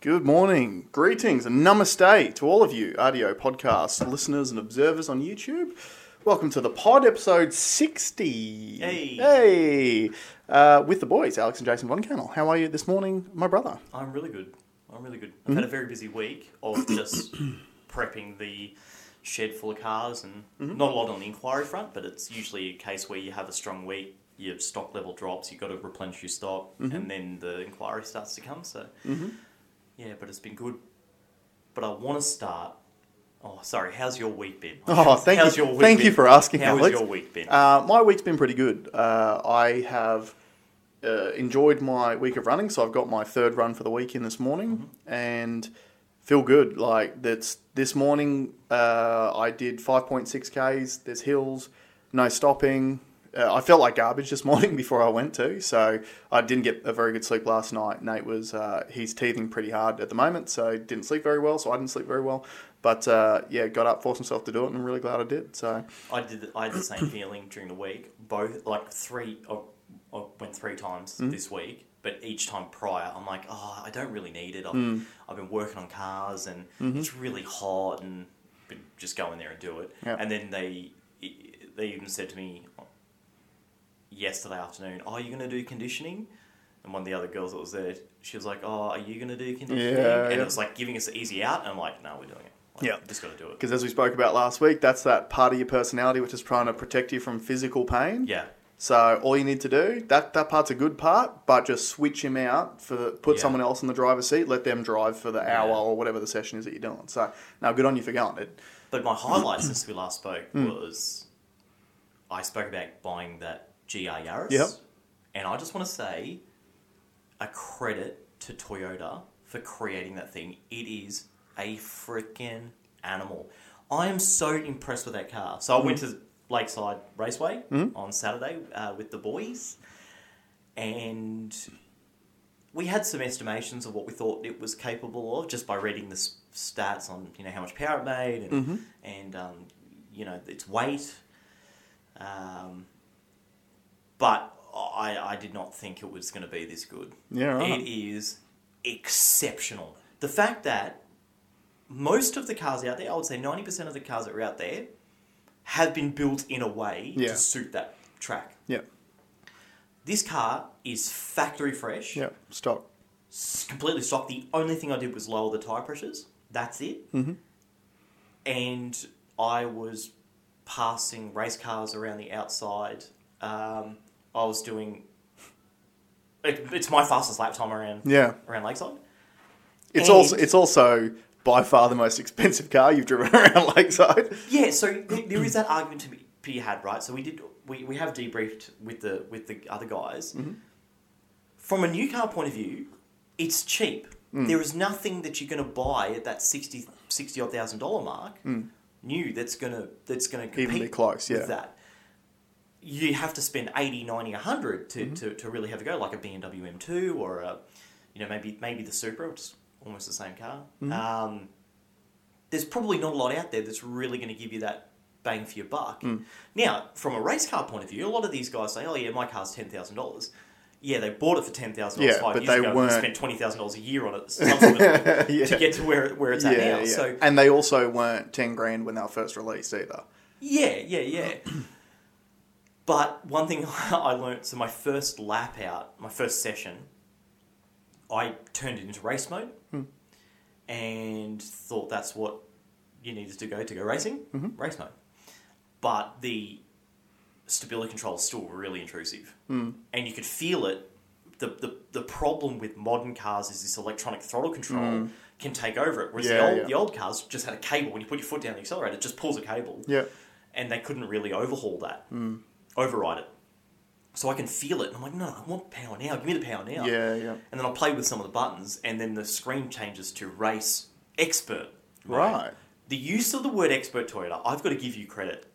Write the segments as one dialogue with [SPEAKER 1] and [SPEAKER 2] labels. [SPEAKER 1] Good morning, greetings, and namaste to all of you, audio podcast listeners and observers on YouTube. Welcome to the pod, episode 60.
[SPEAKER 2] Hey.
[SPEAKER 1] Hey. Uh, with the boys, Alex and Jason Von Cannell. How are you this morning, my brother?
[SPEAKER 2] I'm really good. I'm really good. I've had a
[SPEAKER 1] Mm-hmm.
[SPEAKER 2] very busy week of just prepping the shed full of cars and
[SPEAKER 1] Mm-hmm.
[SPEAKER 2] not a lot on the inquiry front, but it's usually a case where you have a strong week, your stock level drops, you've got to replenish your stock,
[SPEAKER 1] Mm-hmm.
[SPEAKER 2] and then the inquiry starts to come. So, yeah, but it's been good. But I want to start. Oh, sorry. How's your week been?
[SPEAKER 1] Oh, thank
[SPEAKER 2] How's
[SPEAKER 1] you.
[SPEAKER 2] Your week
[SPEAKER 1] thank
[SPEAKER 2] been?
[SPEAKER 1] you for asking,
[SPEAKER 2] How
[SPEAKER 1] Alex.
[SPEAKER 2] has your week been?
[SPEAKER 1] Uh, my week's been pretty good. Uh, I have uh, enjoyed my week of running, so I've got my third run for the week in this morning, and feel good. Like that's this morning, uh, I did five point six k's. There's hills, no stopping. Uh, I felt like garbage this morning before I went to, so I didn't get a very good sleep last night. Nate was uh, he's teething pretty hard at the moment, so didn't sleep very well. So I didn't sleep very well, but uh, yeah, got up, forced myself to do it, and I'm really glad I did. So
[SPEAKER 2] I did. I had the same feeling during the week. Both like three. I, I went three times this week, but each time prior, I'm like, oh, I don't really need it. I've, I've been working on cars, and it's really hot, and but just go in there and do it.
[SPEAKER 1] Yeah.
[SPEAKER 2] And then they they even said to me yesterday afternoon, "Oh, you're going to do conditioning." And one of the other girls that was there, she was like, "Oh, are you going to do conditioning?"
[SPEAKER 1] Yeah,
[SPEAKER 2] and
[SPEAKER 1] yeah.
[SPEAKER 2] it was like giving us the easy out. And I'm like, "No, we're doing it. Like,
[SPEAKER 1] Yeah.
[SPEAKER 2] just got to do it."
[SPEAKER 1] Because as we spoke about last week, that's that part of your personality which is trying to protect you from physical pain.
[SPEAKER 2] Yeah.
[SPEAKER 1] So all you need to do that that part's a good part, but just switch him out for put
[SPEAKER 2] Yeah.
[SPEAKER 1] someone else in the driver's seat, let them drive for the hour
[SPEAKER 2] Yeah.
[SPEAKER 1] or whatever the session is that you're doing. So now, good on you for going. It,
[SPEAKER 2] But my highlight since we last spoke was I spoke about buying that GR Yaris.
[SPEAKER 1] Yep.
[SPEAKER 2] And I just want to say a credit to Toyota for creating that thing. It is a freaking animal. I am so impressed with that car. So I went to Lakeside Raceway on Saturday uh, with the boys, and we had some estimations of what we thought it was capable of just by reading the s- stats on you know how much power it made and
[SPEAKER 1] Mm-hmm.
[SPEAKER 2] and um, you know its weight. Um, but I, I did not think it was going to be this good.
[SPEAKER 1] Yeah, right.
[SPEAKER 2] it is exceptional. The fact that most of the cars out there, I would say ninety percent of the cars that are out there, have been built in a way
[SPEAKER 1] Yeah.
[SPEAKER 2] to suit that track.
[SPEAKER 1] yeah,
[SPEAKER 2] This car is factory fresh
[SPEAKER 1] yeah, stop.
[SPEAKER 2] s- completely stock. The only thing I did was lower the tire pressures. That's it. And I was passing race cars around the outside. Um, I was doing. It, it's my fastest lap time around
[SPEAKER 1] Yeah,
[SPEAKER 2] around Lakeside.
[SPEAKER 1] it's
[SPEAKER 2] And-
[SPEAKER 1] also it's also by far the most expensive car you've driven around Lakeside.
[SPEAKER 2] Yeah, so th- there is that argument to be, be had, right? So we did we, we have debriefed with the with the other guys.
[SPEAKER 1] Mm-hmm.
[SPEAKER 2] From a new car point of view, it's cheap.
[SPEAKER 1] Mm.
[SPEAKER 2] There is nothing that you're going to buy at that 60 60 odd thousand dollar mark new that's going to that's going to
[SPEAKER 1] Mm. be
[SPEAKER 2] compete
[SPEAKER 1] close, yeah.
[SPEAKER 2] with that. You have to spend 80, 90, 100 to,
[SPEAKER 1] Mm-hmm.
[SPEAKER 2] to, to really have a go, like a BMW M2 or a, you know, maybe maybe the Supra, which is almost the same car.
[SPEAKER 1] Mm-hmm.
[SPEAKER 2] Um, there's probably not a lot out there that's really going to give you that bang for your buck.
[SPEAKER 1] Hmm.
[SPEAKER 2] Now, from a race car point of view, a lot of these guys say, "Oh yeah, my car's ten thousand dollars." Yeah, they bought it for ten thousand
[SPEAKER 1] Yeah,
[SPEAKER 2] dollars five
[SPEAKER 1] but
[SPEAKER 2] years
[SPEAKER 1] they
[SPEAKER 2] ago, and
[SPEAKER 1] weren't-
[SPEAKER 2] they spent twenty thousand dollars a year on it subsequently
[SPEAKER 1] Yeah.
[SPEAKER 2] to get to where where it's at now. So
[SPEAKER 1] and they also weren't ten grand when they were first released either.
[SPEAKER 2] yeah, yeah, yeah. but one thing I learned so my first lap out, my first session, I turned it into race mode
[SPEAKER 1] Hmm.
[SPEAKER 2] and thought that's what you needed to go to go racing,
[SPEAKER 1] Mm-hmm.
[SPEAKER 2] race mode. But the stability control is still really intrusive.
[SPEAKER 1] Hmm.
[SPEAKER 2] And you could feel it. The, the, the problem with modern cars is this electronic throttle control can take over it. Whereas
[SPEAKER 1] Hmm. Yeah,
[SPEAKER 2] the, old,
[SPEAKER 1] yeah.
[SPEAKER 2] the old cars just had a cable. When you put your foot down the accelerator, it just pulls a cable
[SPEAKER 1] Yeah,
[SPEAKER 2] and they couldn't really overhaul that, override it. So I can feel it, and I'm like, no, I want power now. Give me the power now.
[SPEAKER 1] yeah, yeah.
[SPEAKER 2] And then I'll play with some of the buttons, and then the screen changes to race expert. mode.
[SPEAKER 1] Right.
[SPEAKER 2] The use of the word expert Toyota, I've got to give you credit.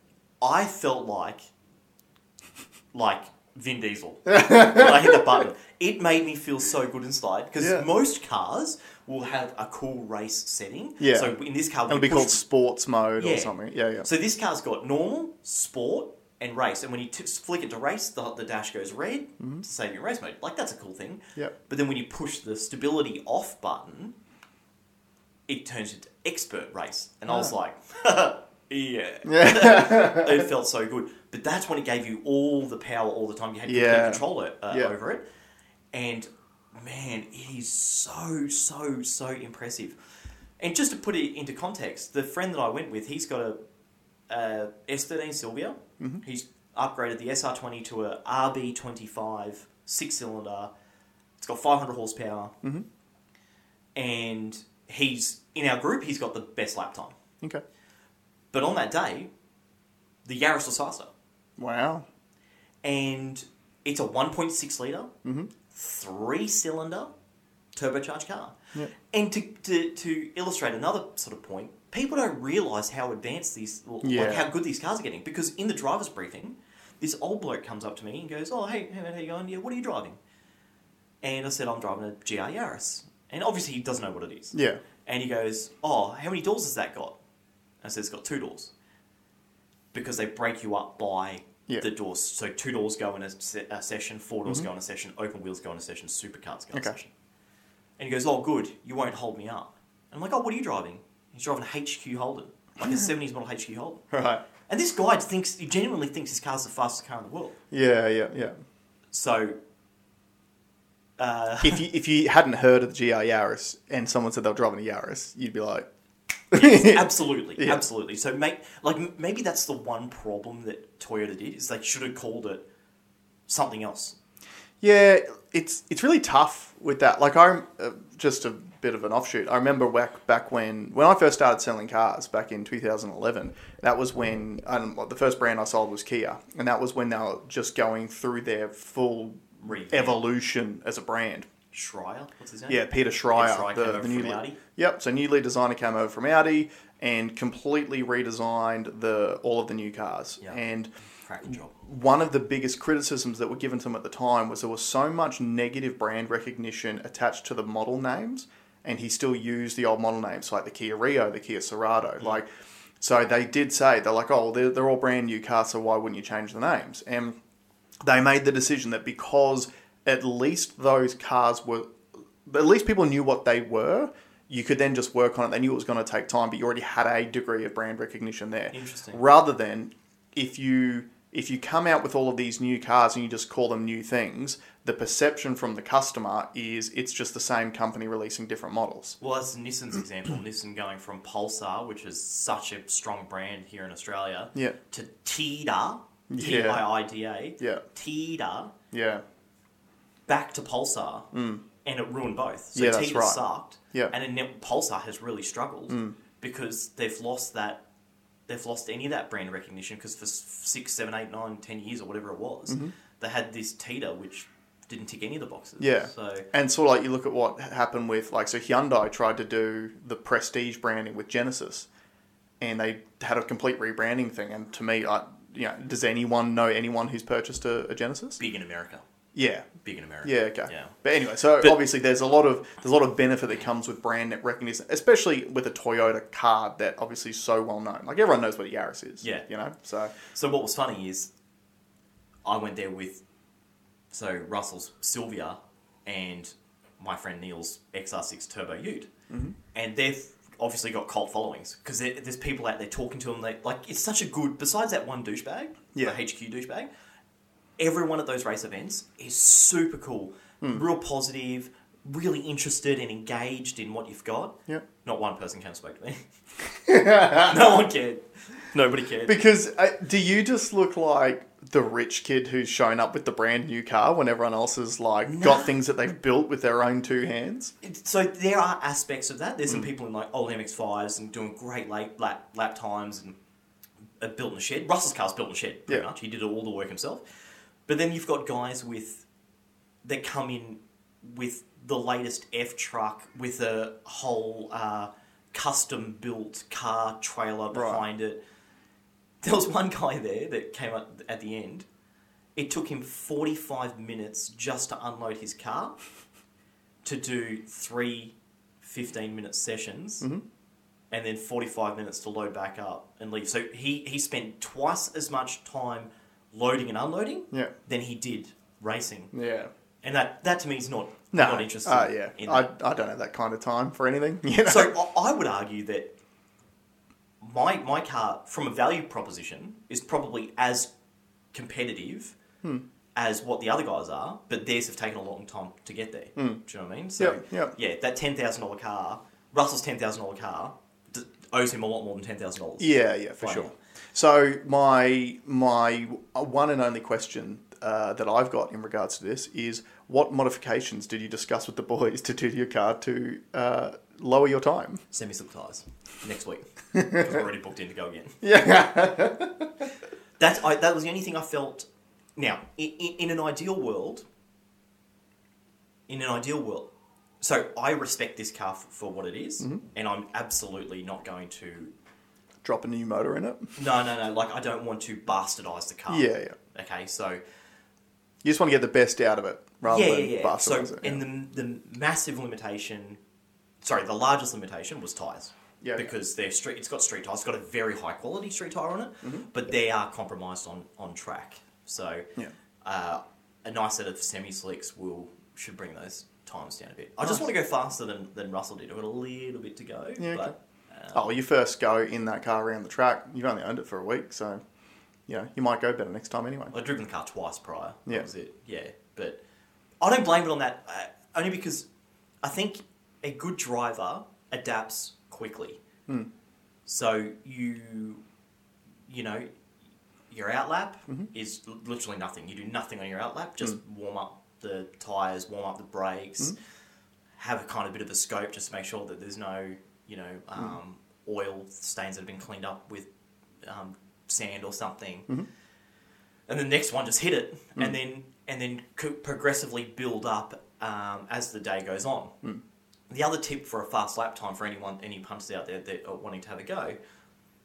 [SPEAKER 2] I felt like, like Vin Diesel when I hit the button. It made me feel so good inside because
[SPEAKER 1] Yeah.
[SPEAKER 2] most cars will have a cool race setting.
[SPEAKER 1] Yeah.
[SPEAKER 2] So in this car, we
[SPEAKER 1] It'll be
[SPEAKER 2] push
[SPEAKER 1] called sports mode
[SPEAKER 2] Yeah.
[SPEAKER 1] or something. Yeah, yeah.
[SPEAKER 2] so this car's got normal, sport, and race. And when you t- flick it to race, the, the dash goes red
[SPEAKER 1] Mm-hmm.
[SPEAKER 2] to save your race mode. Like, that's a cool thing.
[SPEAKER 1] Yep.
[SPEAKER 2] But then when you push the stability off button, it turns into expert race. And I
[SPEAKER 1] Yeah.
[SPEAKER 2] was like, yeah.
[SPEAKER 1] Yeah.
[SPEAKER 2] it felt so good. But that's when it gave you all the power all the time. You had
[SPEAKER 1] Yeah.
[SPEAKER 2] complete control it, uh,
[SPEAKER 1] Yeah.
[SPEAKER 2] over it. And man, it is so, so, so impressive. And just to put it into context, the friend that I went with, he's got a uh, S13 Silvia.
[SPEAKER 1] Mm-hmm.
[SPEAKER 2] He's upgraded the SR20 to a RB25 six cylinder. It's got 500 horsepower.
[SPEAKER 1] Mhm.
[SPEAKER 2] And he's in our group, he's got the best lap time.
[SPEAKER 1] okay.
[SPEAKER 2] But on that day, the Yaris was faster.
[SPEAKER 1] Wow.
[SPEAKER 2] And it's a 1.6 litre,
[SPEAKER 1] Mhm.
[SPEAKER 2] three cylinder turbocharged car.
[SPEAKER 1] Yep.
[SPEAKER 2] And to, to, to illustrate another sort of point, people don't realise how advanced these, well,
[SPEAKER 1] Yeah.
[SPEAKER 2] like how good these cars are getting. Because in the driver's briefing, this old bloke comes up to me and goes, Oh, hey, hey man, how you going? Yeah, what are you driving? And I said, I'm driving a GR Yaris. And obviously, he doesn't know what it is.
[SPEAKER 1] Yeah.
[SPEAKER 2] And he goes, Oh, how many doors has that got? I said, It's got two doors. Because they break you up by
[SPEAKER 1] Yeah. Mm-hmm.
[SPEAKER 2] the doors. So two doors go in a, se- a session, four doors go in a session, open wheels go in a session, supercars go in
[SPEAKER 1] Okay.
[SPEAKER 2] a session. And he goes, Oh, good, you won't hold me up. And I'm like, Oh, what are you driving? He's driving a HQ Holden, like a 70s model HQ Holden.
[SPEAKER 1] Right.
[SPEAKER 2] And this guy thinks, he genuinely thinks his car's the fastest car in the world.
[SPEAKER 1] Yeah, yeah, yeah.
[SPEAKER 2] So, uh,
[SPEAKER 1] If you if you hadn't heard of the GR Yaris and someone said they were driving a Yaris, you'd be like,
[SPEAKER 2] absolutely,
[SPEAKER 1] Yeah.
[SPEAKER 2] absolutely. So make like m- maybe that's the one problem that Toyota did is they should have called it something else.
[SPEAKER 1] Yeah, it's it's really tough with that. Like I rem- uh, just a bit of an offshoot. I remember back back when when I first started selling cars back in 2011. That was when um, the first brand I sold was Kia, and that was when they were just going through their full
[SPEAKER 2] Revamp.
[SPEAKER 1] evolution as a brand.
[SPEAKER 2] Schreier, what's his name?
[SPEAKER 1] Yeah, Peter Schreier,
[SPEAKER 2] Schreier came
[SPEAKER 1] the,
[SPEAKER 2] over
[SPEAKER 1] the new
[SPEAKER 2] from
[SPEAKER 1] lead-
[SPEAKER 2] Audi.
[SPEAKER 1] Yep, so new lead designer came over from Audi and completely redesigned the all of the new cars.
[SPEAKER 2] Yeah.
[SPEAKER 1] And
[SPEAKER 2] cracking job.
[SPEAKER 1] one of the biggest criticisms that were given to him at the time was there was so much negative brand recognition attached to the model names, and he still used the old model names like the Kia Rio, the Kia
[SPEAKER 2] Mm.
[SPEAKER 1] Cerrado. Like, so they did say they're like, oh, they're, they're all brand new cars, so why wouldn't you change the names? And they made the decision that because at least those cars were, at least people knew what they were. You could then just work on it. They knew it was going to take time, but you already had a degree of brand recognition there
[SPEAKER 2] Interesting.
[SPEAKER 1] rather than if you if you come out with all of these new cars and you just call them new things, the perception from the customer is it's just the same company releasing different models.
[SPEAKER 2] Well, that's Nissan's example. Nissan going from Pulsar, which is such a strong brand here in Australia,
[SPEAKER 1] Yeah.
[SPEAKER 2] to Tida,
[SPEAKER 1] Yeah.
[SPEAKER 2] T I I D A,
[SPEAKER 1] Yeah.
[SPEAKER 2] Tida,
[SPEAKER 1] Yeah.
[SPEAKER 2] back to Pulsar, and it ruined both. So
[SPEAKER 1] Mm. Yeah, that's
[SPEAKER 2] Tida
[SPEAKER 1] right.
[SPEAKER 2] sucked,
[SPEAKER 1] Yeah. Mm.
[SPEAKER 2] and then now Pulsar has really struggled because they've lost that, they've lost any of that brand recognition because for s- six, seven, eight, nine, ten years or whatever it was,
[SPEAKER 1] Mm-hmm.
[SPEAKER 2] they had this Tida which didn't tick any of the boxes.
[SPEAKER 1] Yeah.
[SPEAKER 2] So
[SPEAKER 1] And sort of like you look at what happened with like so Hyundai tried to do the prestige branding with Genesis, and they had a complete rebranding thing. And to me, I you know, does anyone know anyone who's purchased a, a Genesis?
[SPEAKER 2] big in America,
[SPEAKER 1] Yeah,
[SPEAKER 2] big in America.
[SPEAKER 1] Yeah, okay.
[SPEAKER 2] Yeah.
[SPEAKER 1] But anyway, so
[SPEAKER 2] But-
[SPEAKER 1] obviously there's a lot of there's a lot of benefit that comes with brand recognition, especially with a Toyota car that obviously is so well known. Like everyone knows what a Yaris is.
[SPEAKER 2] Yeah.
[SPEAKER 1] You know? So
[SPEAKER 2] So what was funny is I went there with so Russell's Sylvia and my friend Neil's XR6 Turbo Ute, and they've obviously got cult followings because there's people out there talking to them. They like it's such a good. Besides that one douchebag,
[SPEAKER 1] Yeah.
[SPEAKER 2] the HQ douchebag, everyone at those race events is super cool, real positive, really interested and engaged in what you've got.
[SPEAKER 1] Yep.
[SPEAKER 2] Not one person came and spoke to me. no one cared. Nobody cared.
[SPEAKER 1] Because uh, do you just look like the rich kid who's shown up with the brand new car when everyone else has like got things that they've built with their own two hands?
[SPEAKER 2] so there are aspects of that. There's some people in like old MX5s and doing great late lap, lap times and uh, built in a shed. Russell's car's built in a shed, pretty
[SPEAKER 1] Yeah.
[SPEAKER 2] much. He did all the work himself. But then you've got guys with that come in with the latest F truck with a whole uh, custom built car trailer behind it. There was one guy there that came up at the end. It took him 45 minutes just to unload his car to do three 15 minute sessions
[SPEAKER 1] Mm-hmm.
[SPEAKER 2] and then 45 minutes to load back up and leave. So he, he spent twice as much time loading and unloading
[SPEAKER 1] Yeah.
[SPEAKER 2] than he did racing.
[SPEAKER 1] Yeah.
[SPEAKER 2] And that, that to me is not I'm not interested.
[SPEAKER 1] Uh, yeah,
[SPEAKER 2] in
[SPEAKER 1] I,
[SPEAKER 2] that.
[SPEAKER 1] I don't have that kind of time for anything. You know?
[SPEAKER 2] So I I would argue that my my car, from a value proposition, is probably as competitive
[SPEAKER 1] Hmm.
[SPEAKER 2] as what the other guys are, but theirs have taken a long time to get there. Do you know what I mean? So
[SPEAKER 1] Hmm. Yep, yep.
[SPEAKER 2] yeah, that ten thousand dollar car, Russell's ten thousand dollar car, d- owes him a lot more than ten thousand dollars.
[SPEAKER 1] Yeah, yeah, for
[SPEAKER 2] Fine.
[SPEAKER 1] sure. So my my uh, one and only question uh, that I've got in regards to this is, what modifications did you discuss with the boys to do to your car to uh, lower your time?
[SPEAKER 2] Send me some tires next week because we're already booked in to go again.
[SPEAKER 1] Yeah,
[SPEAKER 2] That's I, that was the only thing I felt. Now, in, in, in an ideal world, in an ideal world, so I respect this car for, for what it is,
[SPEAKER 1] Mm-hmm.
[SPEAKER 2] and I'm absolutely not going to.
[SPEAKER 1] drop a new motor in it.
[SPEAKER 2] No, no, no. Like I don't want to bastardize the car.
[SPEAKER 1] Yeah, yeah.
[SPEAKER 2] Okay, so
[SPEAKER 1] You just want to get the best out of it rather
[SPEAKER 2] yeah,
[SPEAKER 1] than
[SPEAKER 2] yeah, yeah. So,
[SPEAKER 1] bastardize it. yeah.
[SPEAKER 2] and the, the massive limitation, sorry, the largest limitation was tires.
[SPEAKER 1] Yeah, yeah.
[SPEAKER 2] Because they're street, it's got street tires. It's got a very high quality street tire on it,
[SPEAKER 1] Mm-hmm.
[SPEAKER 2] but they are compromised on on track. So,
[SPEAKER 1] Yeah.
[SPEAKER 2] uh, a nice set of semi slicks will should bring those times down a bit. I
[SPEAKER 1] Nice.
[SPEAKER 2] just want to go faster than, than Russell did. I've got a little bit to go,
[SPEAKER 1] Yeah,
[SPEAKER 2] but uh,
[SPEAKER 1] Oh, well, you first go in that car around the track. You've only owned it for a week, so you know you might go better next time anyway.
[SPEAKER 2] I'd driven the car twice prior.
[SPEAKER 1] Yeah.
[SPEAKER 2] That was it. Yeah. But I don't blame it on that, uh, only because I think a good driver adapts quickly.
[SPEAKER 1] Hmm.
[SPEAKER 2] So you, you know, your outlap
[SPEAKER 1] Mm-hmm.
[SPEAKER 2] is l- literally nothing. You do nothing on your outlap, just
[SPEAKER 1] Hmm.
[SPEAKER 2] warm up the tyres, warm up the brakes, have a kind of bit of a scope just to make sure that there's no, you know, um, oil stains that have been cleaned up with um, sand or something and the next one just hit it, and then and then co- progressively build up um, as the day goes on. The other tip for a fast lap time for anyone any punters out there that are wanting to have a go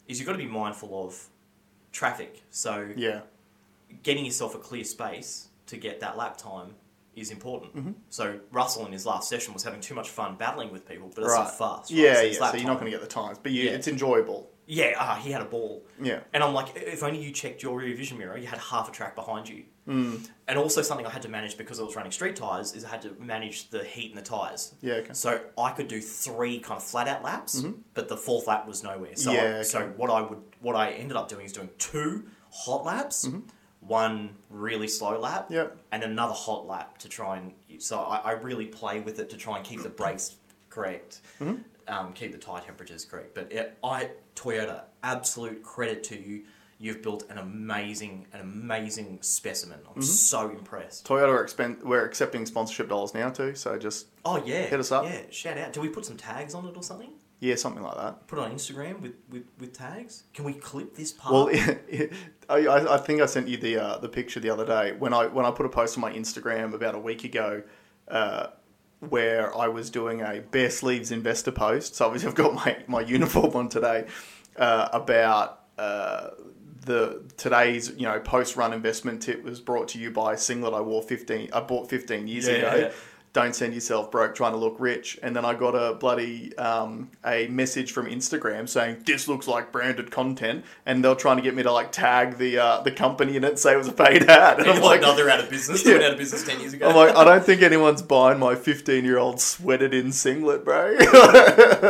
[SPEAKER 2] is you've got to be mindful of traffic. So
[SPEAKER 1] Yeah,
[SPEAKER 2] getting yourself a clear space to get that lap time is important.
[SPEAKER 1] Mm-hmm.
[SPEAKER 2] So Russell in his last session was having too much fun battling with people, but it's not fast. right?
[SPEAKER 1] Yeah,
[SPEAKER 2] So his
[SPEAKER 1] yeah.
[SPEAKER 2] lap
[SPEAKER 1] So you're
[SPEAKER 2] time-
[SPEAKER 1] not going to get the times, but you,
[SPEAKER 2] Yeah.
[SPEAKER 1] it's enjoyable.
[SPEAKER 2] yeah, ah, he had a ball.
[SPEAKER 1] Yeah.
[SPEAKER 2] And I'm like, if only you checked your rear vision mirror, you had half a track behind you. Mm. And also something I had to manage because I was running street tires is I had to manage the heat in the tires.
[SPEAKER 1] Yeah, okay. Mm-hmm.
[SPEAKER 2] So I could do three kind of flat out laps, but the fourth lap was nowhere. So I-
[SPEAKER 1] Yeah, okay.
[SPEAKER 2] so what I would what I ended up doing is doing two hot laps, one really slow lap,
[SPEAKER 1] Mm-hmm. Yep.
[SPEAKER 2] and another hot lap to try and so I, I really play with it to try and keep the brakes correct,
[SPEAKER 1] Mm-hmm.
[SPEAKER 2] um, keep the tire temperatures correct. But it, I Toyota, absolute credit to you. You've built an amazing, an amazing specimen.
[SPEAKER 1] Mm-hmm.
[SPEAKER 2] I'm so impressed.
[SPEAKER 1] Toyota are expen- we're accepting sponsorship dollars now too, so just
[SPEAKER 2] Oh yeah,
[SPEAKER 1] Hit us up.
[SPEAKER 2] Yeah, shout out. Do we put some tags on it or something?
[SPEAKER 1] yeah, something like that.
[SPEAKER 2] Put it on Instagram with, with, with tags. Can we clip this part?
[SPEAKER 1] Well,
[SPEAKER 2] Uh,
[SPEAKER 1] I- I, I think I sent you the uh, the picture the other day when I when I put a post on my Instagram about a week ago, uh, where I was doing a bare sleeves investor post. So obviously I've got my, my uniform on today uh, about uh, the today's you know post run investment tip was brought to you by a singlet I wore fifteen I bought fifteen years
[SPEAKER 2] Yeah,
[SPEAKER 1] ago.
[SPEAKER 2] yeah, yeah.
[SPEAKER 1] Don't send yourself broke trying to look rich. And then I got a bloody um, a message from Instagram saying this looks like branded content, and they're trying to get me to like tag the uh, the company in it, say it was a paid ad. And
[SPEAKER 2] And
[SPEAKER 1] I'm
[SPEAKER 2] you're
[SPEAKER 1] like,
[SPEAKER 2] like, no, they're out of business. They went
[SPEAKER 1] Yeah.
[SPEAKER 2] out of business ten years ago.
[SPEAKER 1] I'm like, I don't think anyone's buying my 15 year old sweated in singlet, bro.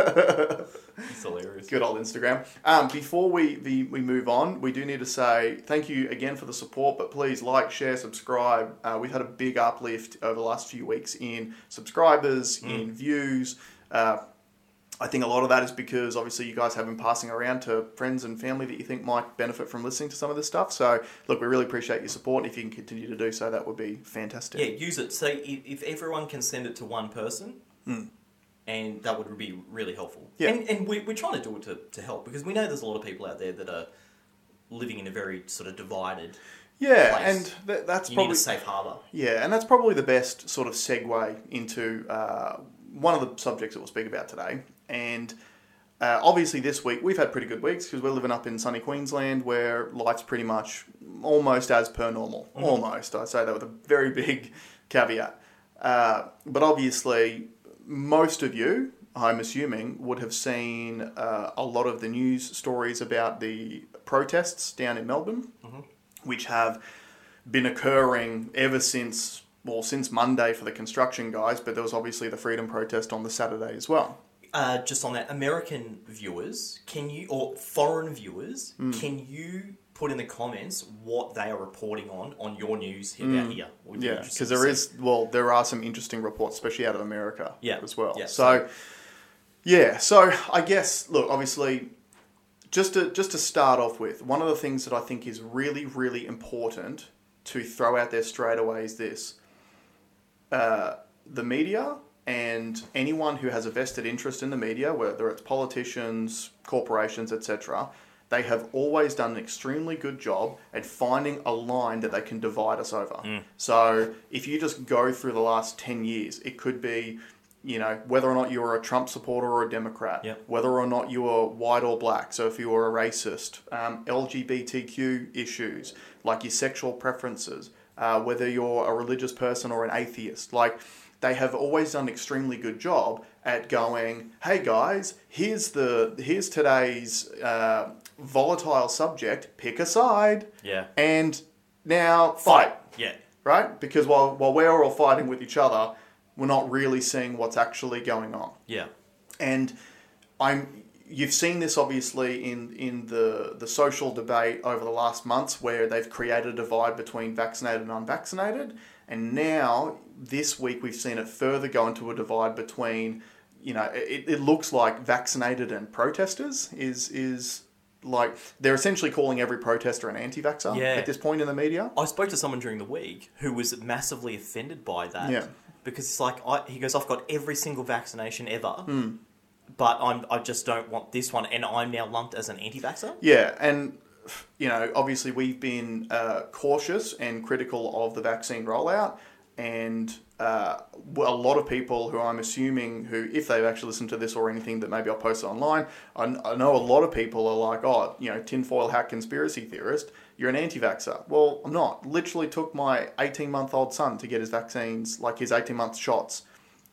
[SPEAKER 2] it's hilarious.
[SPEAKER 1] Good old Instagram. Um, before we, we we move on, we do need to say thank you again for the support. But please like, share, subscribe. Uh, we've had a big uplift over the last few weeks in subscribers,
[SPEAKER 2] Mm.
[SPEAKER 1] in views. Uh, I think a lot of that is because obviously you guys have been passing around to friends and family that you think might benefit from listening to some of this stuff. So look, we really appreciate your support. If you can continue to do so, that would be fantastic.
[SPEAKER 2] Yeah, use it. So if, if everyone can send it to one person, and that would be really helpful.
[SPEAKER 1] Hmm. Yeah.
[SPEAKER 2] And, and we, we're trying to do it to, to help because we know there's a lot of people out there that are living in a very sort of divided.
[SPEAKER 1] Yeah,
[SPEAKER 2] place.
[SPEAKER 1] and th- that's
[SPEAKER 2] You need
[SPEAKER 1] probably
[SPEAKER 2] a safe harbour.
[SPEAKER 1] Yeah, and that's probably the best sort of segue into uh, one of the subjects that we'll speak about today. And uh, obviously, this week we've had pretty good weeks because we're living up in sunny Queensland where life's pretty much almost as per normal. Almost. I say that with a very big caveat. Uh, but obviously, most of you, I'm assuming, would have seen uh, a lot of the news stories about the protests down in Melbourne, which have been occurring ever since well, since Monday for the construction guys, but there was obviously the freedom protest on the Saturday as well.
[SPEAKER 2] uh, just on that, American viewers, can you or foreign viewers,
[SPEAKER 1] Hmm.
[SPEAKER 2] can you put in the comments what they are reporting on on your news here about here? Would be
[SPEAKER 1] Hmm. Yeah,
[SPEAKER 2] interesting
[SPEAKER 1] because
[SPEAKER 2] to
[SPEAKER 1] there
[SPEAKER 2] see.
[SPEAKER 1] is well, there are some interesting reports, especially out of America,
[SPEAKER 2] Yeah,
[SPEAKER 1] as well.
[SPEAKER 2] yeah,
[SPEAKER 1] so, yeah, so I guess look, obviously, just to just to start off with, one of the things that I think is really really important to throw out there straight away is this: uh, the media and anyone who has a vested interest in the media, whether it's politicians, corporations, etc. They have always done an extremely good job at finding a line that they can divide us over. So if you just go through the last 10 years, it could be, you know, whether or not you were a Trump supporter or a Democrat,
[SPEAKER 2] Yep.
[SPEAKER 1] whether or not you were white or black. So if you were a racist, um, LGBTQ issues, like your sexual preferences, uh, whether you're a religious person or an atheist, like they have always done an extremely good job at going, hey guys, here's the here's today's uh, volatile subject. Pick a side,
[SPEAKER 2] Yeah.
[SPEAKER 1] and now fight
[SPEAKER 2] yeah,
[SPEAKER 1] right? Because while while we're all fighting with each other, we're not really seeing what's actually going on.
[SPEAKER 2] yeah,
[SPEAKER 1] And I'm you've seen this obviously in in the the social debate over the last months where they've created a divide between vaccinated and unvaccinated, and now this week we've seen it further go into a divide between you know it, it looks like vaccinated and protesters is is like they're essentially calling every protester an anti-vaxxer
[SPEAKER 2] Yeah.
[SPEAKER 1] at this point in the media
[SPEAKER 2] I spoke to someone during the week who was massively offended by that.
[SPEAKER 1] Yeah.
[SPEAKER 2] Because it's like I, he goes, I've got every single vaccination ever, but I'm I just don't want this one, and I'm now lumped as an anti-vaxxer.
[SPEAKER 1] Yeah, and you know, obviously we've been uh, cautious and critical of the vaccine rollout, and uh, well, a lot of people who I'm assuming who, if they've actually listened to this or anything that maybe I'll post online, I, kn- I know a lot of people are like, oh, you know, tinfoil hat conspiracy theorist. You're an anti-vaxxer. Well, I'm not. Literally took my 18-month-old son to get his vaccines, like his 18-month shots,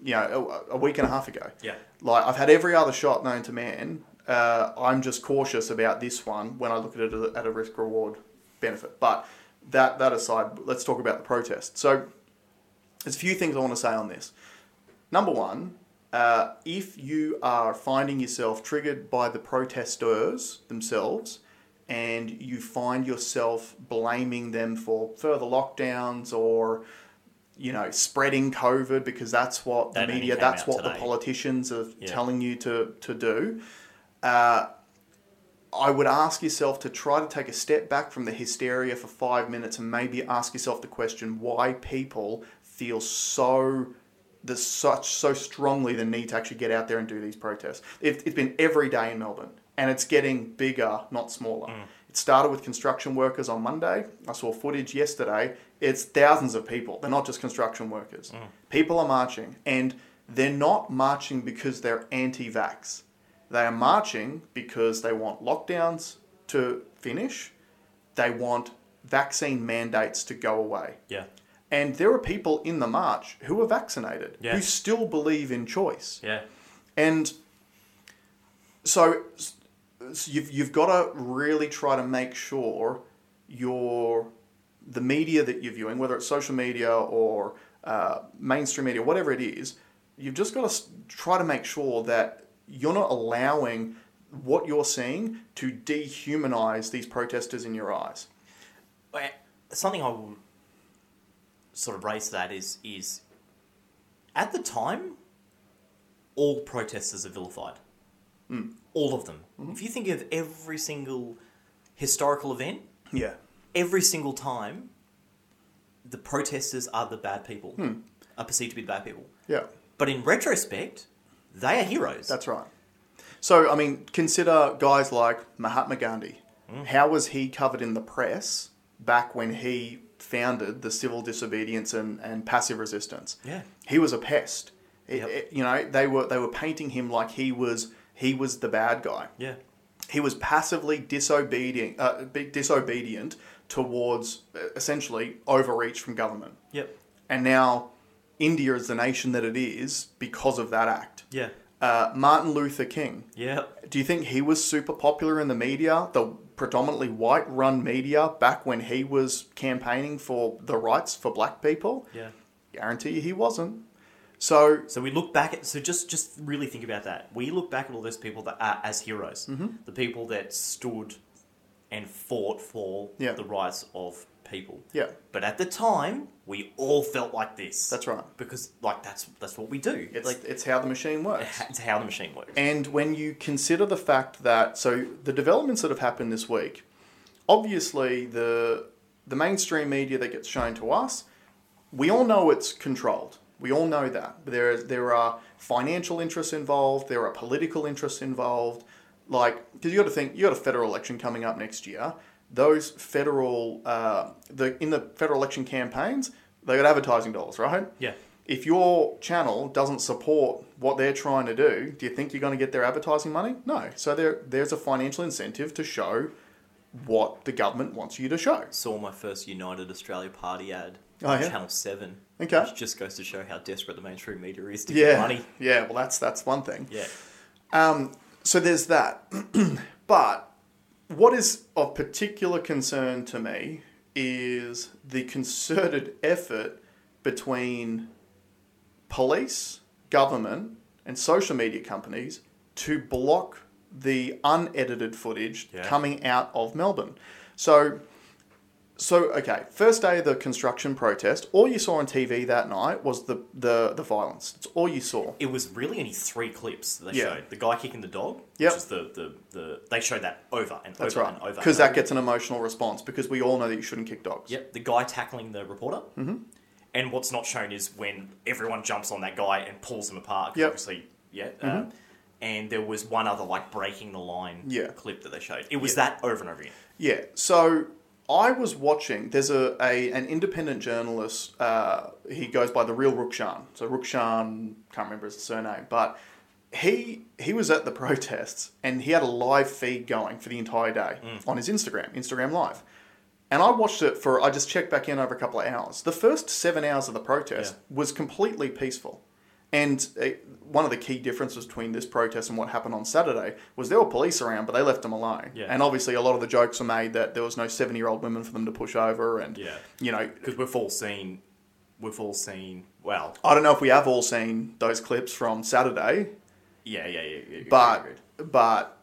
[SPEAKER 1] you know, a, a week and a half ago.
[SPEAKER 2] Yeah.
[SPEAKER 1] Like I've had every other shot known to man. Uh, I'm just cautious about this one when I look at it as- at a risk reward benefit. But that that aside, let's talk about the protest. So there's a few things I want to say on this. Number one, uh, if you are finding yourself triggered by the protesters themselves and you find yourself blaming them for further lockdowns or you know spreading covid because that's what the
[SPEAKER 2] That only
[SPEAKER 1] media
[SPEAKER 2] came
[SPEAKER 1] that's
[SPEAKER 2] out
[SPEAKER 1] what the
[SPEAKER 2] today.
[SPEAKER 1] politicians are
[SPEAKER 2] Yeah.
[SPEAKER 1] telling you to, to do I would ask yourself to try to take a step back from the hysteria for five minutes and maybe ask yourself the question why people feel so the such so strongly the need to actually get out there and do these protests. It, it's been every day in Melbourne and it's getting bigger, not smaller. It started with construction workers on Monday. I saw footage yesterday. It's thousands of people. They're not just construction workers. People are marching and they're not marching because they're anti-vax. They are marching because they want lockdowns to finish. They want vaccine mandates to go away.
[SPEAKER 2] Yeah,
[SPEAKER 1] And there are people in the march who are vaccinated,
[SPEAKER 2] Yeah.
[SPEAKER 1] who still believe in choice.
[SPEAKER 2] yeah,
[SPEAKER 1] And so, s- s you've, you've got to really try to make sure your the media that you're viewing, whether it's social media or uh, mainstream media, whatever it is, you've just got to try to make sure that you're not allowing what you're seeing to dehumanize these protesters in your eyes.
[SPEAKER 2] Well, something I will sort of raise to that is is at the time, all protesters are vilified. All of them. If you think of every single historical event,
[SPEAKER 1] Yeah.
[SPEAKER 2] every single time, the protesters are the bad people,
[SPEAKER 1] Hmm.
[SPEAKER 2] are perceived to be the bad people.
[SPEAKER 1] Yeah.
[SPEAKER 2] But in retrospect, they are heroes.
[SPEAKER 1] That's right. So, I mean, consider guys like Mahatma Gandhi.
[SPEAKER 2] Mm.
[SPEAKER 1] How was he covered in the press back when he founded the civil disobedience and, and passive resistance?
[SPEAKER 2] Yeah.
[SPEAKER 1] He was a pest. It-
[SPEAKER 2] Yep.
[SPEAKER 1] it- you know, they were they were painting him like he was he was the bad guy
[SPEAKER 2] yeah.
[SPEAKER 1] he was passively disobedient, uh, be- disobedient towards uh, essentially overreach from government.
[SPEAKER 2] Yep.
[SPEAKER 1] And now India is the nation that it is because of that act.
[SPEAKER 2] Yeah.
[SPEAKER 1] Uh, Martin Luther King.
[SPEAKER 2] Yep.
[SPEAKER 1] Do you think he was super popular in the media, the predominantly white run media, back when he was campaigning for the rights for black people?
[SPEAKER 2] Yeah.
[SPEAKER 1] guarantee you he wasn't. So
[SPEAKER 2] So we look back at so just just really think about that. We look back at all those people that are as heroes,
[SPEAKER 1] Mm-hmm.
[SPEAKER 2] the people that stood and fought for
[SPEAKER 1] Yeah.
[SPEAKER 2] the rights of people.
[SPEAKER 1] yeah,
[SPEAKER 2] But at the time, we all felt like this.
[SPEAKER 1] That's right.
[SPEAKER 2] Because like that's that's what we do.
[SPEAKER 1] it's
[SPEAKER 2] like
[SPEAKER 1] it's how the machine works.
[SPEAKER 2] it's how the machine works.
[SPEAKER 1] And when you consider the fact that so the developments that have happened this week, obviously the the mainstream media that gets shown to us, we all know it's controlled. We all know that. There there are financial interests involved, there are political interests involved. Like because you got to think you got a federal election coming up next year. Those federal uh, the in the federal election campaigns, they got advertising dollars, right?
[SPEAKER 2] Yeah.
[SPEAKER 1] if your channel doesn't support what they're trying to do, do you think you're going to get their advertising money? No. So there, there's a financial incentive to show what the government wants you to show.
[SPEAKER 2] Saw my first United Australia Party ad
[SPEAKER 1] Oh,
[SPEAKER 2] on
[SPEAKER 1] yeah?
[SPEAKER 2] Channel Seven.
[SPEAKER 1] Okay.
[SPEAKER 2] Which just goes to show how desperate the mainstream media is to
[SPEAKER 1] Yeah.
[SPEAKER 2] get money.
[SPEAKER 1] Yeah. Well, that's that's one thing.
[SPEAKER 2] Yeah.
[SPEAKER 1] Um, so there's that. but what is of particular concern to me is the concerted effort between police, government, and social media companies to block the unedited footage
[SPEAKER 2] Yeah.
[SPEAKER 1] coming out of Melbourne. So so okay, first day of the construction protest, all you saw on TV that night was the the, the violence. It's all you saw.
[SPEAKER 2] it was really only three clips that they
[SPEAKER 1] Yeah.
[SPEAKER 2] showed. The guy kicking the dog,
[SPEAKER 1] Yep.
[SPEAKER 2] which is the, the, the they showed that over and
[SPEAKER 1] That's
[SPEAKER 2] over
[SPEAKER 1] right.
[SPEAKER 2] and over.
[SPEAKER 1] Because
[SPEAKER 2] and
[SPEAKER 1] that
[SPEAKER 2] over.
[SPEAKER 1] gets an emotional response because we all know that you shouldn't kick dogs.
[SPEAKER 2] Yep, the guy tackling the reporter. Mm-hmm. And what's not shown is when everyone jumps on that guy and pulls him apart. 'cause
[SPEAKER 1] Yep. Mm-hmm.
[SPEAKER 2] Obviously, yeah. Um, and there was one other like breaking the line
[SPEAKER 1] Yeah.
[SPEAKER 2] clip that they showed. It was that over and over again.
[SPEAKER 1] Yeah. So I was watching. There's a, a an independent journalist. Uh, he goes by the real Rukshan. So Rukshan can't remember his surname, but he he was at the protests and he had a live feed going for the entire day
[SPEAKER 2] Mm.
[SPEAKER 1] on his Instagram, Instagram Live. And I watched it for. I just checked back in over a couple of hours. The first seven hours of the protest was completely peaceful. And uh, one of the key differences between this protest and what happened on Saturday was there were police around, but they left them alone.
[SPEAKER 2] Yeah.
[SPEAKER 1] And obviously, a lot of the jokes were made that there was no seventy-year-old women for them to push over, and
[SPEAKER 2] Yeah.
[SPEAKER 1] you know,
[SPEAKER 2] Because we've all seen, we've all seen. Well,
[SPEAKER 1] I don't know if we have all seen those clips from Saturday,
[SPEAKER 2] yeah, yeah, yeah. yeah
[SPEAKER 1] but
[SPEAKER 2] agreed.
[SPEAKER 1] but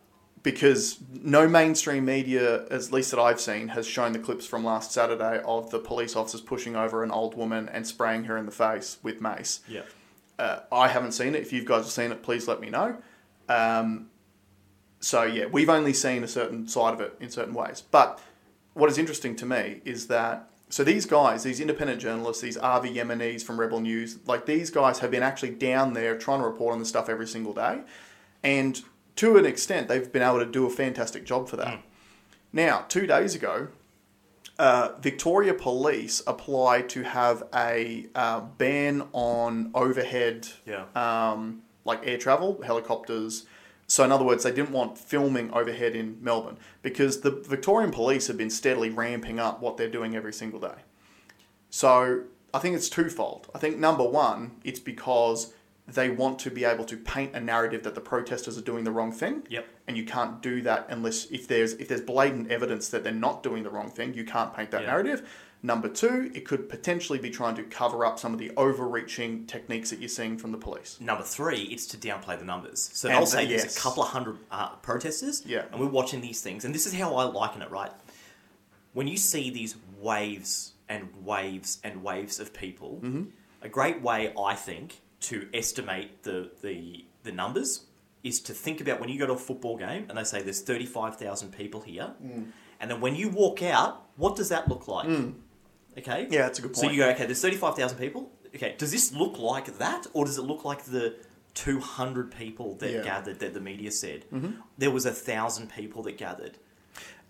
[SPEAKER 1] because no mainstream media, at least that I've seen, has shown the clips from last Saturday of the police officers pushing over an old woman and spraying her in the face with mace.
[SPEAKER 2] yeah,
[SPEAKER 1] Uh, I haven't seen it. If you guys have seen it, please let me know. Um, so yeah, we've only seen a certain side of it in certain ways. But what is interesting to me is that so these guys, these independent journalists, these RV Yemenis from Rebel News, like these guys have been actually down there trying to report on this stuff every single day, and to an extent, they've been able to do a fantastic job for that. Now, two days ago, uh, Victoria Police applied to have a uh, ban on overhead,
[SPEAKER 2] yeah.
[SPEAKER 1] um, like air travel, helicopters. So, in other words, they didn't want filming overhead in Melbourne because the Victorian Police have been steadily ramping up what they're doing every single day. So, I think it's twofold. I think number one, it's because they want to be able to paint a narrative that the protesters are doing the wrong thing
[SPEAKER 2] Yep.
[SPEAKER 1] and you can't do that unless if there's if there's blatant evidence that they're not doing the wrong thing, you can't paint that
[SPEAKER 2] Yeah.
[SPEAKER 1] narrative. Number two, it could potentially be trying to cover up some of the overreaching techniques that you're seeing from the police.
[SPEAKER 2] Number three, it's to downplay the numbers. So
[SPEAKER 1] And
[SPEAKER 2] they'll
[SPEAKER 1] the-
[SPEAKER 2] say there's
[SPEAKER 1] yes.
[SPEAKER 2] a couple of hundred uh, protesters,
[SPEAKER 1] Yeah.
[SPEAKER 2] and we're watching these things. And this is how I liken it, right? When you see these waves and waves and waves of people,
[SPEAKER 1] Mm-hmm.
[SPEAKER 2] a great way, I think, to estimate the, the, the numbers is to think about when you go to a football game and they say there's 35,000 people here,
[SPEAKER 1] Mm.
[SPEAKER 2] and then when you walk out, what does that look like? Okay?
[SPEAKER 1] Yeah, that's a good
[SPEAKER 2] So
[SPEAKER 1] point.
[SPEAKER 2] you go, okay, there's 35,000 people. Okay, does this look like that, or does it look like the 200 people that
[SPEAKER 1] Yeah. Mm-hmm.
[SPEAKER 2] gathered that the media said? There was a thousand people that gathered.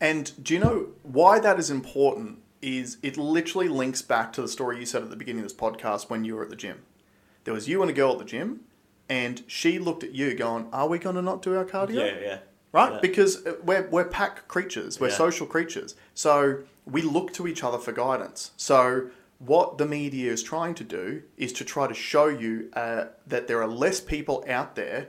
[SPEAKER 1] And do you know why that is important? Is it literally links back to the story you said at the beginning of this podcast when you were at the gym? There was you and a girl at the gym, and she looked at you going, "Are we going to not do our cardio?"
[SPEAKER 2] yeah.
[SPEAKER 1] right?
[SPEAKER 2] Yeah.
[SPEAKER 1] Because uh, we're, we're pack creatures, we're
[SPEAKER 2] Yeah.
[SPEAKER 1] social creatures. So we look to each other for guidance. So what the media is trying to do is to try to show you uh, that there are less people out there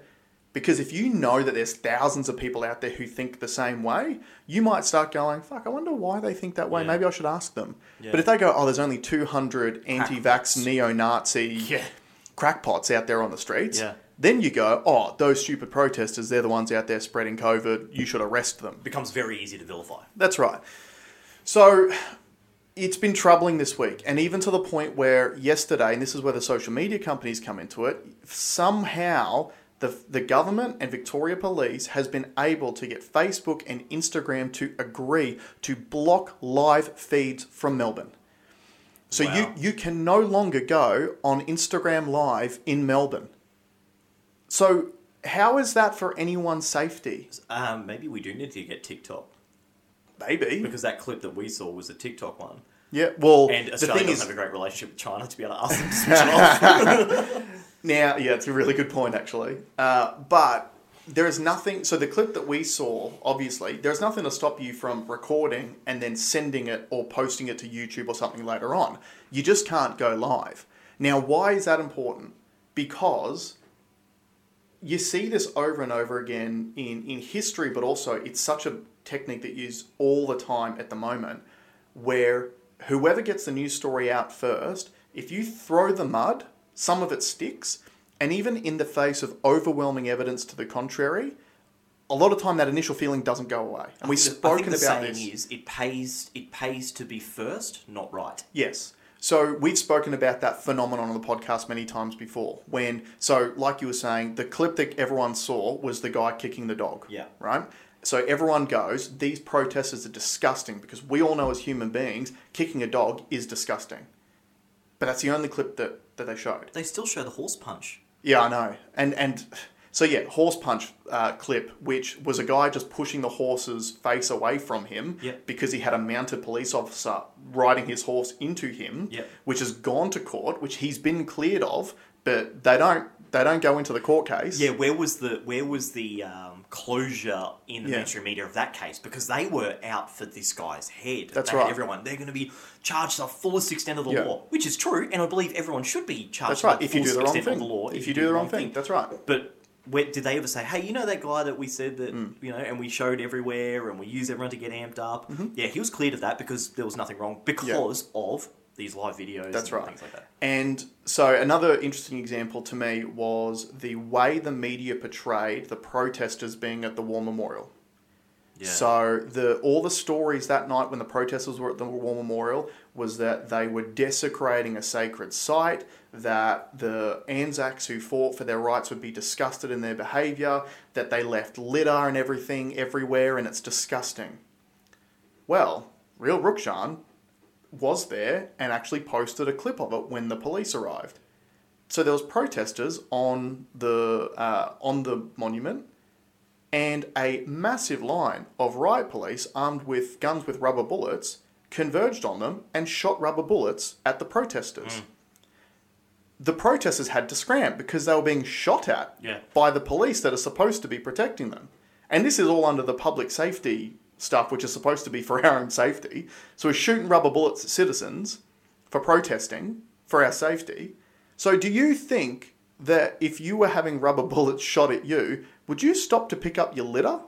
[SPEAKER 1] Because if you know that there's thousands of people out there who think the same way, you might start going, fuck, I wonder why they think that way.
[SPEAKER 2] Yeah.
[SPEAKER 1] Maybe I should ask them.
[SPEAKER 2] Yeah.
[SPEAKER 1] But if they go, oh, there's only 200 anti vax, neo Nazi
[SPEAKER 2] Yeah.
[SPEAKER 1] crackpots out there on the streets,
[SPEAKER 2] Yeah.
[SPEAKER 1] then you go, oh, those stupid protesters, they're the ones out there spreading COVID. You should arrest them.
[SPEAKER 2] becomes very easy to vilify.
[SPEAKER 1] That's right. So it's been troubling this week, and even to the point where yesterday, and this is where the social media companies come into it, somehow the, the government and Victoria Police has been able to get Facebook and Instagram to agree to block live feeds from Melbourne. So
[SPEAKER 2] Wow.
[SPEAKER 1] you, you can no longer go on Instagram Live in Melbourne. So how is that for anyone's safety?
[SPEAKER 2] Um, maybe we do need to get TikTok
[SPEAKER 1] Maybe.
[SPEAKER 2] because that clip that we saw was a TikTok one,
[SPEAKER 1] Yeah. Well,
[SPEAKER 2] and
[SPEAKER 1] the
[SPEAKER 2] Australia
[SPEAKER 1] thing
[SPEAKER 2] doesn't
[SPEAKER 1] is,
[SPEAKER 2] have a great relationship with China to be able to ask them to switch it off.
[SPEAKER 1] Now, yeah, it's a really good point, actually. Uh, but there is nothing. So the clip that we saw, obviously, there's nothing to stop you from recording and then sending it or posting it to YouTube or something later on. You just can't go live. Now, why is that important? Because you see this over and over again in, in history, but also it's such a technique that you use all the time at the moment, where whoever gets the news story out first, if you throw the mud, some of it sticks, and even in the face of overwhelming evidence to the contrary, a lot of time that initial feeling doesn't go away. And we've
[SPEAKER 2] I think
[SPEAKER 1] spoken
[SPEAKER 2] the
[SPEAKER 1] about
[SPEAKER 2] saying
[SPEAKER 1] this.
[SPEAKER 2] Is, it pays. It pays to be first, not right.
[SPEAKER 1] Yes. So we've spoken about that phenomenon on the podcast many times before. When so, like you were saying, the clip that everyone saw was the guy kicking the dog.
[SPEAKER 2] Yeah.
[SPEAKER 1] Right. So everyone goes, these protesters are disgusting because we all know as human beings, kicking a dog is disgusting. But that's the only clip that, that they showed.
[SPEAKER 2] They still show the horse punch.
[SPEAKER 1] Yeah, I know. And and so yeah, horse punch uh, clip, which was a guy just pushing the horse's face away from him
[SPEAKER 2] Yep.
[SPEAKER 1] because he had a mounted police officer riding his horse into him,
[SPEAKER 2] Yep.
[SPEAKER 1] which has gone to court, which he's been cleared of, but they don't they don't go into the court case.
[SPEAKER 2] Yeah, where was the where was the um, closure in the
[SPEAKER 1] Yeah.
[SPEAKER 2] mainstream media of that case? Because they were out for this guy's head.
[SPEAKER 1] That's
[SPEAKER 2] They had
[SPEAKER 1] right.
[SPEAKER 2] Everyone, they're going to be charged to the fullest extent of the
[SPEAKER 1] Yeah.
[SPEAKER 2] law, which is true, and I believe everyone should be charged.
[SPEAKER 1] That's
[SPEAKER 2] to
[SPEAKER 1] right.
[SPEAKER 2] the
[SPEAKER 1] If you do
[SPEAKER 2] fullest
[SPEAKER 1] the wrong
[SPEAKER 2] extent
[SPEAKER 1] thing,
[SPEAKER 2] of the law,
[SPEAKER 1] if, you do the wrong thing, that's right.
[SPEAKER 2] But where, did they ever say, "Hey, you know that guy that we said that
[SPEAKER 1] Mm.
[SPEAKER 2] you know, and we showed everywhere, and we used everyone to get amped up"?
[SPEAKER 1] Mm-hmm.
[SPEAKER 2] Yeah, he was cleared of that because there was nothing wrong because of these live videos.
[SPEAKER 1] That's
[SPEAKER 2] and
[SPEAKER 1] right.
[SPEAKER 2] Things like that.
[SPEAKER 1] And so another interesting example to me was the way the media portrayed the protesters being at the War Memorial.
[SPEAKER 2] Yeah.
[SPEAKER 1] So the all the stories that night when the protesters were at the War Memorial was that they were desecrating a sacred site, that the Anzacs who fought for their rights would be disgusted in their behaviour, that they left litter and everything everywhere, and it's disgusting. Well, real Rukshan was there and actually posted a clip of it when the police arrived. So there was protesters on the uh, on the monument and a massive line of riot police armed with guns with rubber bullets converged on them and shot rubber bullets at the protesters. The protesters had to scram because they were being shot at
[SPEAKER 2] Yeah.
[SPEAKER 1] by the police that are supposed to be protecting them. And this is all under the public safety stuff, which is supposed to be for our own safety. So we're shooting rubber bullets at citizens for protesting for our safety. So do you think that if you were having rubber bullets shot at you, would you stop to pick up your litter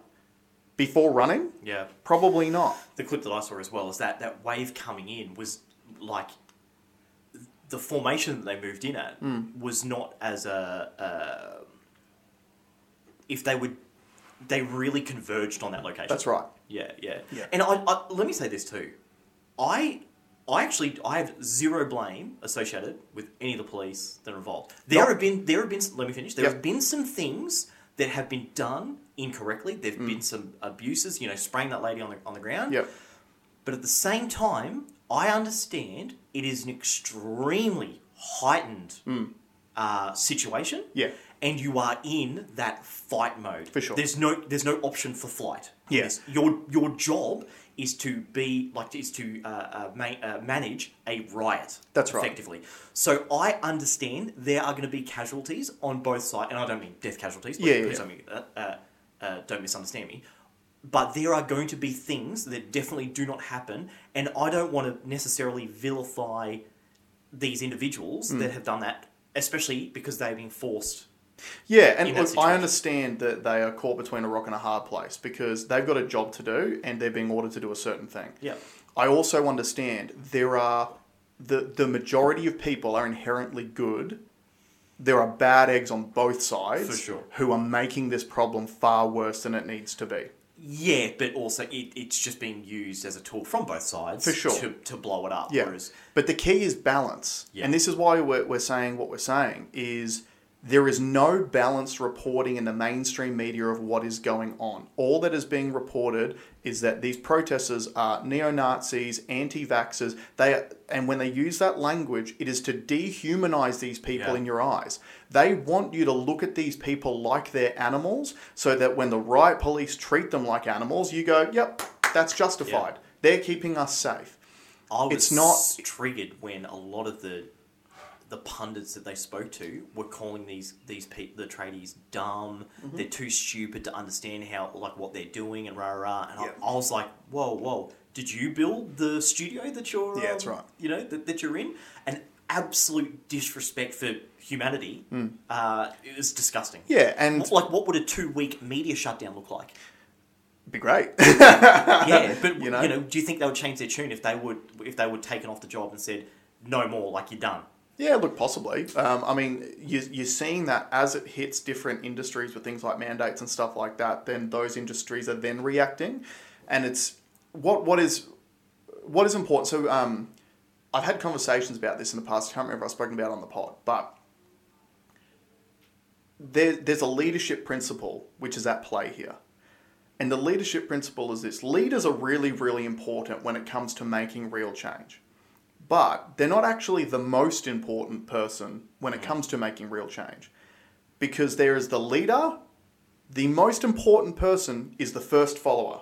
[SPEAKER 1] before running?
[SPEAKER 2] yeah.
[SPEAKER 1] Probably not.
[SPEAKER 2] the clip that I saw as well is that that wave coming in was like the formation that they moved in at
[SPEAKER 1] Mm.
[SPEAKER 2] was not as a, a if they would they really converged on that location.
[SPEAKER 1] That's right.
[SPEAKER 2] Yeah, yeah,
[SPEAKER 1] Yeah.
[SPEAKER 2] And I, I let me say this too, I. I actually I have zero blame associated with any of the police that are involved. There
[SPEAKER 1] Nope.
[SPEAKER 2] have been there have been some, let me finish. There
[SPEAKER 1] Yep.
[SPEAKER 2] have been some things that have been done incorrectly. There've been some abuses, you know, spraying that lady on the on the ground.
[SPEAKER 1] Mm. Yep.
[SPEAKER 2] But at the same time, I understand it is an extremely heightened uh, situation.
[SPEAKER 1] Hmm. Yeah.
[SPEAKER 2] And you are in that fight mode.
[SPEAKER 1] For sure.
[SPEAKER 2] There's no there's no option for flight.
[SPEAKER 1] Yeah.
[SPEAKER 2] Yes. Your your job is to be like is to uh, uh, ma- uh, manage a riot.
[SPEAKER 1] That's right.
[SPEAKER 2] Effectively. So I understand there are going to be casualties on both sides, and I don't mean death casualties. but
[SPEAKER 1] Yeah, yeah,
[SPEAKER 2] please
[SPEAKER 1] yeah.
[SPEAKER 2] don't mean that. Uh, uh, don't misunderstand me but there are going to be things that definitely do not happen and i don't want to necessarily
[SPEAKER 1] Hmm.
[SPEAKER 2] vilify these individuals that have done that especially because they've been forced
[SPEAKER 1] Yeah, and
[SPEAKER 2] in that
[SPEAKER 1] look, I
[SPEAKER 2] situation.
[SPEAKER 1] understand that they are caught between a rock and a hard place because they've got a job to do and they're being ordered to do a certain thing.
[SPEAKER 2] Yeah.
[SPEAKER 1] I also understand there are the the majority of people are inherently good. There are bad eggs on both sides
[SPEAKER 2] For sure.
[SPEAKER 1] who are making this problem far worse than it needs to be.
[SPEAKER 2] Yeah, but also it, it's just being used as a tool from both sides
[SPEAKER 1] For sure.
[SPEAKER 2] to, to blow it up.
[SPEAKER 1] Yeah.
[SPEAKER 2] Whereas
[SPEAKER 1] But the key is balance.
[SPEAKER 2] Yeah.
[SPEAKER 1] And this is why we're, we're saying what we're saying is there is no balanced reporting in the mainstream media of what is going on. All that is being reported is that these protesters are neo-Nazis, anti-vaxxers. They are, and when they use that language, it is to dehumanize these people
[SPEAKER 2] Yeah.
[SPEAKER 1] in your eyes. They want you to look at these people like they're animals so that when the riot police treat them like animals, you go, "Yep, that's justified. They're keeping us safe."
[SPEAKER 2] I was
[SPEAKER 1] It's not-
[SPEAKER 2] triggered when a lot of the the pundits that they spoke to were calling these these pe- the tradies dumb.
[SPEAKER 1] Mm-hmm.
[SPEAKER 2] They're too stupid to understand how like what they're doing and rah rah. rah. And
[SPEAKER 1] Yeah.
[SPEAKER 2] I, I was like, whoa, whoa! Did you build the studio that you're?
[SPEAKER 1] Yeah, that's
[SPEAKER 2] um,
[SPEAKER 1] right.
[SPEAKER 2] You know that, that you're in. An absolute disrespect for humanity. Uh, it was disgusting.
[SPEAKER 1] Mm. Yeah, and
[SPEAKER 2] What- Like, what would a two-week media shutdown look like?
[SPEAKER 1] be great.
[SPEAKER 2] yeah, but
[SPEAKER 1] You
[SPEAKER 2] you
[SPEAKER 1] know?
[SPEAKER 2] know? do you think they would change their tune if they would if they would taken off the job and said no more, like you're done?
[SPEAKER 1] yeah, look, possibly. Um, I mean, you, you're seeing that as it hits different industries with things like mandates and stuff like that, then those industries are then reacting, and it's what what is what is important. So, um, I've had conversations about this in the past. I can't remember if I've spoken about it on the pod, but there, there's a leadership principle which is at play here. And the leadership principle is this leaders are really, really important when it comes to making real change. But they're not actually the most important person when it comes to making real change. Because there is the leader, the most important person is the first follower.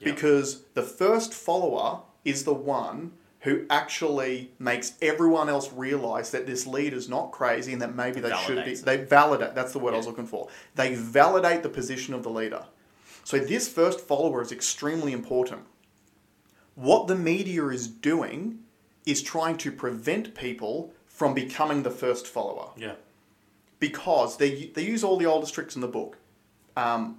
[SPEAKER 2] Yeah.
[SPEAKER 1] Because the first follower is the one who actually makes everyone else realize that this leader's not crazy and that maybe they should be.
[SPEAKER 2] Validates it.
[SPEAKER 1] They validate. That's the word I was
[SPEAKER 2] Yeah.
[SPEAKER 1] looking for. They validate the position of the leader. So this first follower is extremely important. What the media is doing is trying to prevent people from becoming the first follower
[SPEAKER 2] Yeah,
[SPEAKER 1] because they they use all the oldest tricks in the book, um,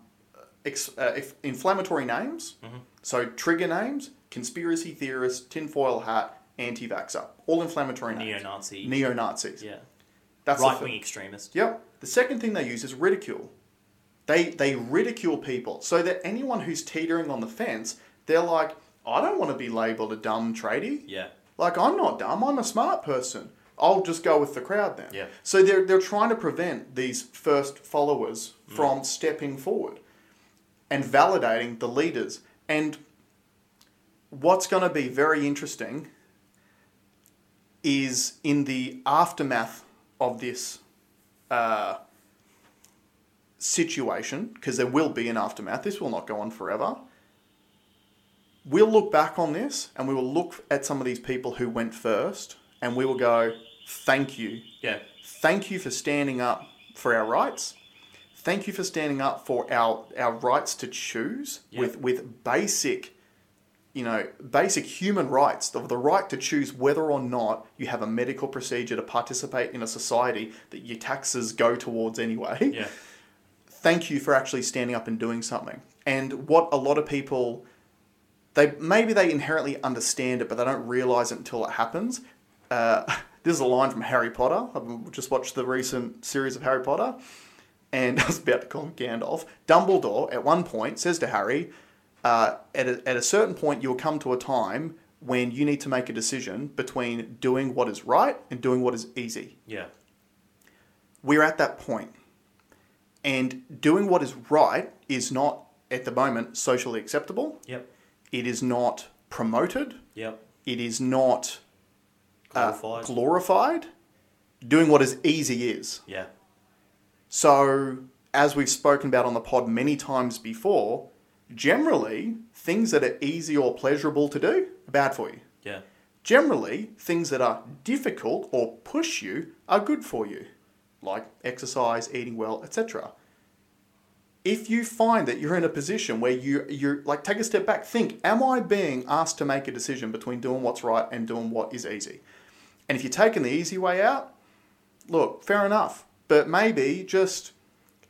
[SPEAKER 1] ex, uh, if, inflammatory names,
[SPEAKER 2] Mm-hmm.
[SPEAKER 1] so trigger names, conspiracy theorist, tinfoil hat, anti-vaxxer, all inflammatory names,
[SPEAKER 2] neo-Nazi,
[SPEAKER 1] neo-Nazis.
[SPEAKER 2] yeah,
[SPEAKER 1] That's the fir-
[SPEAKER 2] right-wing extremist.
[SPEAKER 1] Yep. The second thing they use is ridicule. They they ridicule people so that anyone who's teetering on the fence, they're like, I don't want to be labelled a dumb tradie.
[SPEAKER 2] Yeah,
[SPEAKER 1] Like I'm not dumb. I'm a smart person. I'll just go with the crowd then.
[SPEAKER 2] Yeah.
[SPEAKER 1] So they're they're trying to prevent these first followers from stepping forward and validating the leaders. And what's going to be very interesting is in the aftermath of this uh, situation, because there will be an aftermath. This will not go on forever. We'll look back on this and we will look at some of these people who went first and we will go, thank you.
[SPEAKER 2] yeah,
[SPEAKER 1] Thank you for standing up for our rights. Thank you for standing up for our, our rights to choose
[SPEAKER 2] Yeah.
[SPEAKER 1] with, with basic, you know, basic human rights, the, the right to choose whether or not you have a medical procedure to participate in a society that your taxes go towards anyway
[SPEAKER 2] yeah,
[SPEAKER 1] thank you for actually standing up and doing something. And what a lot of people, they maybe they inherently understand it, but they don't realize it until it happens. Uh, this is a line from Harry Potter. I've just watched the recent series of Harry Potter, and I was about to call him Gandalf. Dumbledore at one point says to Harry, uh, at, a, at a certain point, you'll come to a time when you need to make a decision between doing what is right and doing what is easy
[SPEAKER 2] yeah,
[SPEAKER 1] we're at that point. And doing what is right is not, at the moment, socially acceptable.
[SPEAKER 2] yep,
[SPEAKER 1] It is not promoted.
[SPEAKER 2] yep,
[SPEAKER 1] It is not uh,
[SPEAKER 2] glorified,
[SPEAKER 1] glorified. Doing what is easy is.
[SPEAKER 2] yeah,
[SPEAKER 1] So, as we've spoken about on the pod many times before, generally, things that are easy or pleasurable to do are bad for you.
[SPEAKER 2] yeah,
[SPEAKER 1] Generally, things that are difficult or push you are good for you, like exercise, eating well, etc. If you find that you're in a position where you you're like take a step back, think, am I being asked to make a decision between doing what's right and doing what is easy? And if you're taking the easy way out, look, fair enough. But maybe just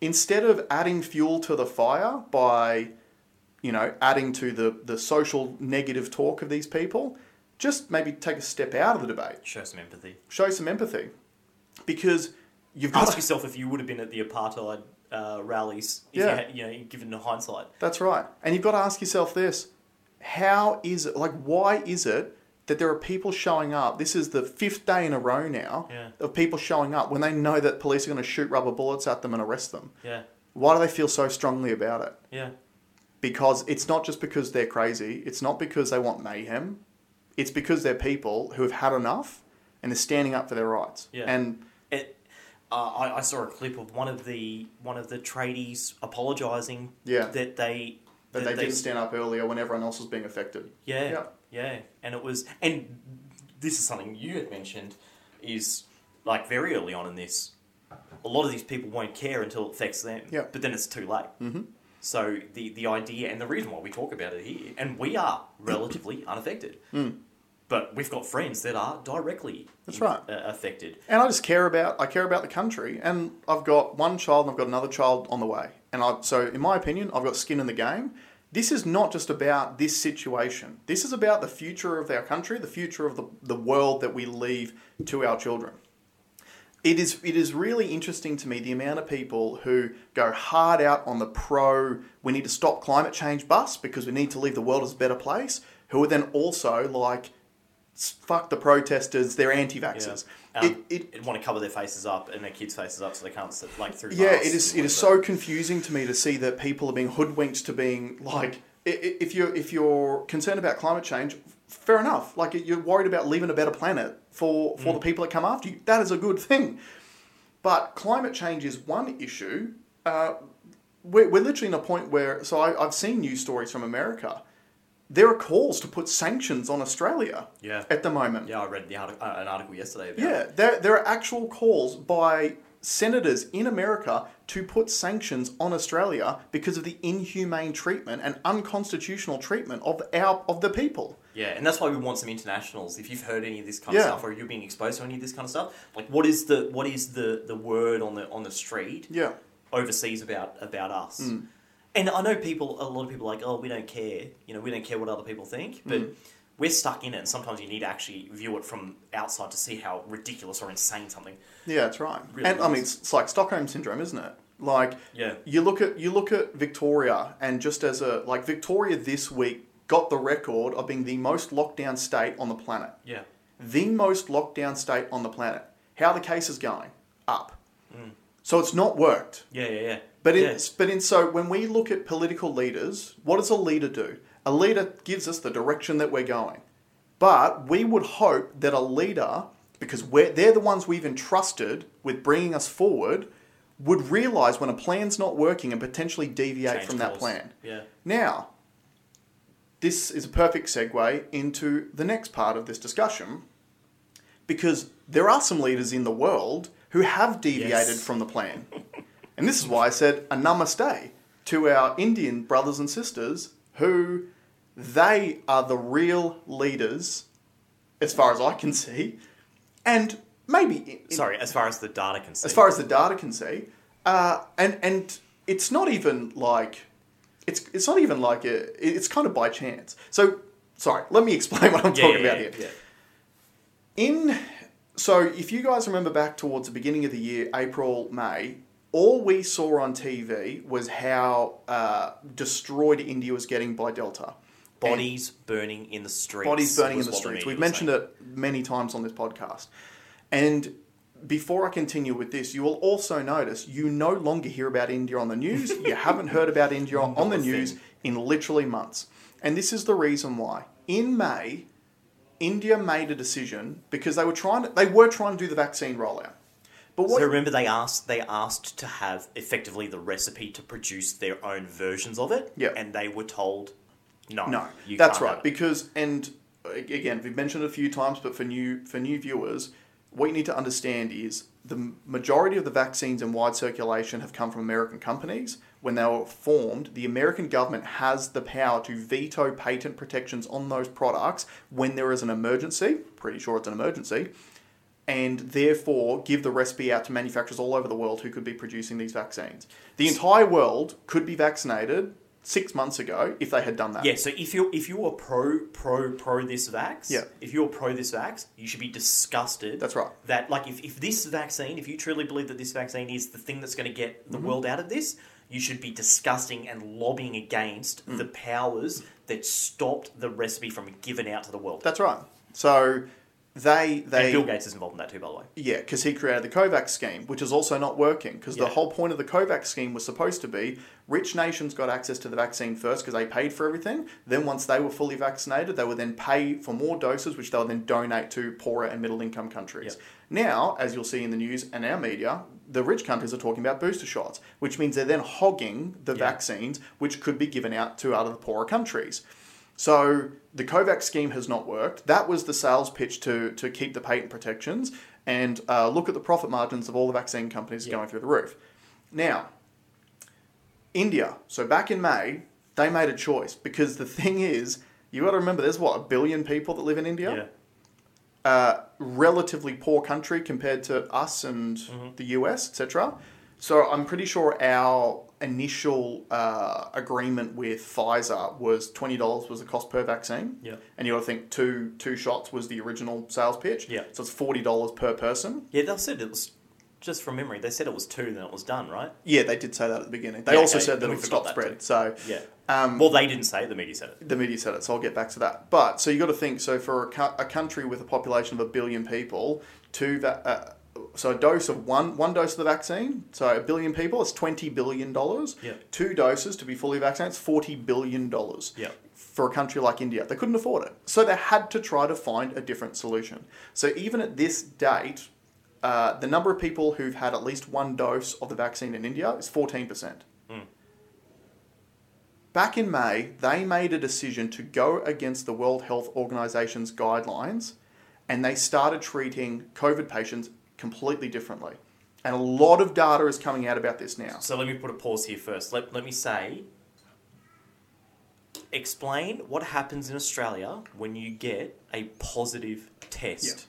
[SPEAKER 1] instead of adding fuel to the fire by, you know, adding to the, the social negative talk of these people, just maybe take a step out of the debate.
[SPEAKER 2] Show some empathy.
[SPEAKER 1] Show some empathy. Because you've got
[SPEAKER 2] Ask yourself if you would have been at the apartheid uh, rallies, if
[SPEAKER 1] Yeah.
[SPEAKER 2] you, had, you know, given the hindsight.
[SPEAKER 1] That's right. And you've got to ask yourself this how is it, like, why is it that there are people showing up? This is the fifth day in a row now
[SPEAKER 2] Yeah.
[SPEAKER 1] of people showing up when they know that police are going to shoot rubber bullets at them and arrest them.
[SPEAKER 2] Yeah,
[SPEAKER 1] Why do they feel so strongly about it?
[SPEAKER 2] yeah,
[SPEAKER 1] Because it's not just because they're crazy, it's not because they want mayhem, it's because they're people who have had enough and are standing up for their rights.
[SPEAKER 2] Yeah.
[SPEAKER 1] And
[SPEAKER 2] It, uh, I, I saw a clip of one of the one of the tradies apologising.
[SPEAKER 1] Yeah.
[SPEAKER 2] that they
[SPEAKER 1] that they, didn't stand up earlier when everyone else was being affected.
[SPEAKER 2] Yeah,
[SPEAKER 1] Yeah.
[SPEAKER 2] yeah, and it was, and this is something you had mentioned is like very early on in this. A lot of these people won't care until it affects them.
[SPEAKER 1] Yeah.
[SPEAKER 2] but then it's too late. Mm-hmm. So the the idea and the reason why we talk about it here, and we are relatively unaffected. But we've got friends that are directly
[SPEAKER 1] Mm. That's right.
[SPEAKER 2] uh, affected.
[SPEAKER 1] and I just care about I care about the country, and I've got one child and I've got another child on the way, and I so in my opinion I've got skin in the game. This is not just about this situation. This is about the future of our country, the future of the, the world that we leave to our children. It is it is really interesting to me the amount of people who go hard out on the pro we need to stop climate change bus because we need to leave the world as a better place, who are then also like fuck the protesters, they're anti-vaxxers.
[SPEAKER 2] Um,
[SPEAKER 1] It- it,
[SPEAKER 2] want to cover their faces up and their kids' faces up so they can't sit like through.
[SPEAKER 1] yeah,
[SPEAKER 2] masks
[SPEAKER 1] it is.
[SPEAKER 2] and
[SPEAKER 1] It is
[SPEAKER 2] whatever.
[SPEAKER 1] so confusing to me to see that people are being hoodwinked to being like, i- i- if you're if you're concerned about climate change, fair enough. Like you're worried about leaving a better planet for for the
[SPEAKER 2] Mm.
[SPEAKER 1] people that come after you. That is a good thing. But climate change is one issue. Uh, we're, we're literally in a point where. So I, I've seen news stories from America. There are calls to put sanctions on Australia.
[SPEAKER 2] Yeah.
[SPEAKER 1] At the moment.
[SPEAKER 2] Yeah, I read the artic- uh, an article yesterday about
[SPEAKER 1] Yeah, there, there are actual calls by senators in America to put sanctions on Australia because of the inhumane treatment and unconstitutional treatment of our of the people.
[SPEAKER 2] Yeah, and that's why we want some internationals. If you've heard any of this kind
[SPEAKER 1] Yeah.
[SPEAKER 2] of stuff, or you're being exposed to any of this kind of stuff, like what is the what is the the word on the on the street
[SPEAKER 1] Yeah, Mm.
[SPEAKER 2] overseas about about us? And I know people, a lot of people, are like oh, we don't care. You know, we don't care what other people think,
[SPEAKER 1] Mm.
[SPEAKER 2] but. We're stuck in it, and sometimes you need to actually view it from outside to see how ridiculous or insane something.
[SPEAKER 1] yeah, that's right.
[SPEAKER 2] Really
[SPEAKER 1] and I mean,
[SPEAKER 2] is.
[SPEAKER 1] it's, it's like Stockholm syndrome, isn't it? Like,
[SPEAKER 2] Yeah.
[SPEAKER 1] you look at you look at Victoria, and just as a like Victoria this week got the record of being the most locked down state on the planet.
[SPEAKER 2] Yeah,
[SPEAKER 1] the most lockdown state on the planet. How are the cases going? Up.
[SPEAKER 2] Mm.
[SPEAKER 1] So it's not worked.
[SPEAKER 2] yeah, yeah, yeah.
[SPEAKER 1] But in,
[SPEAKER 2] yeah.
[SPEAKER 1] but in so when we look at political leaders, what does a leader do? A leader gives us the direction that we're going. But we would hope that a leader, because we're, they're the ones we've entrusted with bringing us forward, would realize when a plan's not working and potentially deviate
[SPEAKER 2] Change
[SPEAKER 1] from that
[SPEAKER 2] course.
[SPEAKER 1] plan.
[SPEAKER 2] Yeah,
[SPEAKER 1] Now, this is a perfect segue into the next part of this discussion because there are some leaders in the world who have deviated
[SPEAKER 2] Yes.
[SPEAKER 1] from the plan. and this is why I said a namaste to our Indian brothers and sisters who they are the real leaders, as far as I can see, and maybe in-
[SPEAKER 2] sorry. As far as the data can see,
[SPEAKER 1] as far as the data can see. Uh, and and it's not even like it's it's not even like a, it's kind of by chance. So sorry, let me explain what I'm
[SPEAKER 2] yeah,
[SPEAKER 1] talking
[SPEAKER 2] yeah,
[SPEAKER 1] about
[SPEAKER 2] yeah,
[SPEAKER 1] here.
[SPEAKER 2] yeah.
[SPEAKER 1] In so if you guys remember back towards the beginning of the year, April May. All we saw on TV was how uh, destroyed India was getting by Delta. And-
[SPEAKER 2] Bodies burning in the streets.
[SPEAKER 1] bodies burning in
[SPEAKER 2] was
[SPEAKER 1] the
[SPEAKER 2] what
[SPEAKER 1] streets.
[SPEAKER 2] media
[SPEAKER 1] We've
[SPEAKER 2] was
[SPEAKER 1] mentioned
[SPEAKER 2] saying.
[SPEAKER 1] it many times on this podcast. And before I continue with this, you will also notice you no longer hear about India on the news. you haven't heard about India on the
[SPEAKER 2] a thing.
[SPEAKER 1] news in literally months. And this is the reason why. In May, India made a decision because they were trying to, they were trying to do the vaccine rollout. But what
[SPEAKER 2] So remember, they asked they asked to have effectively the recipe to produce their own versions of it.
[SPEAKER 1] Yeah.
[SPEAKER 2] and they were told, no,
[SPEAKER 1] No,
[SPEAKER 2] you
[SPEAKER 1] that's
[SPEAKER 2] can't
[SPEAKER 1] right.
[SPEAKER 2] have it."
[SPEAKER 1] Because and a- again, we've mentioned it a few times, but for new for new viewers, what you need to understand is the m- majority of the vaccines in wide circulation have come from American companies. When they were formed, the American government has the power to veto patent protections on those products when there is an emergency. Pretty sure it's an emergency. and therefore give the recipe out to manufacturers all over the world who could be producing these vaccines. The entire world could be vaccinated six months ago if they had done that.
[SPEAKER 2] Yeah, so if you if you are pro pro pro this vax,
[SPEAKER 1] Yeah.
[SPEAKER 2] if you're pro this vax, you should be disgusted.
[SPEAKER 1] That's right.
[SPEAKER 2] That like if, if this vaccine, if you truly believe that this vaccine is the thing that's going to get
[SPEAKER 1] Mm-hmm.
[SPEAKER 2] the world out of this, you should be disgusting and lobbying against
[SPEAKER 1] Mm.
[SPEAKER 2] the powers that stopped the recipe from giving out to the world.
[SPEAKER 1] That's right. So they they
[SPEAKER 2] and Bill Gates is involved in that too, by the way.
[SPEAKER 1] Yeah, because he created the Kovacs scheme, which is also not working. Because
[SPEAKER 2] Yeah.
[SPEAKER 1] the whole point of the Kovacs scheme was supposed to be rich nations got access to the vaccine first because they paid for everything. Then, once they were fully vaccinated, they would then pay for more doses, which they'll then donate to poorer and middle income countries. Now, as you'll see in the news and our media, the rich countries are talking about booster shots, which means they're then hogging the
[SPEAKER 2] Yeah.
[SPEAKER 1] vaccines, which could be given out to other poorer countries. So the Kovacs scheme has not worked. That was the sales pitch to to keep the patent protections and uh, look at the profit margins of all the vaccine companies
[SPEAKER 2] Yeah.
[SPEAKER 1] going through the roof. Now, India. So back in May, they made a choice because the thing is, you got to remember, there's what a billion people that live in India. Uh, relatively poor country compared to us and
[SPEAKER 2] Mm-hmm.
[SPEAKER 1] the US, etc. So I'm pretty sure our initial uh, agreement with Pfizer was twenty dollars was the cost per vaccine.
[SPEAKER 2] Yeah.
[SPEAKER 1] And you got to think two two shots was the original sales pitch.
[SPEAKER 2] Yeah.
[SPEAKER 1] So it's forty dollars per person.
[SPEAKER 2] Yeah, they said it was just from memory. They said it was two, then it was done, right?
[SPEAKER 1] Yeah, they did say that at the beginning. They
[SPEAKER 2] Yeah,
[SPEAKER 1] also
[SPEAKER 2] okay.
[SPEAKER 1] said that
[SPEAKER 2] We
[SPEAKER 1] it would
[SPEAKER 2] forgot
[SPEAKER 1] stop
[SPEAKER 2] that
[SPEAKER 1] spread. So
[SPEAKER 2] Yeah.
[SPEAKER 1] um,
[SPEAKER 2] Well, they didn't say it. The media said it.
[SPEAKER 1] the media said it, so I'll get back to that. But so you got to think. So for a, cou- a country with a population of a billion people, two va- uh, so a dose of one one dose of the vaccine, so a billion people, it's twenty billion dollars.
[SPEAKER 2] Yeah.
[SPEAKER 1] Two doses to be fully vaccinated, it's forty billion dollars.
[SPEAKER 2] Yeah.
[SPEAKER 1] For a country like India, they couldn't afford it, so they had to try to find a different solution. So even at this date, uh, the number of people who've had at least one dose of the vaccine in India is fourteen percent. Back in May, they made a decision to go against the World Health Organization's guidelines and they started treating COVID patients completely differently. And a lot of data is coming out about this now.
[SPEAKER 2] So let me put a pause here first. Let, let me say, explain what happens in Australia when you get a positive test.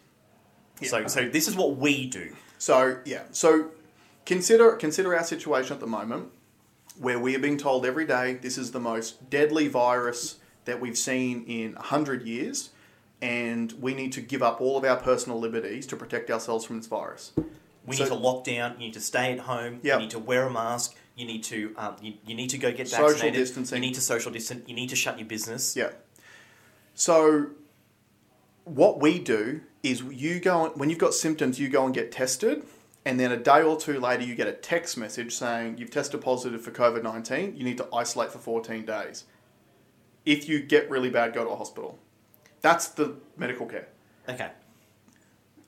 [SPEAKER 1] Yeah.
[SPEAKER 2] So, so this is what we do.
[SPEAKER 1] So, yeah. So consider consider our situation at the moment where we are being told every day this is the most deadly virus that we've seen in 100 years and we need to give up all of our personal liberties to protect ourselves from this virus.
[SPEAKER 2] We
[SPEAKER 1] So-
[SPEAKER 2] need to lock down. You need to stay at home.
[SPEAKER 1] Yeah.
[SPEAKER 2] You need to wear a mask. You need to um, you, you need to go get
[SPEAKER 1] Social
[SPEAKER 2] vaccinated.
[SPEAKER 1] distancing.
[SPEAKER 2] You need to social distance. You need to shut your business.
[SPEAKER 1] Yeah. So what we do is you go when you've got symptoms, you go and get tested, and then a day or two later, you get a text message saying you've tested positive for COVID nineteen. You need to isolate for fourteen days. If you get really bad, go to a hospital. That's the medical care.
[SPEAKER 2] Okay.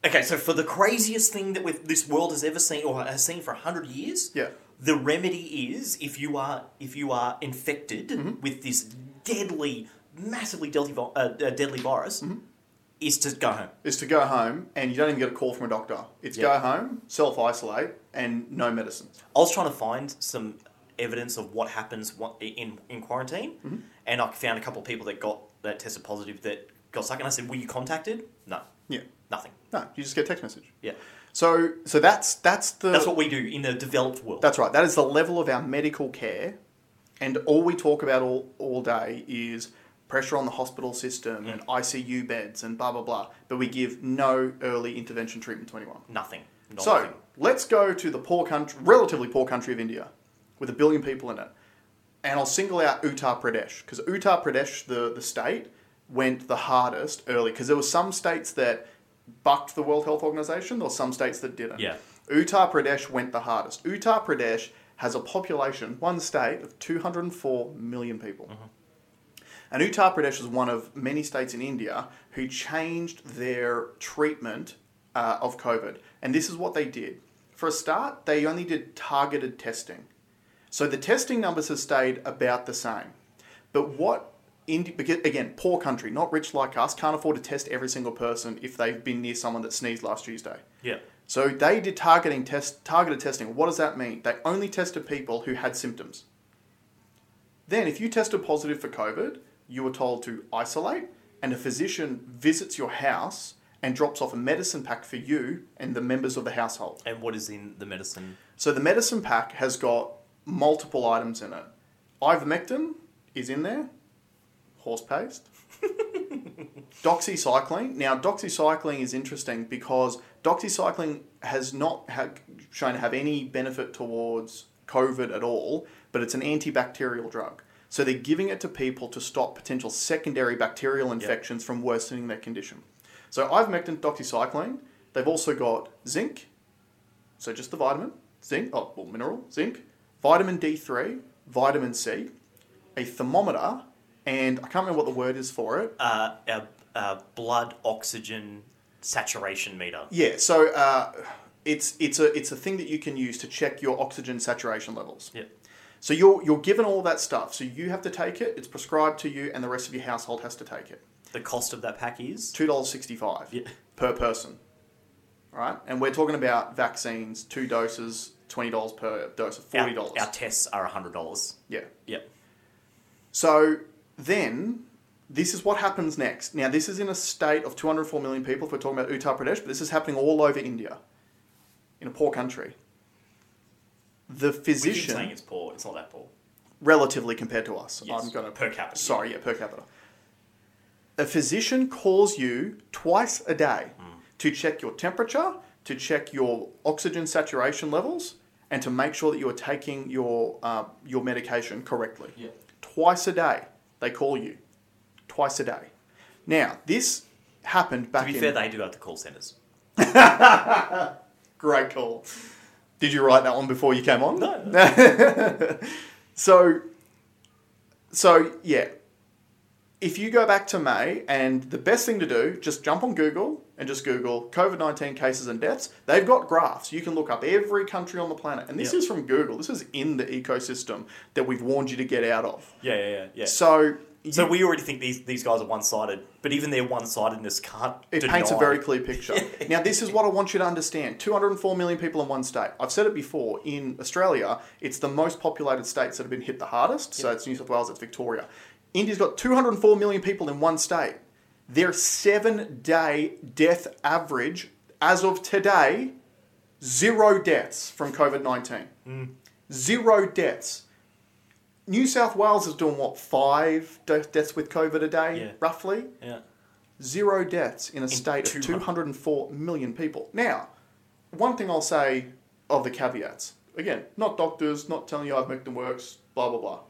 [SPEAKER 2] Okay, so for the craziest thing that we've, this world has ever seen or has seen for hundred years,
[SPEAKER 1] Yeah.
[SPEAKER 2] the remedy is if you are if you are infected
[SPEAKER 1] Mm-hmm.
[SPEAKER 2] with this deadly, massively deadly, vi- uh, uh, deadly virus,
[SPEAKER 1] Mm-hmm.
[SPEAKER 2] is to go home.
[SPEAKER 1] Is to go home and you don't even get a call from a doctor. It's
[SPEAKER 2] Yeah.
[SPEAKER 1] go home, self isolate, and no medicines.
[SPEAKER 2] I was trying to find some evidence of what happens what, in in quarantine,
[SPEAKER 1] Mm-hmm.
[SPEAKER 2] and I found a couple of people that got that tested positive that got stuck, and I said, "Were you contacted?" No,
[SPEAKER 1] Yeah.
[SPEAKER 2] nothing.
[SPEAKER 1] No, you just get a text message.
[SPEAKER 2] Yeah,
[SPEAKER 1] So so that's that's the
[SPEAKER 2] that's what we do in the developed world.
[SPEAKER 1] That's right. That is the level of our medical care, and all we talk about all, all day is pressure on the hospital system and ICU beds and blah blah blah. But we give no early intervention treatment to anyone.
[SPEAKER 2] nothing. Nothing.
[SPEAKER 1] So let's go to the poor country, relatively poor country of India, with a billion people in it, and I'll single out Uttar Pradesh because Uttar Pradesh, the the state, went the hardest early because there were some states that bucked the World Health Organization, there were some states that didn't.
[SPEAKER 2] Yeah.
[SPEAKER 1] Uttar Pradesh went the hardest. Uttar Pradesh has a population, one state, of 204 million people. And Uttar Pradesh is one of many states in India who changed their treatment uh, of COVID. And this is what they did. For a start, they only did targeted testing. So the testing numbers have stayed about the same. But what, Indi- because, again, poor country, not rich like us, can't afford to test every single person if they've been near someone that sneezed last Tuesday.
[SPEAKER 2] yeah.
[SPEAKER 1] So they did targeting test targeted testing. What does that mean? They only tested people who had symptoms. Then if you tested positive for COVID, you were told to isolate and a physician visits your house and drops off a medicine pack for you and the members of the household.
[SPEAKER 2] And what is in the medicine?
[SPEAKER 1] So the medicine pack has got multiple items in it. Ivermectin is in there, horse paste. doxycycline. Now, doxycycline is interesting because doxycycline has not ha- shown to have any benefit towards COVID at all, but it's an antibacterial drug. So they're giving it to people to stop potential secondary bacterial infections from worsening their condition. So ivermectin, doxycycline. They've also got zinc, so just the vitamin, zinc, oh, well, mineral, zinc, vitamin D3, vitamin C, a thermometer, and I can't remember what the word is for it.
[SPEAKER 2] Uh, a, a blood oxygen saturation meter.
[SPEAKER 1] Yeah, so uh, it's it's a it's a thing that you can use to check your oxygen saturation levels.
[SPEAKER 2] Yep.
[SPEAKER 1] So you're you're given all that stuff. So you have to take it. It's prescribed to you, and the rest of your household has to take it.
[SPEAKER 2] The cost of that pack is
[SPEAKER 1] Two dollars sixty five
[SPEAKER 2] Yeah.
[SPEAKER 1] per person. All right, and we're talking about vaccines, two doses, twenty dollars per dose, of forty dollars.
[SPEAKER 2] Our, our tests are hundred dollars.
[SPEAKER 1] Yeah.
[SPEAKER 2] Yep.
[SPEAKER 1] So then, this is what happens next. Now, this is in a state of 204 million people, if we're talking about Uttar Pradesh, but this is happening all over India, in a poor country. The
[SPEAKER 2] We keep saying
[SPEAKER 1] physician,
[SPEAKER 2] it's poor. It's not that poor.
[SPEAKER 1] relatively compared to us,
[SPEAKER 2] Yes.
[SPEAKER 1] I'm going to.
[SPEAKER 2] per capita.
[SPEAKER 1] Sorry, yeah, per capita. A physician calls you twice a day
[SPEAKER 2] Mm.
[SPEAKER 1] to check your temperature, to check your oxygen saturation levels, and to make sure that you are taking your uh, your medication correctly
[SPEAKER 2] Yeah.
[SPEAKER 1] twice a day. They call you twice a day. Now this happened back
[SPEAKER 2] To be
[SPEAKER 1] in
[SPEAKER 2] fair, they do have the call centers.
[SPEAKER 1] great call. Did you write that one before you came on?
[SPEAKER 2] No.
[SPEAKER 1] so, so yeah. If you go back to May, and the best thing to do, just jump on Google and just Google COVID nineteen cases and deaths. They've got graphs. You can look up every country on the planet, and this
[SPEAKER 2] Yep.
[SPEAKER 1] is from Google. This is in the ecosystem that we've warned you to get out of.
[SPEAKER 2] Yeah, yeah, yeah. yeah. So,
[SPEAKER 1] So, you-
[SPEAKER 2] we already think these these guys are one sided, but even their one sidedness can't.
[SPEAKER 1] It
[SPEAKER 2] deny.
[SPEAKER 1] paints a very clear picture. now, this is what I want you to understand 204 million people in one state. I've said it before, in Australia, it's the most populated states that have been hit the hardest. So it's New South Wales, it's Victoria. India's got 204 million people in one state. Their seven day death average, as of today, zero deaths from COVID 19. Zero deaths. New South Wales is doing what, five de- deaths with COVID a day,
[SPEAKER 2] Yeah.
[SPEAKER 1] roughly?
[SPEAKER 2] Yeah.
[SPEAKER 1] zero deaths in a state of
[SPEAKER 2] 200.
[SPEAKER 1] 204 million people. Now, one thing I'll say of the caveats again, not doctors, not telling you ivermectin works, blah, blah, blah.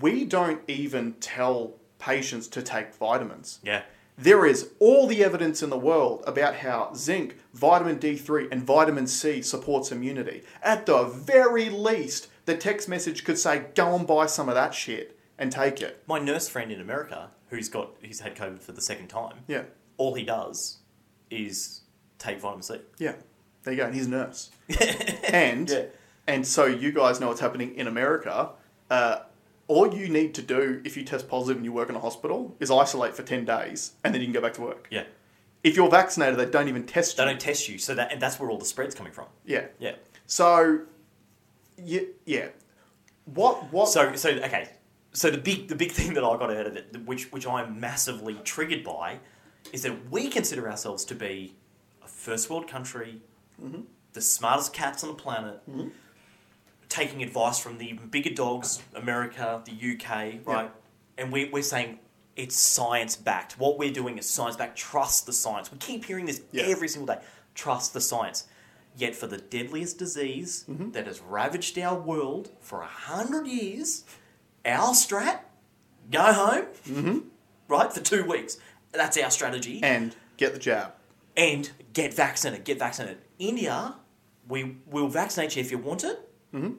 [SPEAKER 1] We don't even tell patients to take vitamins.
[SPEAKER 2] Yeah.
[SPEAKER 1] There is all the evidence in the world about how zinc, vitamin D3, and vitamin C supports immunity. At the very least, the text message could say, go and buy some of that shit and take it.
[SPEAKER 2] My nurse friend in America, who's got who's had COVID for the second time.
[SPEAKER 1] Yeah.
[SPEAKER 2] All he does is take vitamin C.
[SPEAKER 1] Yeah, there you go. And he's a nurse. and
[SPEAKER 2] Yeah.
[SPEAKER 1] and so you guys know what's happening in America. Uh, all you need to do if you test positive and you work in a hospital is isolate for ten days, and then you can go back to work.
[SPEAKER 2] Yeah.
[SPEAKER 1] If you're vaccinated, they don't even test
[SPEAKER 2] They
[SPEAKER 1] you.
[SPEAKER 2] don't test you, so that and that's where all the spread's coming from.
[SPEAKER 1] yeah.
[SPEAKER 2] Yeah.
[SPEAKER 1] So, yeah, yeah. What what?
[SPEAKER 2] So so okay. So the big the big thing that I got out of it, which which I'm massively triggered by, is that we consider ourselves to be a first world country, the smartest cats on the planet, taking advice from the even bigger dogs, America, the UK, right? And we, we're saying it's science backed. What we're doing is science backed. Trust the science. We keep hearing this
[SPEAKER 1] Yeah.
[SPEAKER 2] every single day. Trust the science. Yet for the deadliest disease that has ravaged our world for a hundred years, our strat, go home, right, for two weeks. That's our strategy
[SPEAKER 1] and get the jab.
[SPEAKER 2] and get vaccinated. Get vaccinated. India, we will vaccinate you if you want it.
[SPEAKER 1] Mm-hmm.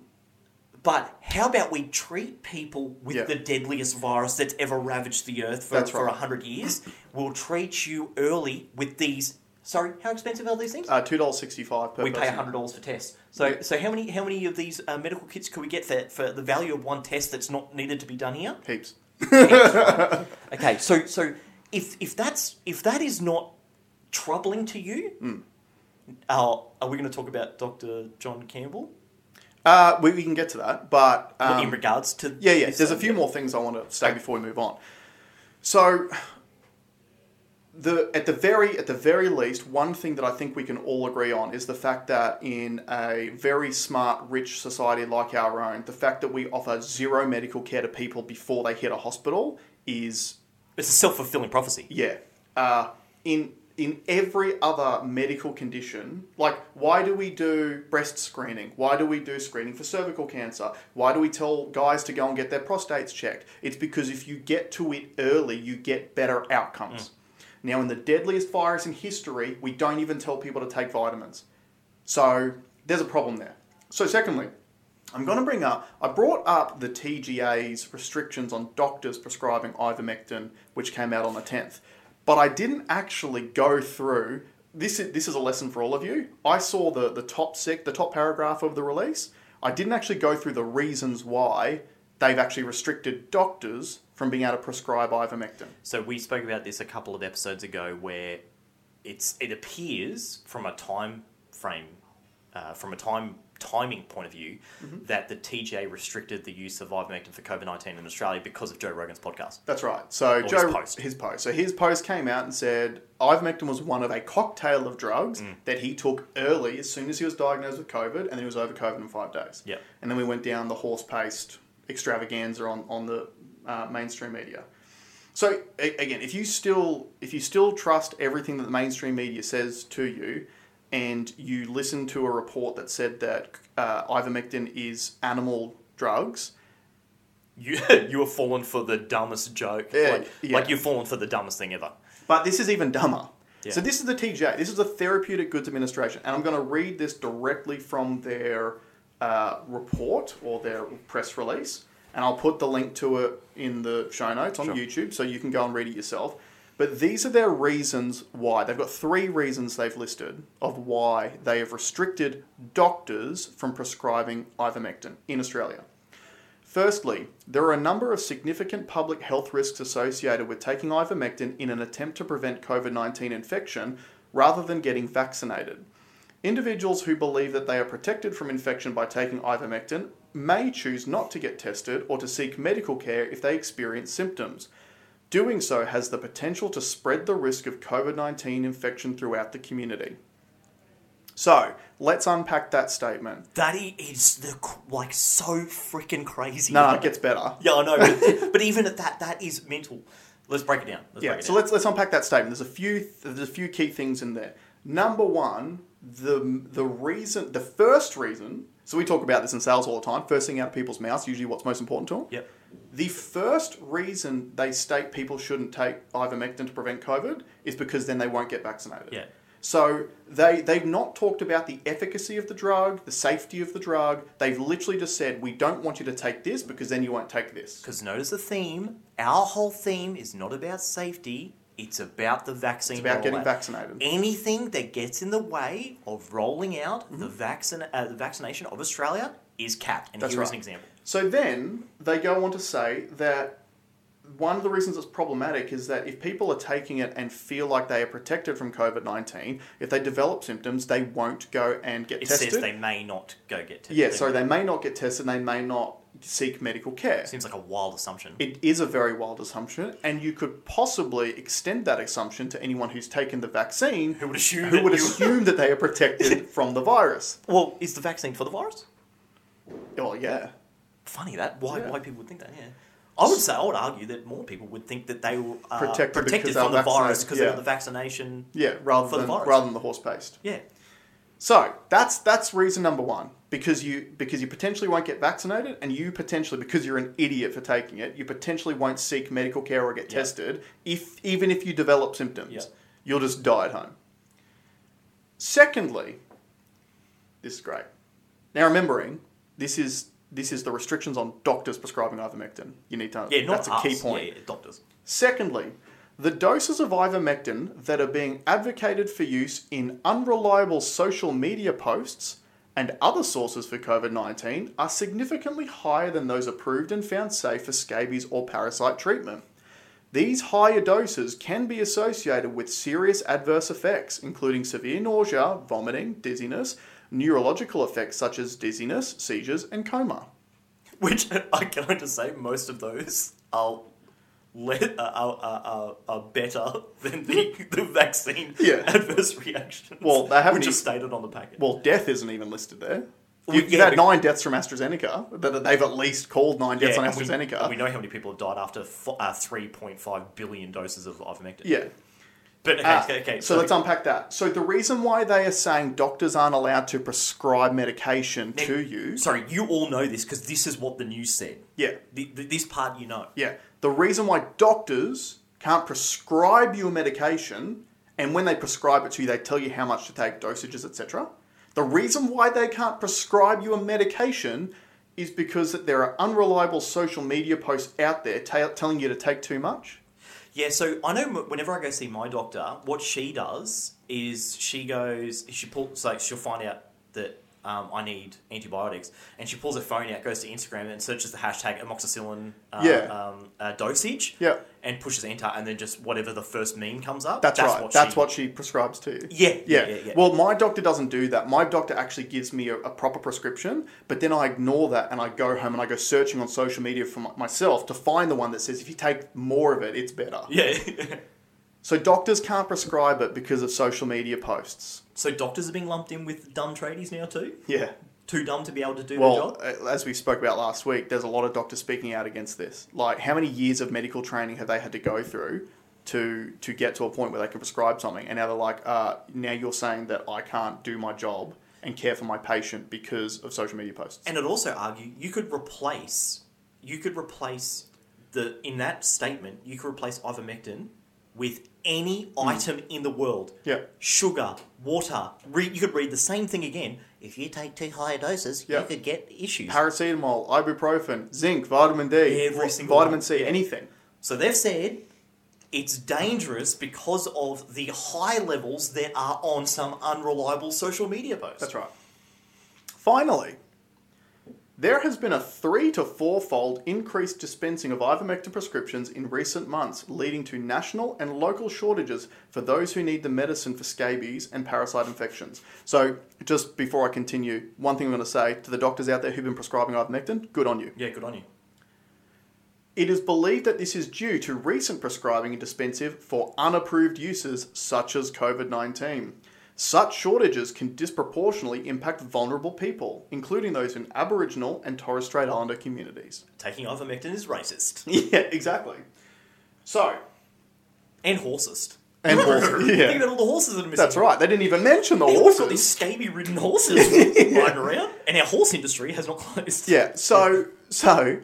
[SPEAKER 2] But how about we treat people with
[SPEAKER 1] Yeah.
[SPEAKER 2] the deadliest virus that's ever ravaged the earth for,
[SPEAKER 1] That's
[SPEAKER 2] for
[SPEAKER 1] right.
[SPEAKER 2] 100 years? we'll treat you early with these. Sorry, how expensive are these things?
[SPEAKER 1] Uh, Two dollars sixty five per.
[SPEAKER 2] we pay
[SPEAKER 1] person.
[SPEAKER 2] $100 for tests. So,
[SPEAKER 1] Yeah.
[SPEAKER 2] so how many how many of these uh, medical kits could we get for, for the value of one test that's not needed to be done here?
[SPEAKER 1] heaps.
[SPEAKER 2] Okay, so so if if that's if that is not troubling to you,
[SPEAKER 1] Hmm.
[SPEAKER 2] uh, are we going to talk about Dr. John Campbell
[SPEAKER 1] Uh, we, we can get to that, but um,
[SPEAKER 2] in regards to
[SPEAKER 1] Yeah, yeah.
[SPEAKER 2] this,
[SPEAKER 1] There's a
[SPEAKER 2] uh,
[SPEAKER 1] few more things I want to say before we move on. So, the at the very at the very least, one thing that I think we can all agree on is the fact that in a very smart, rich society like our own, the fact that we offer zero medical care to people before they hit a hospital is
[SPEAKER 2] It's a self fulfilling prophecy.
[SPEAKER 1] yeah. Uh, in in every other medical condition, like why do we do breast screening? Why do we do screening for cervical cancer? Why do we tell guys to go and get their prostates checked? It's because if you get to it early, you get better outcomes. Now, in the deadliest virus in history, we don't even tell people to take vitamins. So there's a problem there. So, secondly, I'm going to bring up, I brought up the TGA's restrictions on doctors prescribing ivermectin, which came out on the 10th. But I didn't actually go through. This is, this is a lesson for all of you. I saw the, the top sec, the top paragraph of the release. I didn't actually go through the reasons why they've actually restricted doctors from being able to prescribe ivermectin.
[SPEAKER 2] So we spoke about this a couple of episodes ago, where it's it appears from a time frame, uh, from a time timing point of view,
[SPEAKER 1] Mm-hmm.
[SPEAKER 2] that the TGA restricted the use of ivermectin for COVID nineteen in Australia because of Joe Rogan's podcast.
[SPEAKER 1] That's right. So
[SPEAKER 2] his
[SPEAKER 1] Joe,
[SPEAKER 2] post.
[SPEAKER 1] So his post came out and said ivermectin was one of a cocktail of drugs
[SPEAKER 2] Mm.
[SPEAKER 1] that he took early, as soon as he was diagnosed with COVID, and then he was over COVID in five days.
[SPEAKER 2] Yep.
[SPEAKER 1] And then we went down the horse paste extravaganza on on the uh, mainstream media. So a- again, if you still if you still trust everything that the mainstream media says to you, and you listen to a report that said that uh, ivermectin is animal drugs,
[SPEAKER 2] You you have fallen for the dumbest joke.
[SPEAKER 1] Yeah,
[SPEAKER 2] like,
[SPEAKER 1] yeah.
[SPEAKER 2] like you've fallen for the dumbest thing ever.
[SPEAKER 1] But this is even dumber.
[SPEAKER 2] Yeah.
[SPEAKER 1] So this is the TGA. This is the Therapeutic Goods Administration, and I'm going to read this directly from their uh, report or their press release, and I'll put the link to it in the show notes on
[SPEAKER 2] Sure.
[SPEAKER 1] YouTube, so you can go and read it yourself. But these are their reasons why. They've got three reasons they've listed of why they have restricted doctors from prescribing ivermectin in Australia. Firstly, there are a number of significant public health risks associated with taking ivermectin in an attempt to prevent COVID 19 infection rather than getting vaccinated. Individuals who believe that they are protected from infection by taking ivermectin may choose not to get tested or to seek medical care if they experience symptoms. Doing so has the potential to spread the risk of COVID 19 infection throughout the community. So, let's unpack that statement.
[SPEAKER 2] That i- is the c- like so freaking crazy.
[SPEAKER 1] No, it gets better.
[SPEAKER 2] yeah, I know. But, but even at that, that is mental. Let's break it down. Let's
[SPEAKER 1] yeah.
[SPEAKER 2] break it
[SPEAKER 1] So
[SPEAKER 2] down.
[SPEAKER 1] let's let's unpack that statement. There's a few th- there's a few key things in there. Number one, the the reason the first reason. So we talk about this in sales all the time. First thing out of people's mouths, usually what's most important to them.
[SPEAKER 2] Yep.
[SPEAKER 1] The first reason they state people shouldn't take ivermectin to prevent COVID is because then they won't get vaccinated.
[SPEAKER 2] Yeah.
[SPEAKER 1] So they they've not talked about the efficacy of the drug, the safety of the drug. They've literally just said we don't want you to take this because then you won't take this.
[SPEAKER 2] Because notice the theme. Our whole theme is not about safety. It's about the vaccine.
[SPEAKER 1] It's about getting
[SPEAKER 2] rollout.
[SPEAKER 1] vaccinated.
[SPEAKER 2] Anything that gets in the way of rolling out
[SPEAKER 1] Mm-hmm.
[SPEAKER 2] the vaccine, uh, the vaccination of Australia is capped. And
[SPEAKER 1] That's
[SPEAKER 2] here is
[SPEAKER 1] right.
[SPEAKER 2] an example.
[SPEAKER 1] So then they go on to say that one of the reasons it's problematic is that if people are taking it and feel like they are protected from COVID 19, if they develop symptoms, they won't go and get
[SPEAKER 2] It
[SPEAKER 1] tested.
[SPEAKER 2] says they may not go get tested.
[SPEAKER 1] yeah, so they may not get tested and they may not seek medical care.
[SPEAKER 2] Seems like a wild assumption.
[SPEAKER 1] It is a very wild assumption, and you could possibly extend that assumption to anyone who's taken the vaccine
[SPEAKER 2] Who would assume
[SPEAKER 1] who
[SPEAKER 2] that
[SPEAKER 1] would
[SPEAKER 2] you-
[SPEAKER 1] assume that they are protected from the virus.
[SPEAKER 2] well, is the vaccine for the virus?
[SPEAKER 1] Oh, yeah.
[SPEAKER 2] Funny that why
[SPEAKER 1] Yeah.
[SPEAKER 2] why people would think that. Yeah, I would say I would argue that more people would think that they were uh,
[SPEAKER 1] Protected because
[SPEAKER 2] protected, from
[SPEAKER 1] they were
[SPEAKER 2] the virus
[SPEAKER 1] vaccinated,
[SPEAKER 2] because
[SPEAKER 1] yeah.
[SPEAKER 2] of the vaccination.
[SPEAKER 1] Yeah, rather
[SPEAKER 2] For the
[SPEAKER 1] than,
[SPEAKER 2] virus.
[SPEAKER 1] rather than the horse paste.
[SPEAKER 2] Yeah,
[SPEAKER 1] So that's that's reason number one because you because you potentially won't get vaccinated and you potentially because you're an idiot for taking it you potentially won't seek medical care or get
[SPEAKER 2] Yeah.
[SPEAKER 1] tested if even if you develop symptoms
[SPEAKER 2] Yeah.
[SPEAKER 1] you'll just die at home. Secondly, this is great. Now remembering this is this is the restrictions on doctors prescribing ivermectin. You need to
[SPEAKER 2] yeah, not
[SPEAKER 1] that's a key
[SPEAKER 2] us.
[SPEAKER 1] point.
[SPEAKER 2] Yeah, yeah, doctors.
[SPEAKER 1] Secondly, the doses of ivermectin that are being advocated for use in unreliable social media posts and other sources for COVID 19 are significantly higher than those approved and found safe for scabies or parasite treatment. These higher doses can be associated with serious adverse effects, including severe nausea, vomiting, dizziness, neurological effects such as dizziness, seizures, and coma.
[SPEAKER 2] Which I can I just say most of those are le- are, are, are, are better than the, the vaccine
[SPEAKER 1] Yeah.
[SPEAKER 2] adverse reactions.
[SPEAKER 1] Well, they haven't
[SPEAKER 2] which
[SPEAKER 1] e-
[SPEAKER 2] is stated on the packet.
[SPEAKER 1] Well, death isn't even listed there.
[SPEAKER 2] Well,
[SPEAKER 1] You,
[SPEAKER 2] yeah,
[SPEAKER 1] you've had
[SPEAKER 2] but-
[SPEAKER 1] nine deaths from AstraZeneca, but they've at least called nine deaths on
[SPEAKER 2] and we-
[SPEAKER 1] AstraZeneca.
[SPEAKER 2] and We, know how many people have died after f- uh, 3.5 billion doses of ivermectin.
[SPEAKER 1] yeah.
[SPEAKER 2] But okay,
[SPEAKER 1] Ah,
[SPEAKER 2] okay, okay,
[SPEAKER 1] so, let's unpack that. So the reason why they are saying doctors aren't allowed to prescribe medication
[SPEAKER 2] Nick,
[SPEAKER 1] to you,
[SPEAKER 2] Sorry, you all know this because this is what the news said.
[SPEAKER 1] yeah,
[SPEAKER 2] The, the, this part you know.
[SPEAKER 1] yeah, the reason why doctors can't prescribe you a medication, and when they prescribe it to you, they tell you how much to take, dosages, etc. The reason why they can't prescribe you a medication is because that there are unreliable social media posts out there ta telling you to take too much.
[SPEAKER 2] Yeah, so I know m- whenever I go see my doctor, what she does is she goes, she pulls, so she'll find out that um, I need antibiotics, and she pulls her phone out, goes to Instagram, and searches the hashtag amoxicillin uh,
[SPEAKER 1] Yeah.
[SPEAKER 2] um, uh, dosage,
[SPEAKER 1] Yeah.
[SPEAKER 2] and pushes enter, and then just whatever the first meme comes up.
[SPEAKER 1] That's, right.
[SPEAKER 2] What
[SPEAKER 1] that's
[SPEAKER 2] she,
[SPEAKER 1] what she prescribes to you.
[SPEAKER 2] Yeah, yeah,
[SPEAKER 1] Yeah.
[SPEAKER 2] yeah. yeah.
[SPEAKER 1] Well, my doctor doesn't do that. My doctor actually gives me a, a proper prescription, but then I ignore that and I go home and I go searching on social media for my, myself to find the one that says if you take more of it, it's better.
[SPEAKER 2] yeah.
[SPEAKER 1] So doctors can't prescribe it because of social media posts.
[SPEAKER 2] so doctors are being lumped in with dumb tradies now too.
[SPEAKER 1] Yeah.
[SPEAKER 2] Too dumb to be able to do the
[SPEAKER 1] Well,
[SPEAKER 2] job.
[SPEAKER 1] uh, as we spoke about last week, there's a lot of doctors speaking out against this. Like, how many years of medical training have they had to go through to to get to a point where they can prescribe something? And now they're like, uh, now you're saying that I can't do my job and care for my patient because of social media posts.
[SPEAKER 2] And it also argue you could replace you could replace the in that statement you could replace ivermectin with any item in the world.
[SPEAKER 1] Mm. Yeah.
[SPEAKER 2] Sugar, water. Re- you could read the same thing again. If you take too high a doses,
[SPEAKER 1] Yeah.
[SPEAKER 2] you could get issues.
[SPEAKER 1] Paracetamol, ibuprofen, zinc, vitamin D,
[SPEAKER 2] Every
[SPEAKER 1] vi-
[SPEAKER 2] single
[SPEAKER 1] vitamin
[SPEAKER 2] one.
[SPEAKER 1] C, anything.
[SPEAKER 2] so they've said it's dangerous because of the high levels that are on some unreliable social media posts.
[SPEAKER 1] That's right. Finally, there has been a three to four fold increased dispensing of ivermectin prescriptions in recent months, leading to national and local shortages for those who need the medicine for scabies and parasite infections. So, just before I continue, one thing I'm going to say to the doctors out there who've been prescribing ivermectin good on you.
[SPEAKER 2] Yeah, good on you.
[SPEAKER 1] It is believed that this is due to recent prescribing and dispensive for unapproved uses such as COVID 19. Such shortages can disproportionately impact vulnerable people, including those in Aboriginal and Torres Strait Islander communities.
[SPEAKER 2] Taking ivermectin is racist
[SPEAKER 1] Yeah, exactly. So,
[SPEAKER 2] and horsist.
[SPEAKER 1] And horsist, yeah.
[SPEAKER 2] Think about all the horses that are missing.
[SPEAKER 1] that's right, they didn't even mention the
[SPEAKER 2] We've always got these
[SPEAKER 1] horses.
[SPEAKER 2] scaby ridden horses riding around, and our horse industry has not closed.
[SPEAKER 1] Yeah, so, so.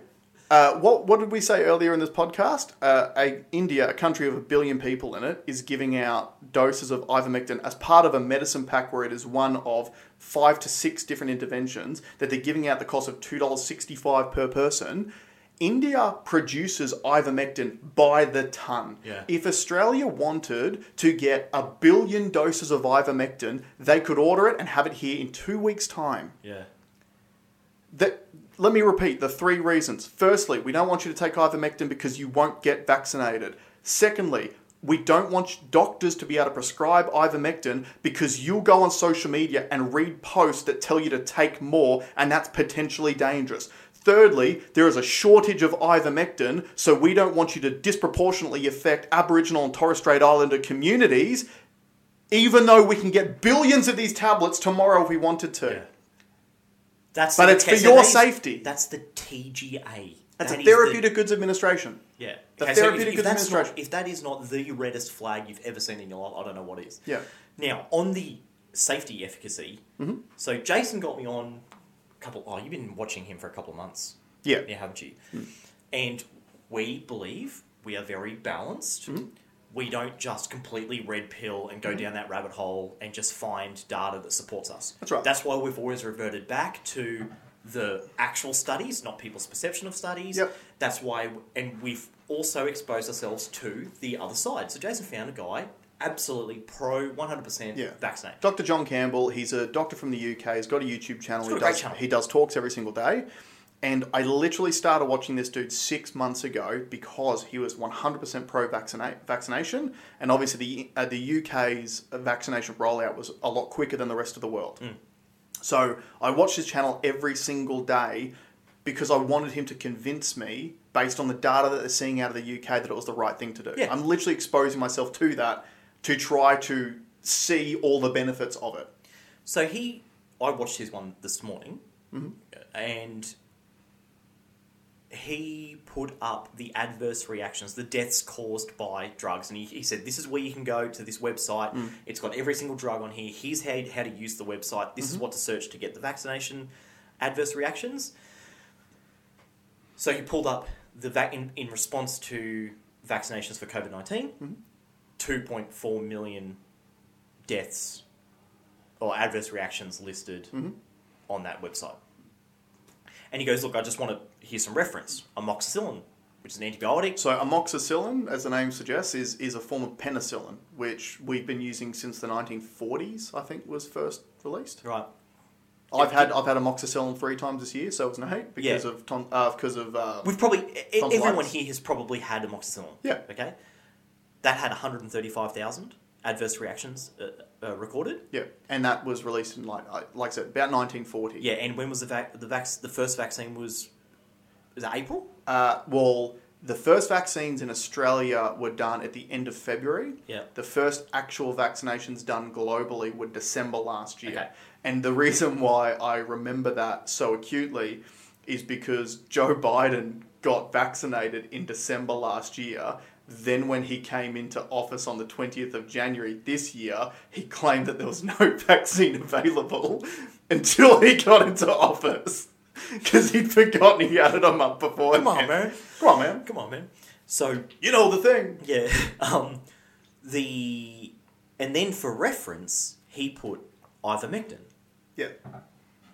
[SPEAKER 1] Uh, what, what did we say earlier in this podcast? Uh, a, India, a country of a billion people in it, is giving out doses of ivermectin as part of a medicine pack where it is one of five to six different interventions that they're giving out at the cost of $2.65 per person. India produces ivermectin by the ton.
[SPEAKER 2] Yeah.
[SPEAKER 1] If Australia wanted to get a billion doses of ivermectin, they could order it and have it here in two weeks' time
[SPEAKER 2] Yeah.
[SPEAKER 1] that let me repeat the three reasons. Firstly, we don't want you to take ivermectin because you won't get vaccinated. Secondly, we don't want doctors to be able to prescribe ivermectin because you'll go on social media and read posts that tell you to take more, and that's potentially dangerous. Thirdly, there is a shortage of ivermectin, so we don't want you to disproportionately affect Aboriginal and Torres Strait Islander communities, even though we can get billions of these tablets tomorrow if we wanted to.
[SPEAKER 2] Yeah. That's
[SPEAKER 1] But
[SPEAKER 2] the
[SPEAKER 1] it's for
[SPEAKER 2] test-
[SPEAKER 1] your
[SPEAKER 2] that's-
[SPEAKER 1] safety.
[SPEAKER 2] That's the TGA.
[SPEAKER 1] That's
[SPEAKER 2] That
[SPEAKER 1] a
[SPEAKER 2] is the-
[SPEAKER 1] Therapeutic Goods Administration.
[SPEAKER 2] yeah.
[SPEAKER 1] the
[SPEAKER 2] Okay, so if-
[SPEAKER 1] Therapeutic
[SPEAKER 2] if, that's not-
[SPEAKER 1] Administration.
[SPEAKER 2] if that is not the reddest flag you've ever seen in your life, I don't know what is.
[SPEAKER 1] Yeah. Mm-hmm.
[SPEAKER 2] Now, on the safety efficacy, so Jason got me on a couple. Oh, you've been watching him for a couple of months.
[SPEAKER 1] Yeah.
[SPEAKER 2] Yeah, haven't you?
[SPEAKER 1] Hmm.
[SPEAKER 2] And we believe we are very balanced.
[SPEAKER 1] Hmm.
[SPEAKER 2] We don't just completely red pill and go down that rabbit hole and just find data that supports us.
[SPEAKER 1] That's right.
[SPEAKER 2] That's why we've always reverted back to the actual studies, not people's perception of studies.
[SPEAKER 1] Yep.
[SPEAKER 2] That's why, and we've also exposed ourselves to the other side. So Jason found a guy absolutely pro 100%
[SPEAKER 1] Yeah.
[SPEAKER 2] vaccinate.
[SPEAKER 1] Dr. John Campbell, he's a doctor from the UK. He's got a YouTube channel.
[SPEAKER 2] He's
[SPEAKER 1] he
[SPEAKER 2] got a great
[SPEAKER 1] does
[SPEAKER 2] channel.
[SPEAKER 1] he does talks every single day. And I literally started watching this dude six months ago because he was 100% pro vaccina- vaccination. And obviously, the, uh, the UK's vaccination rollout was a lot quicker than the rest of the world. So I watch his channel every single day because I wanted him to convince me based on the data that they're seeing out of the UK that it was the right thing to do.
[SPEAKER 2] Yeah.
[SPEAKER 1] I'm literally exposing myself to that to try to see all the benefits of it.
[SPEAKER 2] So he, I watched his one this morning, and he put up the adverse reactions, the deaths caused by drugs, and he, he said, "This is where you can go to this website. It's got every single drug on here. Here's how how to use the website. This is what to search to get the vaccination adverse reactions." So he pulled up the vac in, in response to vaccinations for COVID 19 2.4 million deaths or adverse reactions listed on that website. And he goes, Look, I just want to hear some reference. Amoxicillin, which is an antibiotic.
[SPEAKER 1] So amoxicillin, as the name suggests, is, is a form of penicillin, which we've been using since the 1940s, I think was first released.
[SPEAKER 2] Right.
[SPEAKER 1] I've had I've had amoxicillin three times this year, so it's an eight because
[SPEAKER 2] Yeah.
[SPEAKER 1] of ton, uh, because of uh,
[SPEAKER 2] We've probably, e- e-
[SPEAKER 1] Tonsillitis.
[SPEAKER 2] everyone here has probably had amoxicillin.
[SPEAKER 1] Yeah.
[SPEAKER 2] Okay. That had 135,000 adverse reactions uh, uh, recorded.
[SPEAKER 1] yeah, and that was released in like I- like I said about 1940.
[SPEAKER 2] Yeah, and when was the vac- the vac- the first vaccine was was that April?
[SPEAKER 1] Uh, well, the first vaccines in Australia were done at the end of February.
[SPEAKER 2] Yeah.
[SPEAKER 1] The first actual vaccinations done globally were December last year.
[SPEAKER 2] Okay.
[SPEAKER 1] And the reason why I remember that so acutely is because Joe Biden got vaccinated in December last year. Then, when he came into office on the 20th of January this year, he claimed that there was no vaccine available until he got into office. Because he'd forgotten he had it a month before.
[SPEAKER 2] Come on, man.
[SPEAKER 1] Come on, man.
[SPEAKER 2] Come on, man. So
[SPEAKER 1] You know the thing.
[SPEAKER 2] Yeah. Um, the and then for reference, he put ivermectin.
[SPEAKER 1] Yeah.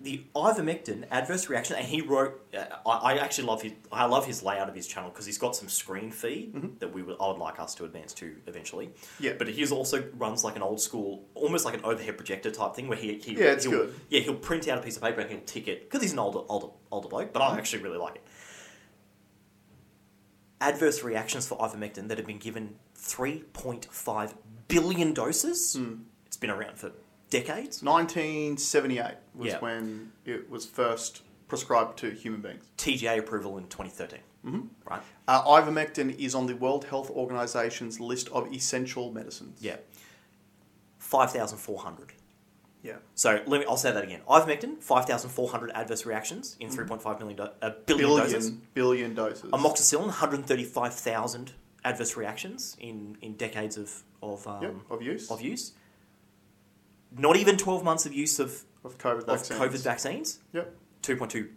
[SPEAKER 2] The ivermectin adverse reaction, and he wrote. Uh, I, I actually love his. I love his layout of his channel because he's got some screen feed that we would. I would like us to advance to eventually.
[SPEAKER 1] Mm-hmm. Yeah.
[SPEAKER 2] But he's also runs like an old school, almost like an overhead projector type thing where he. he
[SPEAKER 1] Yeah, it's
[SPEAKER 2] he'll-
[SPEAKER 1] good.
[SPEAKER 2] Yeah, he'll print out a piece of paper and he'll tick it because he's an older, older, older bloke.
[SPEAKER 1] Mm-hmm.
[SPEAKER 2] But I actually really like it. Adverse reactions for ivermectin that have been given 3.5 billion doses.
[SPEAKER 1] Mm.
[SPEAKER 2] It's been around for decades.
[SPEAKER 1] 1978 was
[SPEAKER 2] Yeah.
[SPEAKER 1] when it was first prescribed to human beings.
[SPEAKER 2] TGA approval in 2013. Mm-hmm. Right?
[SPEAKER 1] Uh, ivermectin is on the World Health Organization's list of essential medicines.
[SPEAKER 2] Yeah. 5,400.
[SPEAKER 1] Yeah.
[SPEAKER 2] So let me, I'll say that again. Ivermectin, 5,400 adverse reactions in 3.5 million, do- uh, billion,
[SPEAKER 1] Mm-hmm. Billion,
[SPEAKER 2] doses.
[SPEAKER 1] billion doses.
[SPEAKER 2] Amoxicillin, 135,000 adverse reactions in, in decades of, of, um,
[SPEAKER 1] Yep, of use.
[SPEAKER 2] of use. Not even 12 months of use of,
[SPEAKER 1] Of COVID
[SPEAKER 2] of
[SPEAKER 1] vaccines.
[SPEAKER 2] COVID vaccines.
[SPEAKER 1] Yep.
[SPEAKER 2] 2.2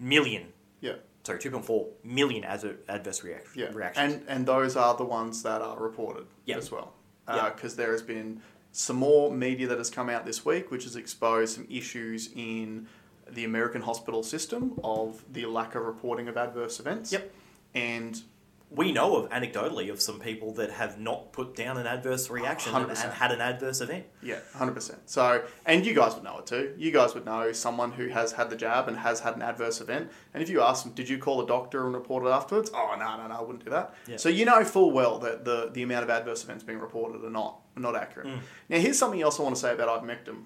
[SPEAKER 2] million,
[SPEAKER 1] Yeah.
[SPEAKER 2] sorry, 2.4 million adver- adverse reac-
[SPEAKER 1] Yeah.
[SPEAKER 2] reactions.
[SPEAKER 1] And and those are the ones that are reported
[SPEAKER 2] Yeah.
[SPEAKER 1] as well.
[SPEAKER 2] Yeah.
[SPEAKER 1] Because there has been some more media that has come out this week, which has exposed some issues in the American hospital system of the lack of reporting of adverse events.
[SPEAKER 2] Yep.
[SPEAKER 1] And
[SPEAKER 2] we know of anecdotally of some people that have not put down an adverse reaction and,
[SPEAKER 1] 100%.
[SPEAKER 2] and had an adverse event.
[SPEAKER 1] Yeah, hundred percent. So, and you guys would know it too. You guys would know someone who has had the jab and has had an adverse event. And if you ask them, did you call a doctor and report it afterwards? Oh no, no, no, I wouldn't do that.
[SPEAKER 2] Yeah.
[SPEAKER 1] So you know full well that the the amount of adverse events being reported are not are not accurate. Now, here's something else I want to say about ivermectin.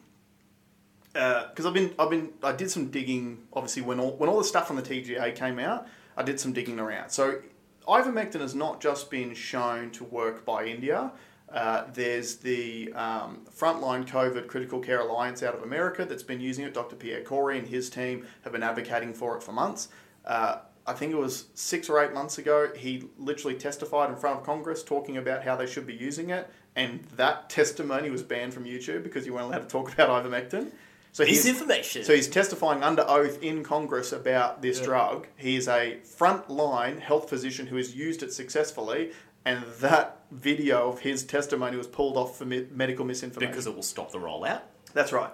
[SPEAKER 1] Because Uh, I've been, I've been, I did some digging. Obviously, when all when all the stuff from the TGA came out, I did some digging around. So, ivermectin has not just been shown to work by India. Uh, there's the um, frontline COVID critical care alliance out of America that's been using it. Dr. Pierre Corey and his team have been advocating for it for months. Uh, I think it was six or eight months ago, he literally testified in front of Congress talking about how they should be using it, and that testimony was banned from YouTube because you weren't allowed to talk about ivermectin. So
[SPEAKER 2] This
[SPEAKER 1] he's,
[SPEAKER 2] information.
[SPEAKER 1] so he's testifying under oath in Congress about this drug. He is a frontline health physician who has used it successfully, and that video of his testimony was pulled off for mi- medical misinformation.
[SPEAKER 2] because it will stop the rollout.
[SPEAKER 1] That's right.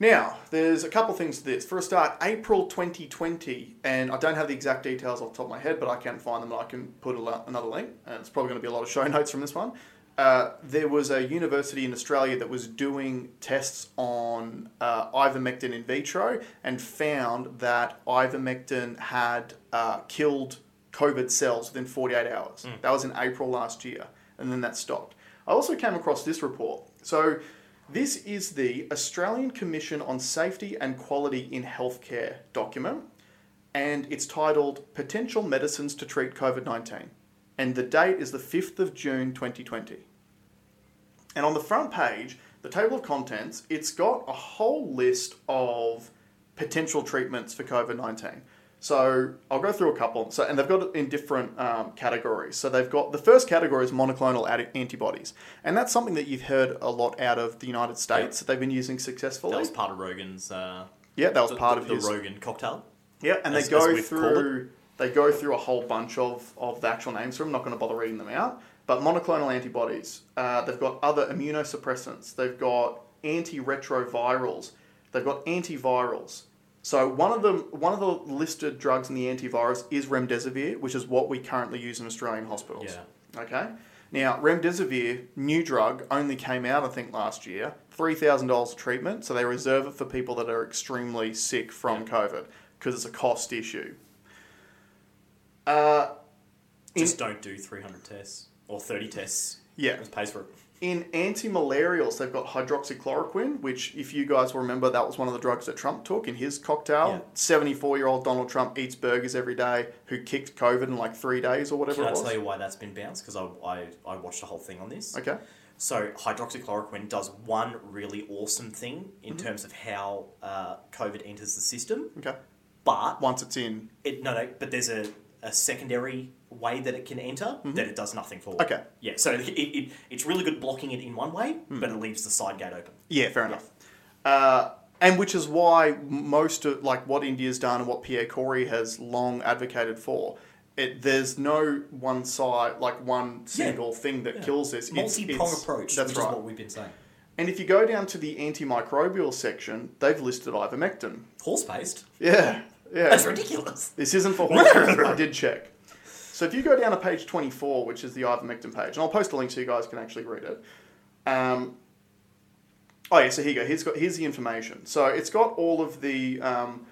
[SPEAKER 1] Now, there's a couple things to this. For a start, April 2020, and I don't have the exact details off the top of my head, but I can find them and I can put a lo- another link. And it's probably going to be a lot of show notes from this one. Uh, there was a university in Australia that was doing tests on uh, ivermectin in vitro and found that ivermectin had uh, killed COVID cells within 48 hours. That was in April last year, and then that stopped. I also came across this report. So, this is the Australian Commission on Safety and Quality in Healthcare document. and it's titled Potential Medicines to Treat COVID 19. And the date is the 5th of June 2020. And on the front page, the table of contents, it's got a whole list of potential treatments for COVID 19. So I'll go through a couple. So, and they've got it in different um, categories. So they've got the first category is monoclonal adi- antibodies, and that's something that you've heard a lot out of the United States that they've been using successfully.
[SPEAKER 2] That was part of Rogan's. Uh,
[SPEAKER 1] yeah, that was
[SPEAKER 2] the-
[SPEAKER 1] part
[SPEAKER 2] the,
[SPEAKER 1] of
[SPEAKER 2] the
[SPEAKER 1] his
[SPEAKER 2] Rogan cocktail.
[SPEAKER 1] yeah, and
[SPEAKER 2] as-
[SPEAKER 1] they go
[SPEAKER 2] as we've called
[SPEAKER 1] through they go through a whole bunch of, of the actual names. So I'm not going to bother reading them out. But monoclonal antibodies. Uh, they've got other immunosuppressants. They've got antiretrovirals. They've got antivirals. So one of them, one of the listed drugs in the antivirus is remdesivir, which is what we currently use in Australian hospitals.
[SPEAKER 2] Yeah.
[SPEAKER 1] Okay. Now, remdesivir, new drug, only came out I think last year. Three thousand dollars a treatment, so they reserve it for people that are extremely sick from COVID because it's a cost issue. Uh, In-
[SPEAKER 2] Just don't do 300 tests or 30 tests.
[SPEAKER 1] Yeah.
[SPEAKER 2] Just pays for it.
[SPEAKER 1] in anti-malarials, they've got hydroxychloroquine, which, if you guys will remember, that was one of the drugs that Trump took in his
[SPEAKER 2] Yeah.
[SPEAKER 1] cocktail. Seventy-four-year-old Donald Trump eats burgers every day, who kicked COVID in like three days or whatever
[SPEAKER 2] Can I
[SPEAKER 1] it was.
[SPEAKER 2] tell you why that's been bounced? Because I, I, I watched the whole thing on this.
[SPEAKER 1] Okay.
[SPEAKER 2] So hydroxychloroquine does one really awesome thing in
[SPEAKER 1] Mm-hmm.
[SPEAKER 2] terms of how uh, COVID enters the system,
[SPEAKER 1] Okay.
[SPEAKER 2] but
[SPEAKER 1] Once it's in,
[SPEAKER 2] it no no. But there's a, a secondary way that it can enter that it does nothing for.
[SPEAKER 1] Mm-hmm. Okay. Hmm.
[SPEAKER 2] Yeah. So it, it, it's really good blocking it in one way, but it leaves the side gate open.
[SPEAKER 1] Yeah, fair enough. Uh, and which is why most of like what India's done and what Pierre Corey has long advocated for. It, there's no one side, like one single thing that kills this. It's-
[SPEAKER 2] Multi pronged
[SPEAKER 1] it's-
[SPEAKER 2] approach.
[SPEAKER 1] That's
[SPEAKER 2] which
[SPEAKER 1] right.
[SPEAKER 2] Is what we've been saying.
[SPEAKER 1] and if you go down to the antimicrobial section, they've listed ivermectin.
[SPEAKER 2] Horse paste.
[SPEAKER 1] Yeah, yeah.
[SPEAKER 2] That's ridiculous.
[SPEAKER 1] This isn't for horses. I did check. So if you go down to page 24, which is the ivermectin page, and I'll post a link so you guys can actually read it. Um, oh yeah, so here you go. Here's got here's the information. So it's got all of the um,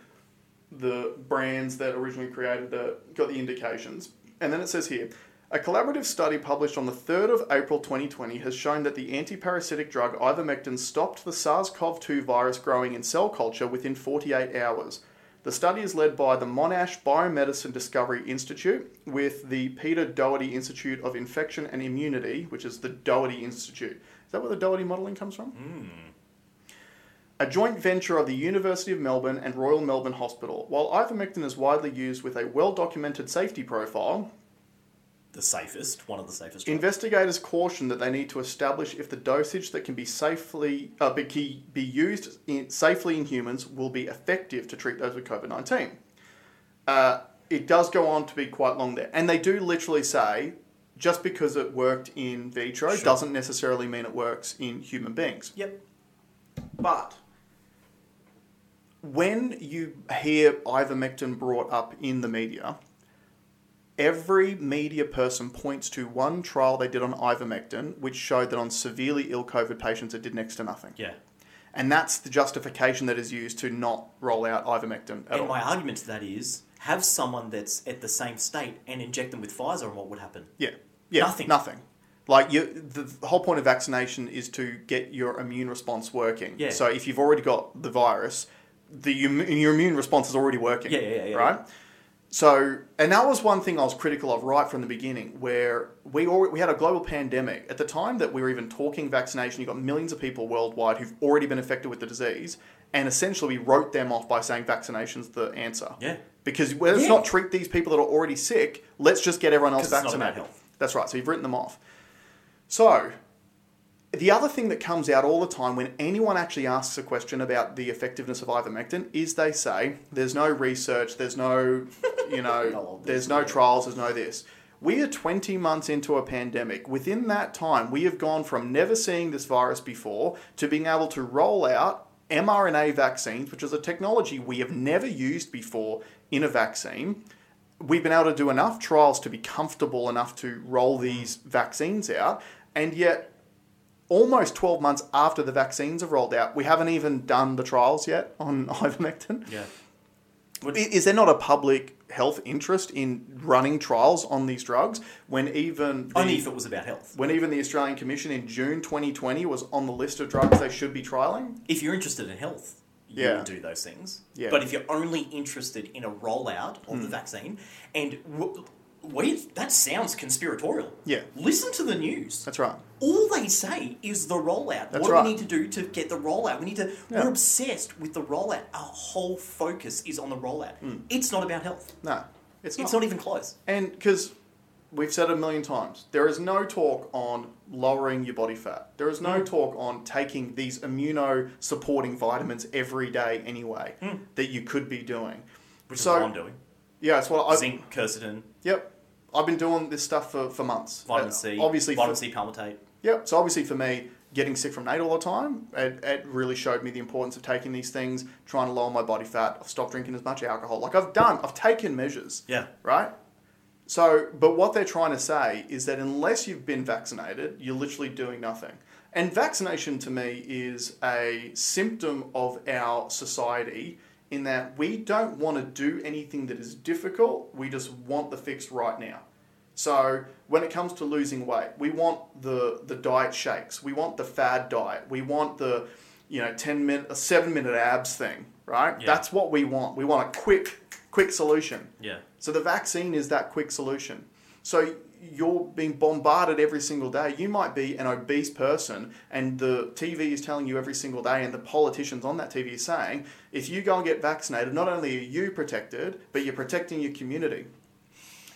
[SPEAKER 1] the brands that originally created the got the indications, and then it says here. A collaborative study published on the 3rd of April 2020 has shown that the antiparasitic drug ivermectin stopped the SARS CoV 2 virus growing in cell culture within 48 hours. The study is led by the Monash Biomedicine Discovery Institute with the Peter Doherty Institute of Infection and Immunity, which is the Doherty Institute. Is that where the Doherty modelling comes from? a joint venture of the University of Melbourne and Royal Melbourne Hospital. While ivermectin is widely used with a well documented safety profile,
[SPEAKER 2] The safest, one of the safest. drugs.
[SPEAKER 1] investigators caution that they need to establish if the dosage that can be safely uh, be, key- be used in, safely in humans will be effective to treat those with COVID 19. Uh, it does go on to be quite long there. And they do literally say just because it worked in vitro
[SPEAKER 2] Sure.
[SPEAKER 1] doesn't necessarily mean it works in human beings.
[SPEAKER 2] Yep.
[SPEAKER 1] But when you hear ivermectin brought up in the media, every media person points to one trial they did on ivermectin, which showed that on severely ill COVID patients, it did next to nothing.
[SPEAKER 2] Yeah.
[SPEAKER 1] And that's the justification that is used to not roll out ivermectin at
[SPEAKER 2] And
[SPEAKER 1] all.
[SPEAKER 2] my argument to that is have someone that's at the same state and inject them with Pfizer, and what would happen?
[SPEAKER 1] yeah. Yeah.
[SPEAKER 2] Nothing.
[SPEAKER 1] Nothing. Like you, the whole point of vaccination is to get your immune response working.
[SPEAKER 2] Yeah.
[SPEAKER 1] So if you've already got the virus, the im- your immune response is already working.
[SPEAKER 2] Yeah, yeah, yeah, yeah.
[SPEAKER 1] Right. So, and that was one thing I was critical of right from the beginning, where we already, we had a global pandemic at the time that we were even talking vaccination. You got millions of people worldwide who've already been affected with the disease, and essentially we wrote them off by saying vaccination's the answer.
[SPEAKER 2] Yeah.
[SPEAKER 1] Because well, let's
[SPEAKER 2] Yeah.
[SPEAKER 1] not treat these people that are already sick. Let's just get everyone else
[SPEAKER 2] 'Cause it's not about
[SPEAKER 1] vaccinated.
[SPEAKER 2] health.
[SPEAKER 1] That's right. So you've written them off. So the other thing that comes out all the time when anyone actually asks a question about the effectiveness of ivermectin is they say, there's no research, there's no, you
[SPEAKER 2] No,
[SPEAKER 1] know, there's no trials, there's no this. We are 20 months into a pandemic. Within that time, we have gone from never seeing this virus before to being able to roll out mRNA vaccines, which is a technology we have never used before in a vaccine. We've been able to do enough trials to be comfortable enough to roll these vaccines out, and yet almost 12 months after the vaccines have rolled out, we haven't even done the trials yet on ivermectin.
[SPEAKER 2] Yeah.
[SPEAKER 1] I- Is there not a public health interest in running trials on these drugs when even the,
[SPEAKER 2] Only if it was about health.
[SPEAKER 1] when even the Australian Commission in June 2020 was on the list of drugs they should be trialing?
[SPEAKER 2] If you're interested in health, you
[SPEAKER 1] Yeah.
[SPEAKER 2] would do those things.
[SPEAKER 1] Yeah. Hmm.
[SPEAKER 2] But if you're only interested in a rollout of the vaccine, and w- wait, that sounds conspiratorial.
[SPEAKER 1] Yeah.
[SPEAKER 2] Listen to the news.
[SPEAKER 1] That's right.
[SPEAKER 2] All they say is the rollout.
[SPEAKER 1] That's
[SPEAKER 2] what do
[SPEAKER 1] right.
[SPEAKER 2] we need to do to get the rollout? We need to.
[SPEAKER 1] Yeah.
[SPEAKER 2] We're obsessed with the rollout. Our whole focus is on the rollout. It's not about health.
[SPEAKER 1] No, Hmm. it's
[SPEAKER 2] It's
[SPEAKER 1] not.
[SPEAKER 2] not, even close.
[SPEAKER 1] And because we've said it a million times, there is no talk on lowering your body fat. There is
[SPEAKER 2] Mm.
[SPEAKER 1] no talk on taking these immuno supporting vitamins every day anyway
[SPEAKER 2] Mm.
[SPEAKER 1] that you could be doing.
[SPEAKER 2] Which
[SPEAKER 1] So-
[SPEAKER 2] is what I'm doing.
[SPEAKER 1] Yeah, it's what I.
[SPEAKER 2] Zinc, quercetin,
[SPEAKER 1] Yep. I've been doing this stuff for, for months.
[SPEAKER 2] vitamin
[SPEAKER 1] Uh,
[SPEAKER 2] C,
[SPEAKER 1] Obviously,
[SPEAKER 2] vitamin
[SPEAKER 1] for,
[SPEAKER 2] C palmitate.
[SPEAKER 1] Yep. So obviously for me, getting sick from Nate all the time, it, it really showed me the importance of taking these things, trying to lower my body fat. I've stopped drinking as much alcohol. Like I've done, I've taken measures.
[SPEAKER 2] Yeah.
[SPEAKER 1] Right. So, but what they're trying to say is that unless you've been vaccinated, you're literally doing nothing. And vaccination to me is a symptom of our society in that we don't want to do anything that is difficult. We just want the fix right now. So when it comes to losing weight, we want the the diet shakes, we want the fad diet, we want the you know ten minute, a seven minute abs thing, right?
[SPEAKER 2] Yeah.
[SPEAKER 1] That's what we want. We want a quick, quick solution.
[SPEAKER 2] Yeah.
[SPEAKER 1] So the vaccine is that quick solution. So you're being bombarded every single day. You might be an obese person, and the TV is telling you every single day, and the politicians on that TV is saying, if you go and get vaccinated, not only are you protected, but you're protecting your community.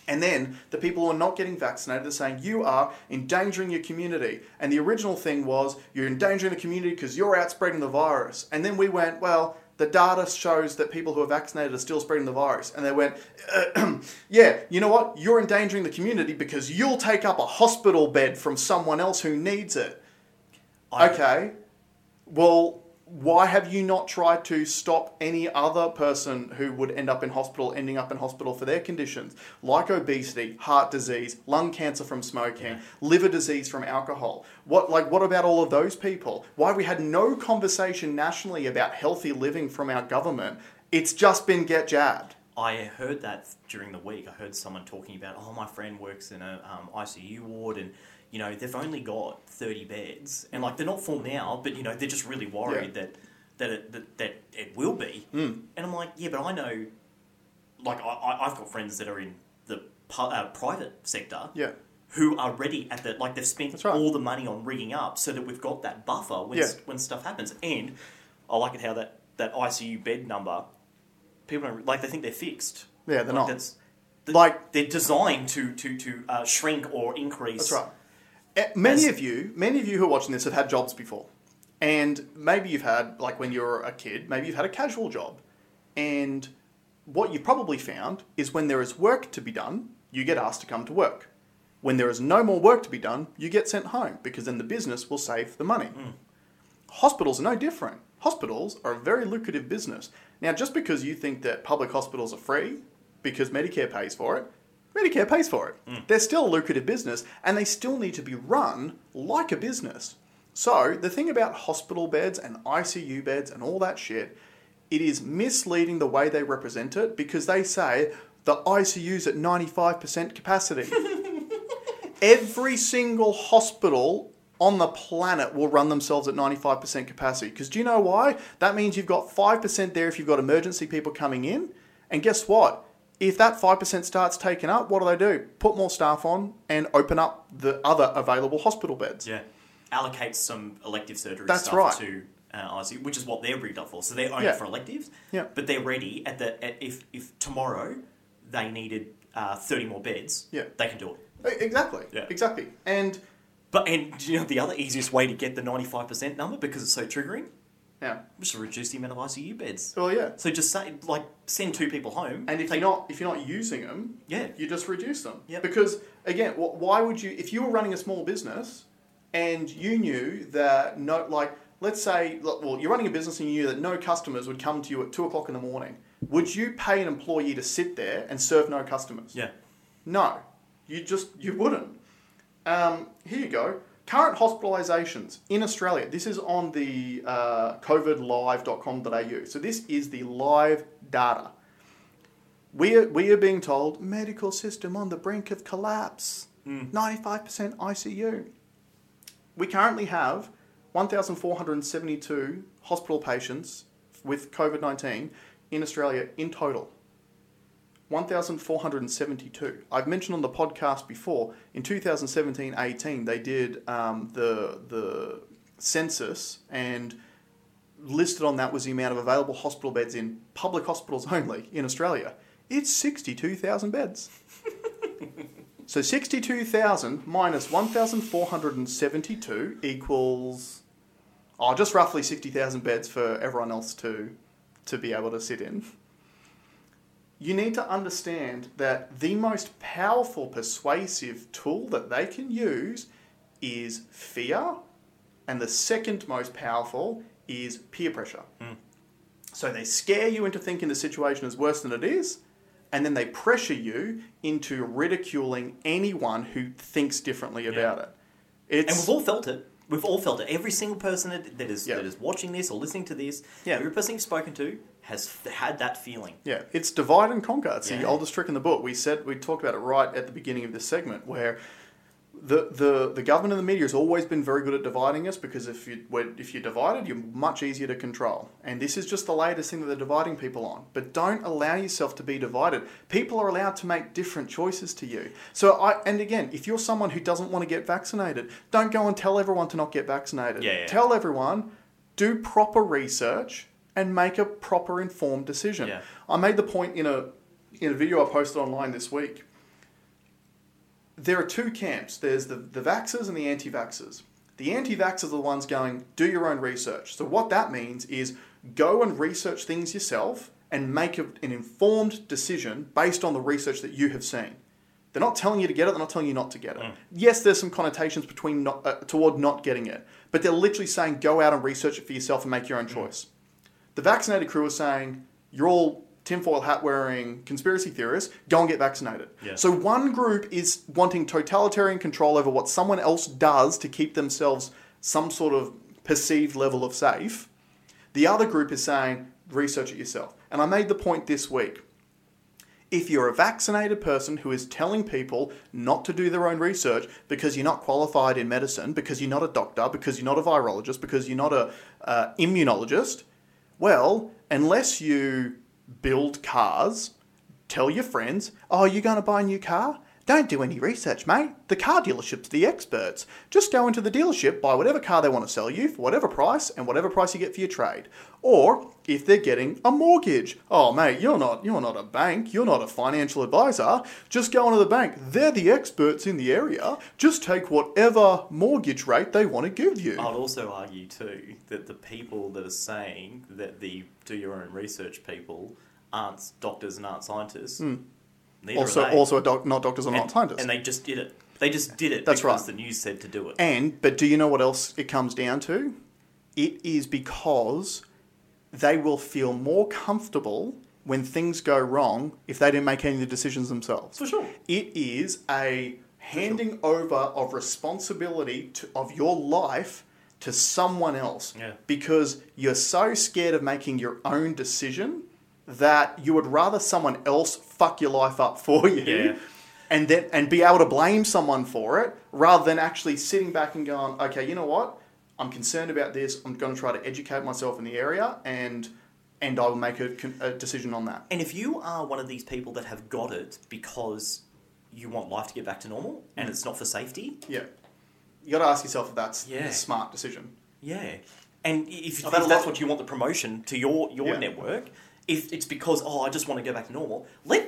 [SPEAKER 1] And then the people who are not getting vaccinated are saying you are endangering your community. And the original thing was you're endangering the community because you're out spreading the virus. And then we went, well, the data shows that people who are vaccinated are still spreading the virus. And they went, yeah, you know what? You're endangering the community because you'll take up a hospital bed from someone else who needs it.
[SPEAKER 2] I-
[SPEAKER 1] Okay. Well, why have you not tried to stop any other person who would end up in hospital ending up in hospital for their conditions, like obesity, heart disease, lung cancer from smoking, liver disease from alcohol? What like what about all of those people? Why we had no conversation nationally about healthy living from our government? It's just been get jabbed.
[SPEAKER 2] I heard that during the week. I heard someone talking about, oh, my friend works in a um, ICU ward, and you know they've only got thirty beds, and like they're not full now, but you know they're just really worried that that it, that that it will be. Mm. And I'm like, yeah, but I know, like I, I I've got friends that are in the pu- uh, private sector,
[SPEAKER 1] Yeah.
[SPEAKER 2] who are ready at the like they've spent
[SPEAKER 1] That's right.
[SPEAKER 2] all the money on rigging up so that we've got that buffer when
[SPEAKER 1] Yeah.
[SPEAKER 2] s- when stuff happens. And I like it how that that ICU bed number people don't like they think they're fixed.
[SPEAKER 1] Yeah, they're
[SPEAKER 2] Like,
[SPEAKER 1] not.
[SPEAKER 2] That's, th-
[SPEAKER 1] Like-
[SPEAKER 2] they're designed to to to uh, shrink or increase.
[SPEAKER 1] That's right. Eh, Many
[SPEAKER 2] As-
[SPEAKER 1] of you, many of you who are watching this have had jobs before, and maybe you've had like when you were a kid, maybe you've had a casual job, and what you probably found is when there is work to be done, you get asked to come to work. When there is no more work to be done, you get sent home because then the business will save the money. Hospitals are no different. Hospitals are a very lucrative business. Now, just because you think that public hospitals are free because Medicare pays for it, Medicare pays for it. They're still a lucrative business and they still need to be run like a business. So, the thing about hospital beds and ICU beds and all that shit, it is misleading the way they represent it because they say the ICU's at 95% capacity. every single hospital on the planet will run themselves at 95% capacity. Because do you know why? That means you've got 5% there if you've got emergency people coming in. And guess what? If that 5% starts taken up, what do they do? Put more staff on and open up the other available hospital beds.
[SPEAKER 2] Yeah. Allocate some elective surgery
[SPEAKER 1] That's
[SPEAKER 2] stuff
[SPEAKER 1] right.
[SPEAKER 2] to uh, ICU, which is what they're rigged up for. So they're only
[SPEAKER 1] Yeah.
[SPEAKER 2] for electives.
[SPEAKER 1] Yeah.
[SPEAKER 2] But they're ready at the at, if if tomorrow they needed uh, thirty more beds.
[SPEAKER 1] Yeah.
[SPEAKER 2] They can do it.
[SPEAKER 1] E- Exactly.
[SPEAKER 2] Yeah.
[SPEAKER 1] Exactly. And
[SPEAKER 2] But and do you know the other easiest way to get the ninety five percent number because it's so triggering?
[SPEAKER 1] yeah.
[SPEAKER 2] Just to reduce the amount of ICU beds.
[SPEAKER 1] Well, yeah.
[SPEAKER 2] So just say like send two people home.
[SPEAKER 1] And if you're not if you're not using them,
[SPEAKER 2] Yeah.
[SPEAKER 1] you just reduce them.
[SPEAKER 2] Yep.
[SPEAKER 1] Because again, wh- why would you? If you were running a small business and you knew that no, like let's say, look, well, you're running a business and you knew that no customers would come to you at two o'clock in the morning, would you pay an employee to sit there and serve no customers?
[SPEAKER 2] yeah.
[SPEAKER 1] No, you just you wouldn't. Um, here you go. Current hospitalisations in Australia. This is on the uh, covidlive.com.au. So this is the live data. We are, we are being told medical system on the brink of collapse. 95% ICU. We currently have 1,472 hospital patients with COVID 19 in Australia in total 1,472. I've mentioned on the podcast before, in 2017 18, they did um, the, the census, and listed on that was the amount of available hospital beds in public hospitals only in Australia. It's 62,000 beds. so 62,000 minus 1,472 equals, oh, just roughly 60,000 beds for everyone else to, to be able to sit in. You need to understand that the most powerful persuasive tool that they can use is fear, and the second most powerful is peer pressure.
[SPEAKER 2] Hmm.
[SPEAKER 1] So they scare you into thinking the situation is worse than it is, and then they pressure you into ridiculing anyone who thinks differently about it. It's
[SPEAKER 2] And we've all felt it. We've all felt it. Every single person that, that is
[SPEAKER 1] Yeah.
[SPEAKER 2] that is watching this or listening to this,
[SPEAKER 1] Yeah.
[SPEAKER 2] every person you've spoken to has f- had that feeling.
[SPEAKER 1] Yeah, it's divide and conquer. It's
[SPEAKER 2] Yeah.
[SPEAKER 1] the oldest trick in the book. We said we talked about it right at the beginning of this segment, where the the, the government and the media has always been very good at dividing us because if you we're- if you're divided, you're much easier to control. And this is just the latest thing that they're dividing people on. But don't allow yourself to be divided. People are allowed to make different choices to you. So I and again, if you're someone who doesn't want to get vaccinated, don't go and tell everyone to not get vaccinated.
[SPEAKER 2] Yeah, yeah.
[SPEAKER 1] Tell everyone, do proper research and make a proper informed decision.
[SPEAKER 2] Yeah.
[SPEAKER 1] I made the point in a in a video I posted online this week. There are two camps. There's the, the vaxxers and the anti-vaxxers. The anti-vaxxers are the ones going, do your own research. So what that means is go and research things yourself and make a, an informed decision based on the research that you have seen. They're not telling you to get it. They're not telling you not to get it. Yes, there's some connotations between not, uh, toward not getting it, but they're literally saying go out and research it for yourself and make your own choice. The vaccinated crew are saying, you're all tinfoil hat wearing conspiracy theorists, go and get vaccinated.
[SPEAKER 2] Yeah.
[SPEAKER 1] So one group is wanting totalitarian control over what someone else does to keep themselves some sort of perceived level of safe. The other group is saying, research it yourself. And I made the point this week. If you're a vaccinated person who is telling people not to do their own research because you're not qualified in medicine, because you're not a doctor, because you're not a virologist, because you're not a uh, immunologist, well, unless you build cars, tell your friends, "Oh, you're going to buy a new car? Don't do any research, mate. The car dealership's the experts. Just go into the dealership, buy whatever car they want to sell you for whatever price, and whatever price you get for your trade. Or if they're getting a mortgage, oh mate, you're not you're not a bank, you're not a financial advisor. Just go into the bank. They're the experts in the area. Just take whatever mortgage rate they want to give you.
[SPEAKER 2] I'd also argue too that the people that are saying that the do your own research people aren't doctors and aren't scientists. Neither
[SPEAKER 1] Hmm. also,
[SPEAKER 2] are they.
[SPEAKER 1] also a doc, not doctors or not
[SPEAKER 2] and,
[SPEAKER 1] scientists.
[SPEAKER 2] and they just did it. They just did it
[SPEAKER 1] That's
[SPEAKER 2] because
[SPEAKER 1] right.
[SPEAKER 2] the news said to do it.
[SPEAKER 1] And but do you know what else it comes down to? It is because they will feel more comfortable when things go wrong if they didn't make any of the decisions themselves.
[SPEAKER 2] For sure.
[SPEAKER 1] It is a handing over of responsibility to, of your life to someone else
[SPEAKER 2] Yeah.
[SPEAKER 1] because you're so scared of making your own decision that you would rather someone else fuck your life up for you
[SPEAKER 2] Yeah.
[SPEAKER 1] and then and be able to blame someone for it rather than actually sitting back and going, okay, you know what? I'm concerned about this. I'm going to try to educate myself in the area and and I'll make a, con- a decision on that.
[SPEAKER 2] And if you are one of these people that have got it because you want life to get back to normal
[SPEAKER 1] Mm.
[SPEAKER 2] and it's not for safety,
[SPEAKER 1] Yeah. You got to ask yourself if that's
[SPEAKER 2] Yeah.
[SPEAKER 1] a smart decision.
[SPEAKER 2] yeah. And i- if,
[SPEAKER 1] Oh, that's
[SPEAKER 2] if that's
[SPEAKER 1] what-
[SPEAKER 2] what you want the promotion to your, your
[SPEAKER 1] Yeah.
[SPEAKER 2] network, if it's because oh I just want to go back to normal, let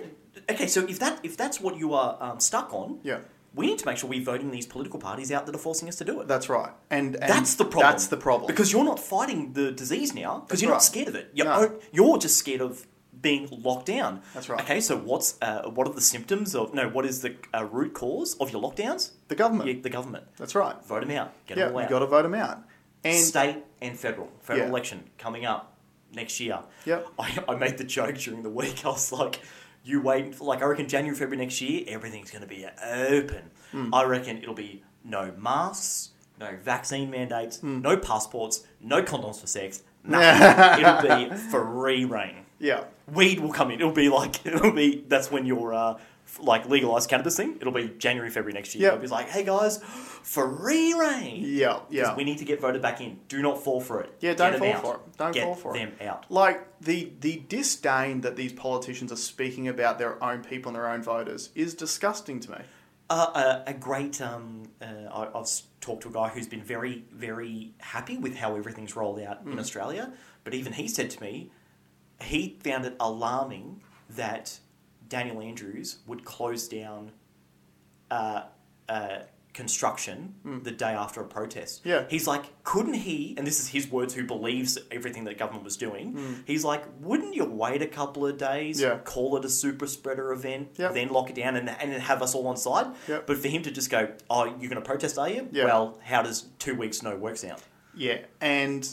[SPEAKER 2] okay. So if that if that's what you are um, stuck on,
[SPEAKER 1] Yeah.
[SPEAKER 2] we need to make sure we're voting these political parties out that are forcing us to do it.
[SPEAKER 1] That's right. And, and
[SPEAKER 2] that's the problem.
[SPEAKER 1] That's the problem.
[SPEAKER 2] Because you're not fighting the disease now because
[SPEAKER 1] That's
[SPEAKER 2] you're
[SPEAKER 1] right.
[SPEAKER 2] not scared of it. You're,
[SPEAKER 1] No.
[SPEAKER 2] o- you're just scared of being locked down.
[SPEAKER 1] That's right.
[SPEAKER 2] Okay, so what's uh, what are the symptoms of? No, what is the uh, root cause of your lockdowns?
[SPEAKER 1] the government.
[SPEAKER 2] Yeah, the government.
[SPEAKER 1] That's right.
[SPEAKER 2] Vote them out. Get
[SPEAKER 1] Yeah,
[SPEAKER 2] them all
[SPEAKER 1] you
[SPEAKER 2] out.
[SPEAKER 1] got to vote them out. And
[SPEAKER 2] State and federal. Federal
[SPEAKER 1] Yeah.
[SPEAKER 2] election coming up next year.
[SPEAKER 1] Yep.
[SPEAKER 2] I, I made the joke during the week. I was like, you wait, for, like, I reckon January, February next year, everything's going to be open.
[SPEAKER 1] Hmm.
[SPEAKER 2] I reckon it'll be no masks, no vaccine mandates,
[SPEAKER 1] Hmm.
[SPEAKER 2] no passports, no condoms for sex, nothing. it'll be free reign.
[SPEAKER 1] yeah.
[SPEAKER 2] Weed will come in. It'll be like, it'll be, that's when your uh,
[SPEAKER 3] f- like legalized cannabis thing. It'll be January, February next year.
[SPEAKER 1] Yeah.
[SPEAKER 3] It'll be like, hey guys, free reign.
[SPEAKER 1] Yeah, yeah.
[SPEAKER 3] We need to get voted back in. Do not fall for it.
[SPEAKER 1] Yeah, don't
[SPEAKER 3] Get
[SPEAKER 1] fall
[SPEAKER 3] them out.
[SPEAKER 1] for it. Don't
[SPEAKER 3] Get
[SPEAKER 1] fall for it.
[SPEAKER 3] them out.
[SPEAKER 1] like the the disdain that these politicians are speaking about their own people and their own voters is disgusting to me.
[SPEAKER 2] Uh, a, a great. Um, uh, I, I've s- talked to a guy who's been very, very happy with how everything's rolled out
[SPEAKER 1] Mm.
[SPEAKER 2] in Australia, but even he said to me, he found it alarming that Daniel Andrews would close down uh, uh, construction the day after a protest.
[SPEAKER 1] Mm. Yeah.
[SPEAKER 2] he's like, couldn't he? And this is his words, who believes everything that government was doing. He's like, wouldn't you wait a couple of days?
[SPEAKER 1] Mm. Yeah.
[SPEAKER 2] call it a super spreader event,
[SPEAKER 1] Yep.
[SPEAKER 2] then lock it down and, and then have us all on side.
[SPEAKER 1] Yep.
[SPEAKER 2] But for him to just go, oh, you're going to protest, are you?
[SPEAKER 1] Yeah.
[SPEAKER 2] Well, how does two weeks no work sound?
[SPEAKER 1] Yeah, and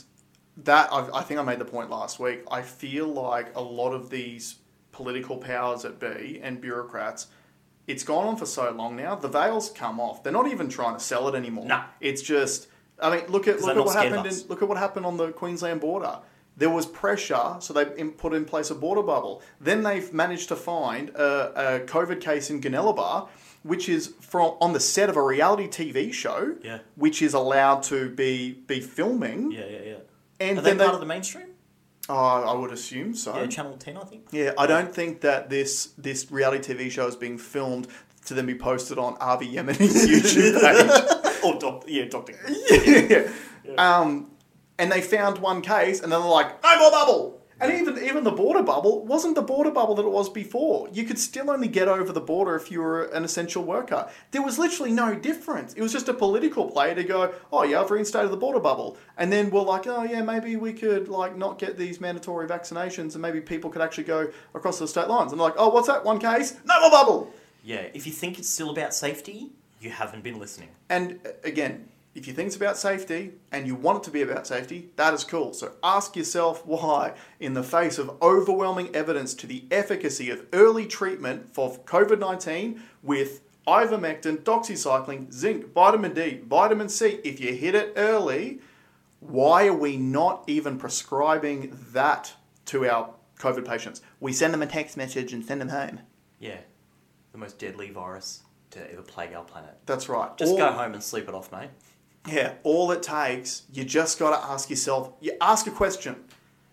[SPEAKER 1] that i I think I made the point last week. I feel like a lot of these political powers that be and bureaucrats, it's gone on for so long now. The veil's come off. They're not even trying to sell it anymore.
[SPEAKER 2] No.
[SPEAKER 1] it's just. I mean, look at
[SPEAKER 2] they're
[SPEAKER 1] look
[SPEAKER 2] not
[SPEAKER 1] at what
[SPEAKER 2] scared of
[SPEAKER 1] happened.
[SPEAKER 2] us.
[SPEAKER 1] In, look at what happened on the Queensland border. There was pressure, so they in- put in place a border bubble. Then they've managed to find a, a COVID case in Gunnellabar, which is from on the set of a reality TV show
[SPEAKER 2] Yeah.
[SPEAKER 1] which is allowed to be be filming.
[SPEAKER 2] Yeah, yeah, yeah.
[SPEAKER 1] And
[SPEAKER 2] are they
[SPEAKER 1] then
[SPEAKER 2] part
[SPEAKER 1] they-
[SPEAKER 2] of the mainstream?
[SPEAKER 1] Oh, I would assume so.
[SPEAKER 2] Yeah,
[SPEAKER 1] Yeah,
[SPEAKER 2] Channel 10, I think.
[SPEAKER 1] I don't think that this this reality TV show is being filmed to then be posted on RV Yemeni's YouTube page.
[SPEAKER 3] Or doc- yeah, Doctor.
[SPEAKER 1] yeah. Um, and they found one case, and then they're like, no more bubble. And even even the border bubble wasn't the border bubble that it was before. You could still only get over the border if you were an essential worker. There was literally no difference. It was just a political play to go, oh yeah, I've reinstated the border bubble, and then we're like, oh yeah, maybe we could like not get these mandatory vaccinations, and maybe people could actually go across the state lines. And they're like, oh, what's that? One case, no more bubble.
[SPEAKER 2] Yeah, if you think it's still about safety, you haven't been listening.
[SPEAKER 1] And uh, again, if you think it's about safety and you want it to be about safety, that is cool. So ask yourself why, in the face of overwhelming evidence to the efficacy of early treatment for COVID 19 with ivermectin, doxycycline, zinc, vitamin D, vitamin C, if you hit it early, why are we not even prescribing that to our COVID patients? We send them a text message and send them home.
[SPEAKER 2] Yeah, the most deadly virus to ever plague our planet.
[SPEAKER 1] That's right.
[SPEAKER 2] Just
[SPEAKER 1] All-
[SPEAKER 2] go home and sleep it off, mate.
[SPEAKER 1] Yeah, all it takes, you just got to ask yourself, you ask a question.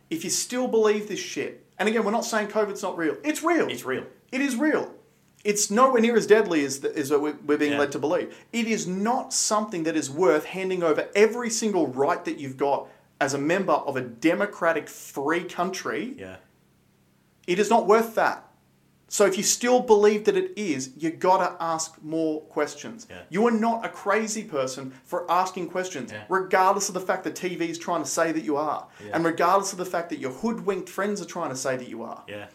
[SPEAKER 1] If you still believe this shit, and again, we're not saying COVID's not real. It's real.
[SPEAKER 2] It's real.
[SPEAKER 1] It is real. It's nowhere near as deadly as, the, as what we're, we're being
[SPEAKER 2] Yeah.
[SPEAKER 1] led to believe. It is not something that is worth handing over every single right that you've got as a member of a democratic free country.
[SPEAKER 2] Yeah.
[SPEAKER 1] It is not worth that. So if you still believe that it is, you gotta ask more questions.
[SPEAKER 2] Yeah.
[SPEAKER 1] You are not a crazy person for asking questions,
[SPEAKER 2] Yeah.
[SPEAKER 1] regardless of the fact that TV is trying to say that you are,
[SPEAKER 2] Yeah.
[SPEAKER 1] and regardless of the fact that your hoodwinked friends are trying to say that you are.
[SPEAKER 2] Yeah.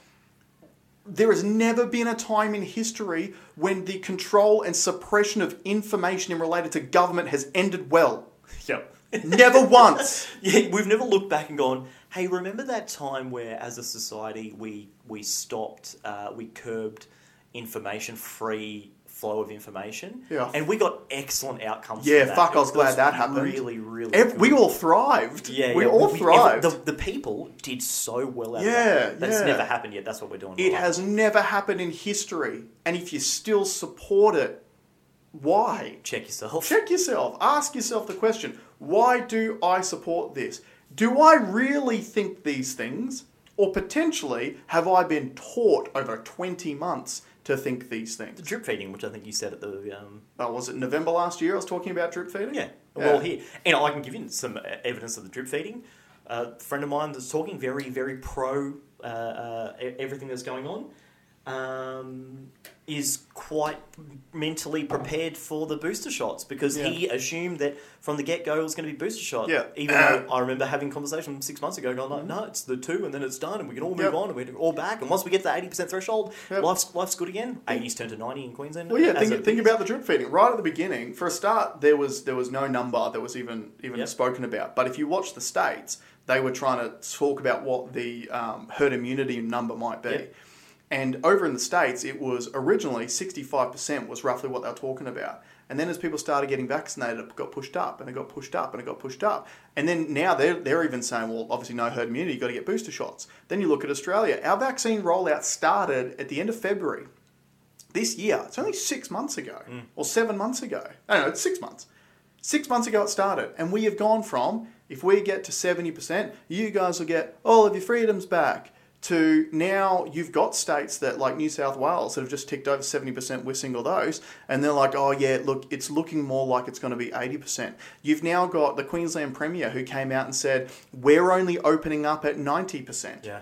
[SPEAKER 1] There has never been a time in history when the control and suppression of information in related to government has ended well.
[SPEAKER 3] Yep.
[SPEAKER 1] Never once.
[SPEAKER 2] Yeah, we've never looked back and gone, hey, remember that time where, as a society, we we stopped, uh, we curbed information, free flow of information,
[SPEAKER 1] Yeah.
[SPEAKER 2] and we got excellent outcomes.
[SPEAKER 1] Yeah,
[SPEAKER 2] from that.
[SPEAKER 1] fuck, I was
[SPEAKER 2] It
[SPEAKER 1] glad that happened.
[SPEAKER 2] Really, really,
[SPEAKER 1] Ev- we
[SPEAKER 2] good.
[SPEAKER 1] all thrived.
[SPEAKER 2] Yeah,
[SPEAKER 1] we
[SPEAKER 2] yeah,
[SPEAKER 1] all thrived.
[SPEAKER 2] The, the people did so well. Out
[SPEAKER 1] Yeah,
[SPEAKER 2] of that. that's
[SPEAKER 1] yeah.
[SPEAKER 2] never happened yet. That's what we're doing.
[SPEAKER 1] It
[SPEAKER 2] right.
[SPEAKER 1] has never happened in history. And if you still support it, why?
[SPEAKER 2] Check yourself.
[SPEAKER 1] Check yourself. Ask yourself the question why do I support this? Do I really think these things? Or potentially, have I been taught over 20 months to think these
[SPEAKER 2] The
[SPEAKER 1] things?
[SPEAKER 2] drip feeding, which I think you said at the um,
[SPEAKER 1] Oh, was it November last year I was talking about drip feeding?
[SPEAKER 2] Yeah, well, here. And I can give you some uh, evidence of the drip feeding. Uh, a friend of mine that's talking very, very pro uh, uh, e- everything that's going on um, is quite mentally prepared for the booster shots because he assumed that from the get go it was going to be booster shot.
[SPEAKER 1] Yeah.
[SPEAKER 2] Even though I remember having a conversation six months ago going, like, no, it's the two and then it's done and we can all move
[SPEAKER 1] Yep.
[SPEAKER 2] on and we're all back. And once we get to the 80% threshold,
[SPEAKER 1] Yep.
[SPEAKER 2] life's, life's good again. 80s turned to 90 in Queensland.
[SPEAKER 1] Well, yeah.
[SPEAKER 2] as
[SPEAKER 1] Think,
[SPEAKER 2] a-
[SPEAKER 1] think about the drip feeding. Right at the beginning, for a start, there was there was no number that was even even
[SPEAKER 2] Yep.
[SPEAKER 1] spoken about. But if you watch the states, they were trying to talk about what the um, herd immunity number might be.
[SPEAKER 2] Yep.
[SPEAKER 1] And over in the states, it was originally sixty five percent was roughly what they were talking about. And then as people started getting vaccinated, it got pushed up, and it got pushed up, and it got pushed up. And then now they're, they're even saying, well, obviously no herd immunity, you've got to get booster shots. Then you look at Australia. Our vaccine rollout started at the end of February this year. It's only six months ago or seven months ago. No, no, it's six months. Six months ago it started, and we have gone from if we get to seventy percent, you guys will get all of your freedoms back. To now, you've got states that like New South Wales that have just ticked over seventy percent with single dose, and they're like, oh yeah, look, it's looking more like it's going to be eighty percent. You've now got the Queensland Premier who came out and said we're only opening up at ninety percent
[SPEAKER 2] Yeah.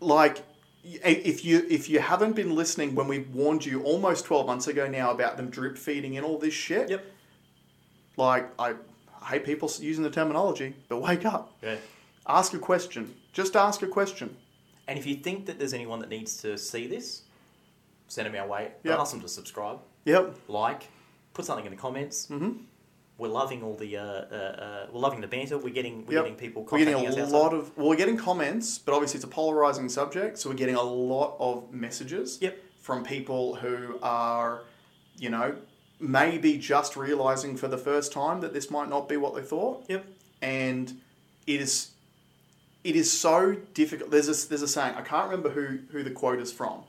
[SPEAKER 1] like y- if you if you haven't been listening when we warned you almost 12 months ago now about them drip feeding and all this shit
[SPEAKER 2] Yep.
[SPEAKER 1] like I, I hate people s- using the terminology but wake up
[SPEAKER 2] Yeah.
[SPEAKER 1] ask a question just ask a question
[SPEAKER 2] And if you think that there's anyone that needs to see this, send them our way.
[SPEAKER 1] Yeah.
[SPEAKER 2] Ask them to subscribe,
[SPEAKER 1] yep
[SPEAKER 2] like, put something in the comments. Mm-hmm. We're loving all the uh, uh, uh, we're loving the banter. We're getting we're
[SPEAKER 1] yep.
[SPEAKER 2] getting people
[SPEAKER 1] we're
[SPEAKER 2] contacting
[SPEAKER 1] getting
[SPEAKER 2] us
[SPEAKER 1] a
[SPEAKER 2] outside.
[SPEAKER 1] lot of well, we're getting comments but obviously it's a polarizing subject so we're getting a lot of messages
[SPEAKER 2] Yep.
[SPEAKER 1] from people who are you know maybe just realizing for the first time that this might not be what they thought
[SPEAKER 2] Yep.
[SPEAKER 1] and it is it is so difficult. There's a, there's a saying I can't remember who who the quote is from,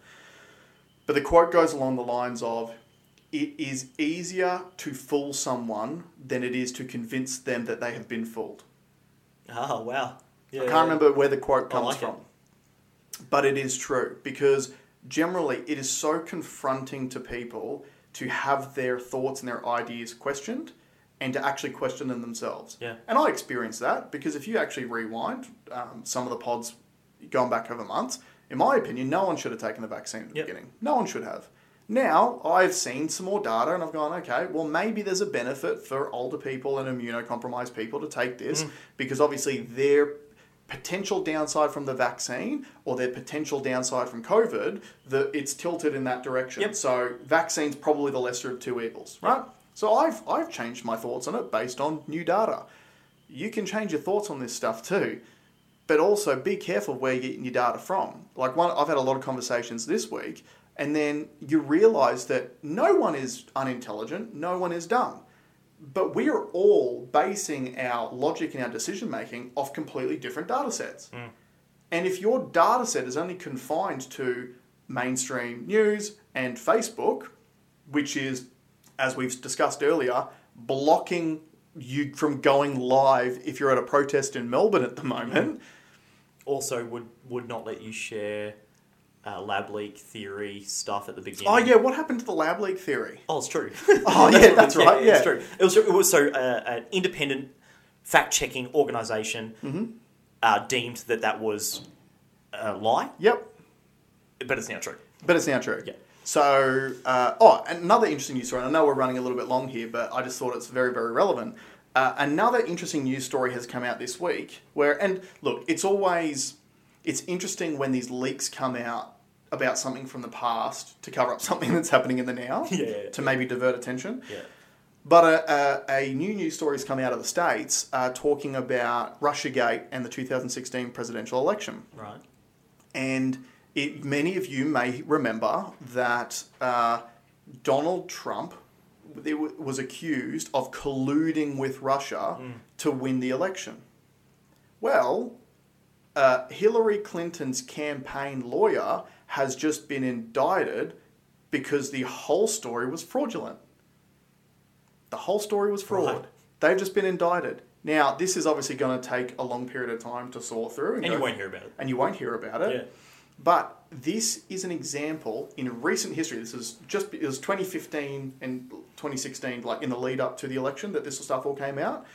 [SPEAKER 1] but the quote goes along the lines of, "It is easier to fool someone than it is to convince them that they have been fooled."
[SPEAKER 2] Oh wow. Yeah,
[SPEAKER 1] I
[SPEAKER 2] yeah.
[SPEAKER 1] can't remember where the quote comes
[SPEAKER 2] like it.
[SPEAKER 1] from, but it is true because generally it is so confronting to people to have their thoughts and their ideas questioned and to actually question them themselves.
[SPEAKER 2] Yeah.
[SPEAKER 1] And I experienced that because if you actually rewind um, some of the pods going back over months, in my opinion, no one should have taken the vaccine at the
[SPEAKER 2] Yep.
[SPEAKER 1] beginning. No one should have. Now I've seen some more data and I've gone, okay, well, maybe there's a benefit for older people and immunocompromised people to take this
[SPEAKER 2] Mm.
[SPEAKER 1] because obviously their potential downside from the vaccine or their potential downside from COVID, the, it's tilted in that direction.
[SPEAKER 2] Yep.
[SPEAKER 1] So vaccine's probably the lesser of two evils, right? So I've, I've changed my thoughts on it based on new data. You can change your thoughts on this stuff too but also be careful where you're getting your data from. Like one, I've had a lot of conversations this week, and then you realise that no one is unintelligent, no one is dumb, but we are all basing our logic and our decision making off completely different data sets. And if your data set is only confined to mainstream news and Facebook, which is, as we've discussed earlier, blocking you from going live if you're at a protest in Melbourne at the moment,
[SPEAKER 2] also would would not let you share uh, lab leak theory stuff at the beginning.
[SPEAKER 1] Oh yeah, what happened to the lab leak theory?
[SPEAKER 2] Oh, it's true.
[SPEAKER 1] Oh, yeah,
[SPEAKER 2] what-
[SPEAKER 1] that's right, yeah.
[SPEAKER 2] it's true. It was it was so uh, an independent fact checking organization
[SPEAKER 1] Mm-hmm.
[SPEAKER 2] uh, deemed that that was a lie,
[SPEAKER 1] Yep,
[SPEAKER 2] but it's now true.
[SPEAKER 1] but it's now true.
[SPEAKER 2] Yeah.
[SPEAKER 1] So, uh, oh, another interesting news story. And I know we're running a little bit long here, but I just thought it's very, very relevant. Uh, another interesting news story has come out this week where, and look, it's always it's interesting when these leaks come out about something from the past to cover up something that's happening in the now
[SPEAKER 2] Yeah, yeah, yeah.
[SPEAKER 1] to maybe divert attention.
[SPEAKER 2] Yeah.
[SPEAKER 1] But a, a, a new news story has come out of the states uh, talking about RussiaGate and the 2016 presidential election.
[SPEAKER 2] Right.
[SPEAKER 1] And it, many of you may remember that uh, Donald Trump they w- was accused of colluding with Russia
[SPEAKER 2] Hmm.
[SPEAKER 1] to win the election. Well, uh, Hillary Clinton's campaign lawyer has just been indicted because the whole story was fraudulent. The whole story was fraud.
[SPEAKER 2] Right.
[SPEAKER 1] They've just been indicted. Now, this is obviously going to take a long period of time to sort through.
[SPEAKER 2] And you
[SPEAKER 1] go-
[SPEAKER 2] won't hear about it.
[SPEAKER 1] and you won't hear about it.
[SPEAKER 2] Yeah.
[SPEAKER 1] But this is an example in recent history. This is just it was 2015 and 2016, like in the lead up to the election, that this stuff all came out.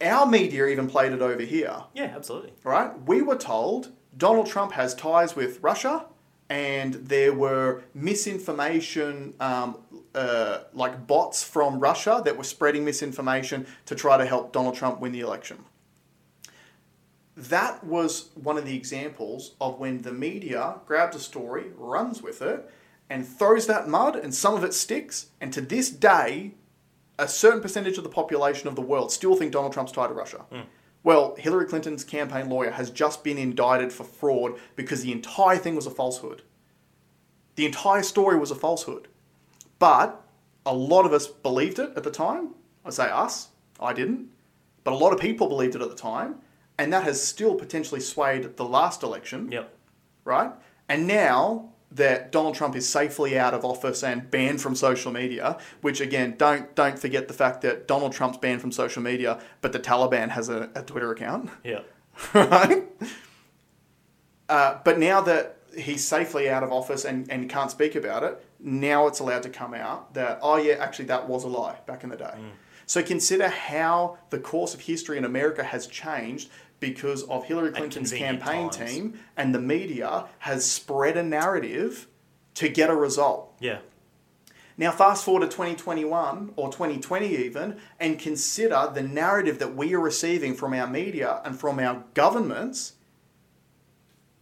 [SPEAKER 1] Our media even played it over here,
[SPEAKER 2] Yeah, absolutely.
[SPEAKER 1] right? We were told Donald Trump has ties with Russia, and there were misinformation, um, uh, like bots from Russia that were spreading misinformation to try to help Donald Trump win the election that was one of the examples of when the media grabs a story, runs with it, and throws that mud, and some of it sticks. And to this day, a certain percentage of the population of the world still think Donald Trump's tied to Russia. Well, Hillary Clinton's campaign lawyer has just been indicted for fraud because the entire thing was a falsehood. The entire story was a falsehood. But a lot of us believed it at the time. I say us, I didn't. But a lot of people believed it at the time. And that has still potentially swayed the last election,
[SPEAKER 2] Yep.
[SPEAKER 1] right? And now that Donald Trump is safely out of office and banned from social media. Which again, don't don't forget the fact that Donald Trump's banned from social media, but the Taliban has a, a Twitter account,
[SPEAKER 3] Yeah.
[SPEAKER 1] right? Uh, but now that he's safely out of office and, and can't speak about it, now it's allowed to come out that oh yeah, actually that was a lie back in the day.
[SPEAKER 2] Mm.
[SPEAKER 1] So consider how the course of history in America has changed because of Hillary Clinton's
[SPEAKER 2] convenient
[SPEAKER 1] campaign
[SPEAKER 2] times.
[SPEAKER 1] team team and the media has spread a narrative to get a result.
[SPEAKER 3] Yeah.
[SPEAKER 1] Now, fast forward to 2021 or 2020 even, and consider the narrative that we are receiving from our media and from our governments.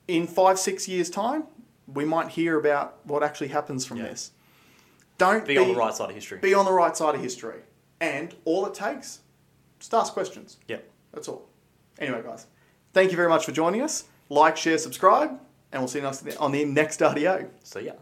[SPEAKER 1] In five, six years' time, we might hear about what actually happens from
[SPEAKER 3] Yeah.
[SPEAKER 1] this. Don't
[SPEAKER 3] Be on the right side of history.
[SPEAKER 1] Be on the right side of history. And all it takes, just ask questions.
[SPEAKER 3] yeah.
[SPEAKER 1] That's all. Anyway, guys, thank you very much for joining us. Like, share, subscribe, and we'll see you next- on the next RDO.
[SPEAKER 3] So yeah.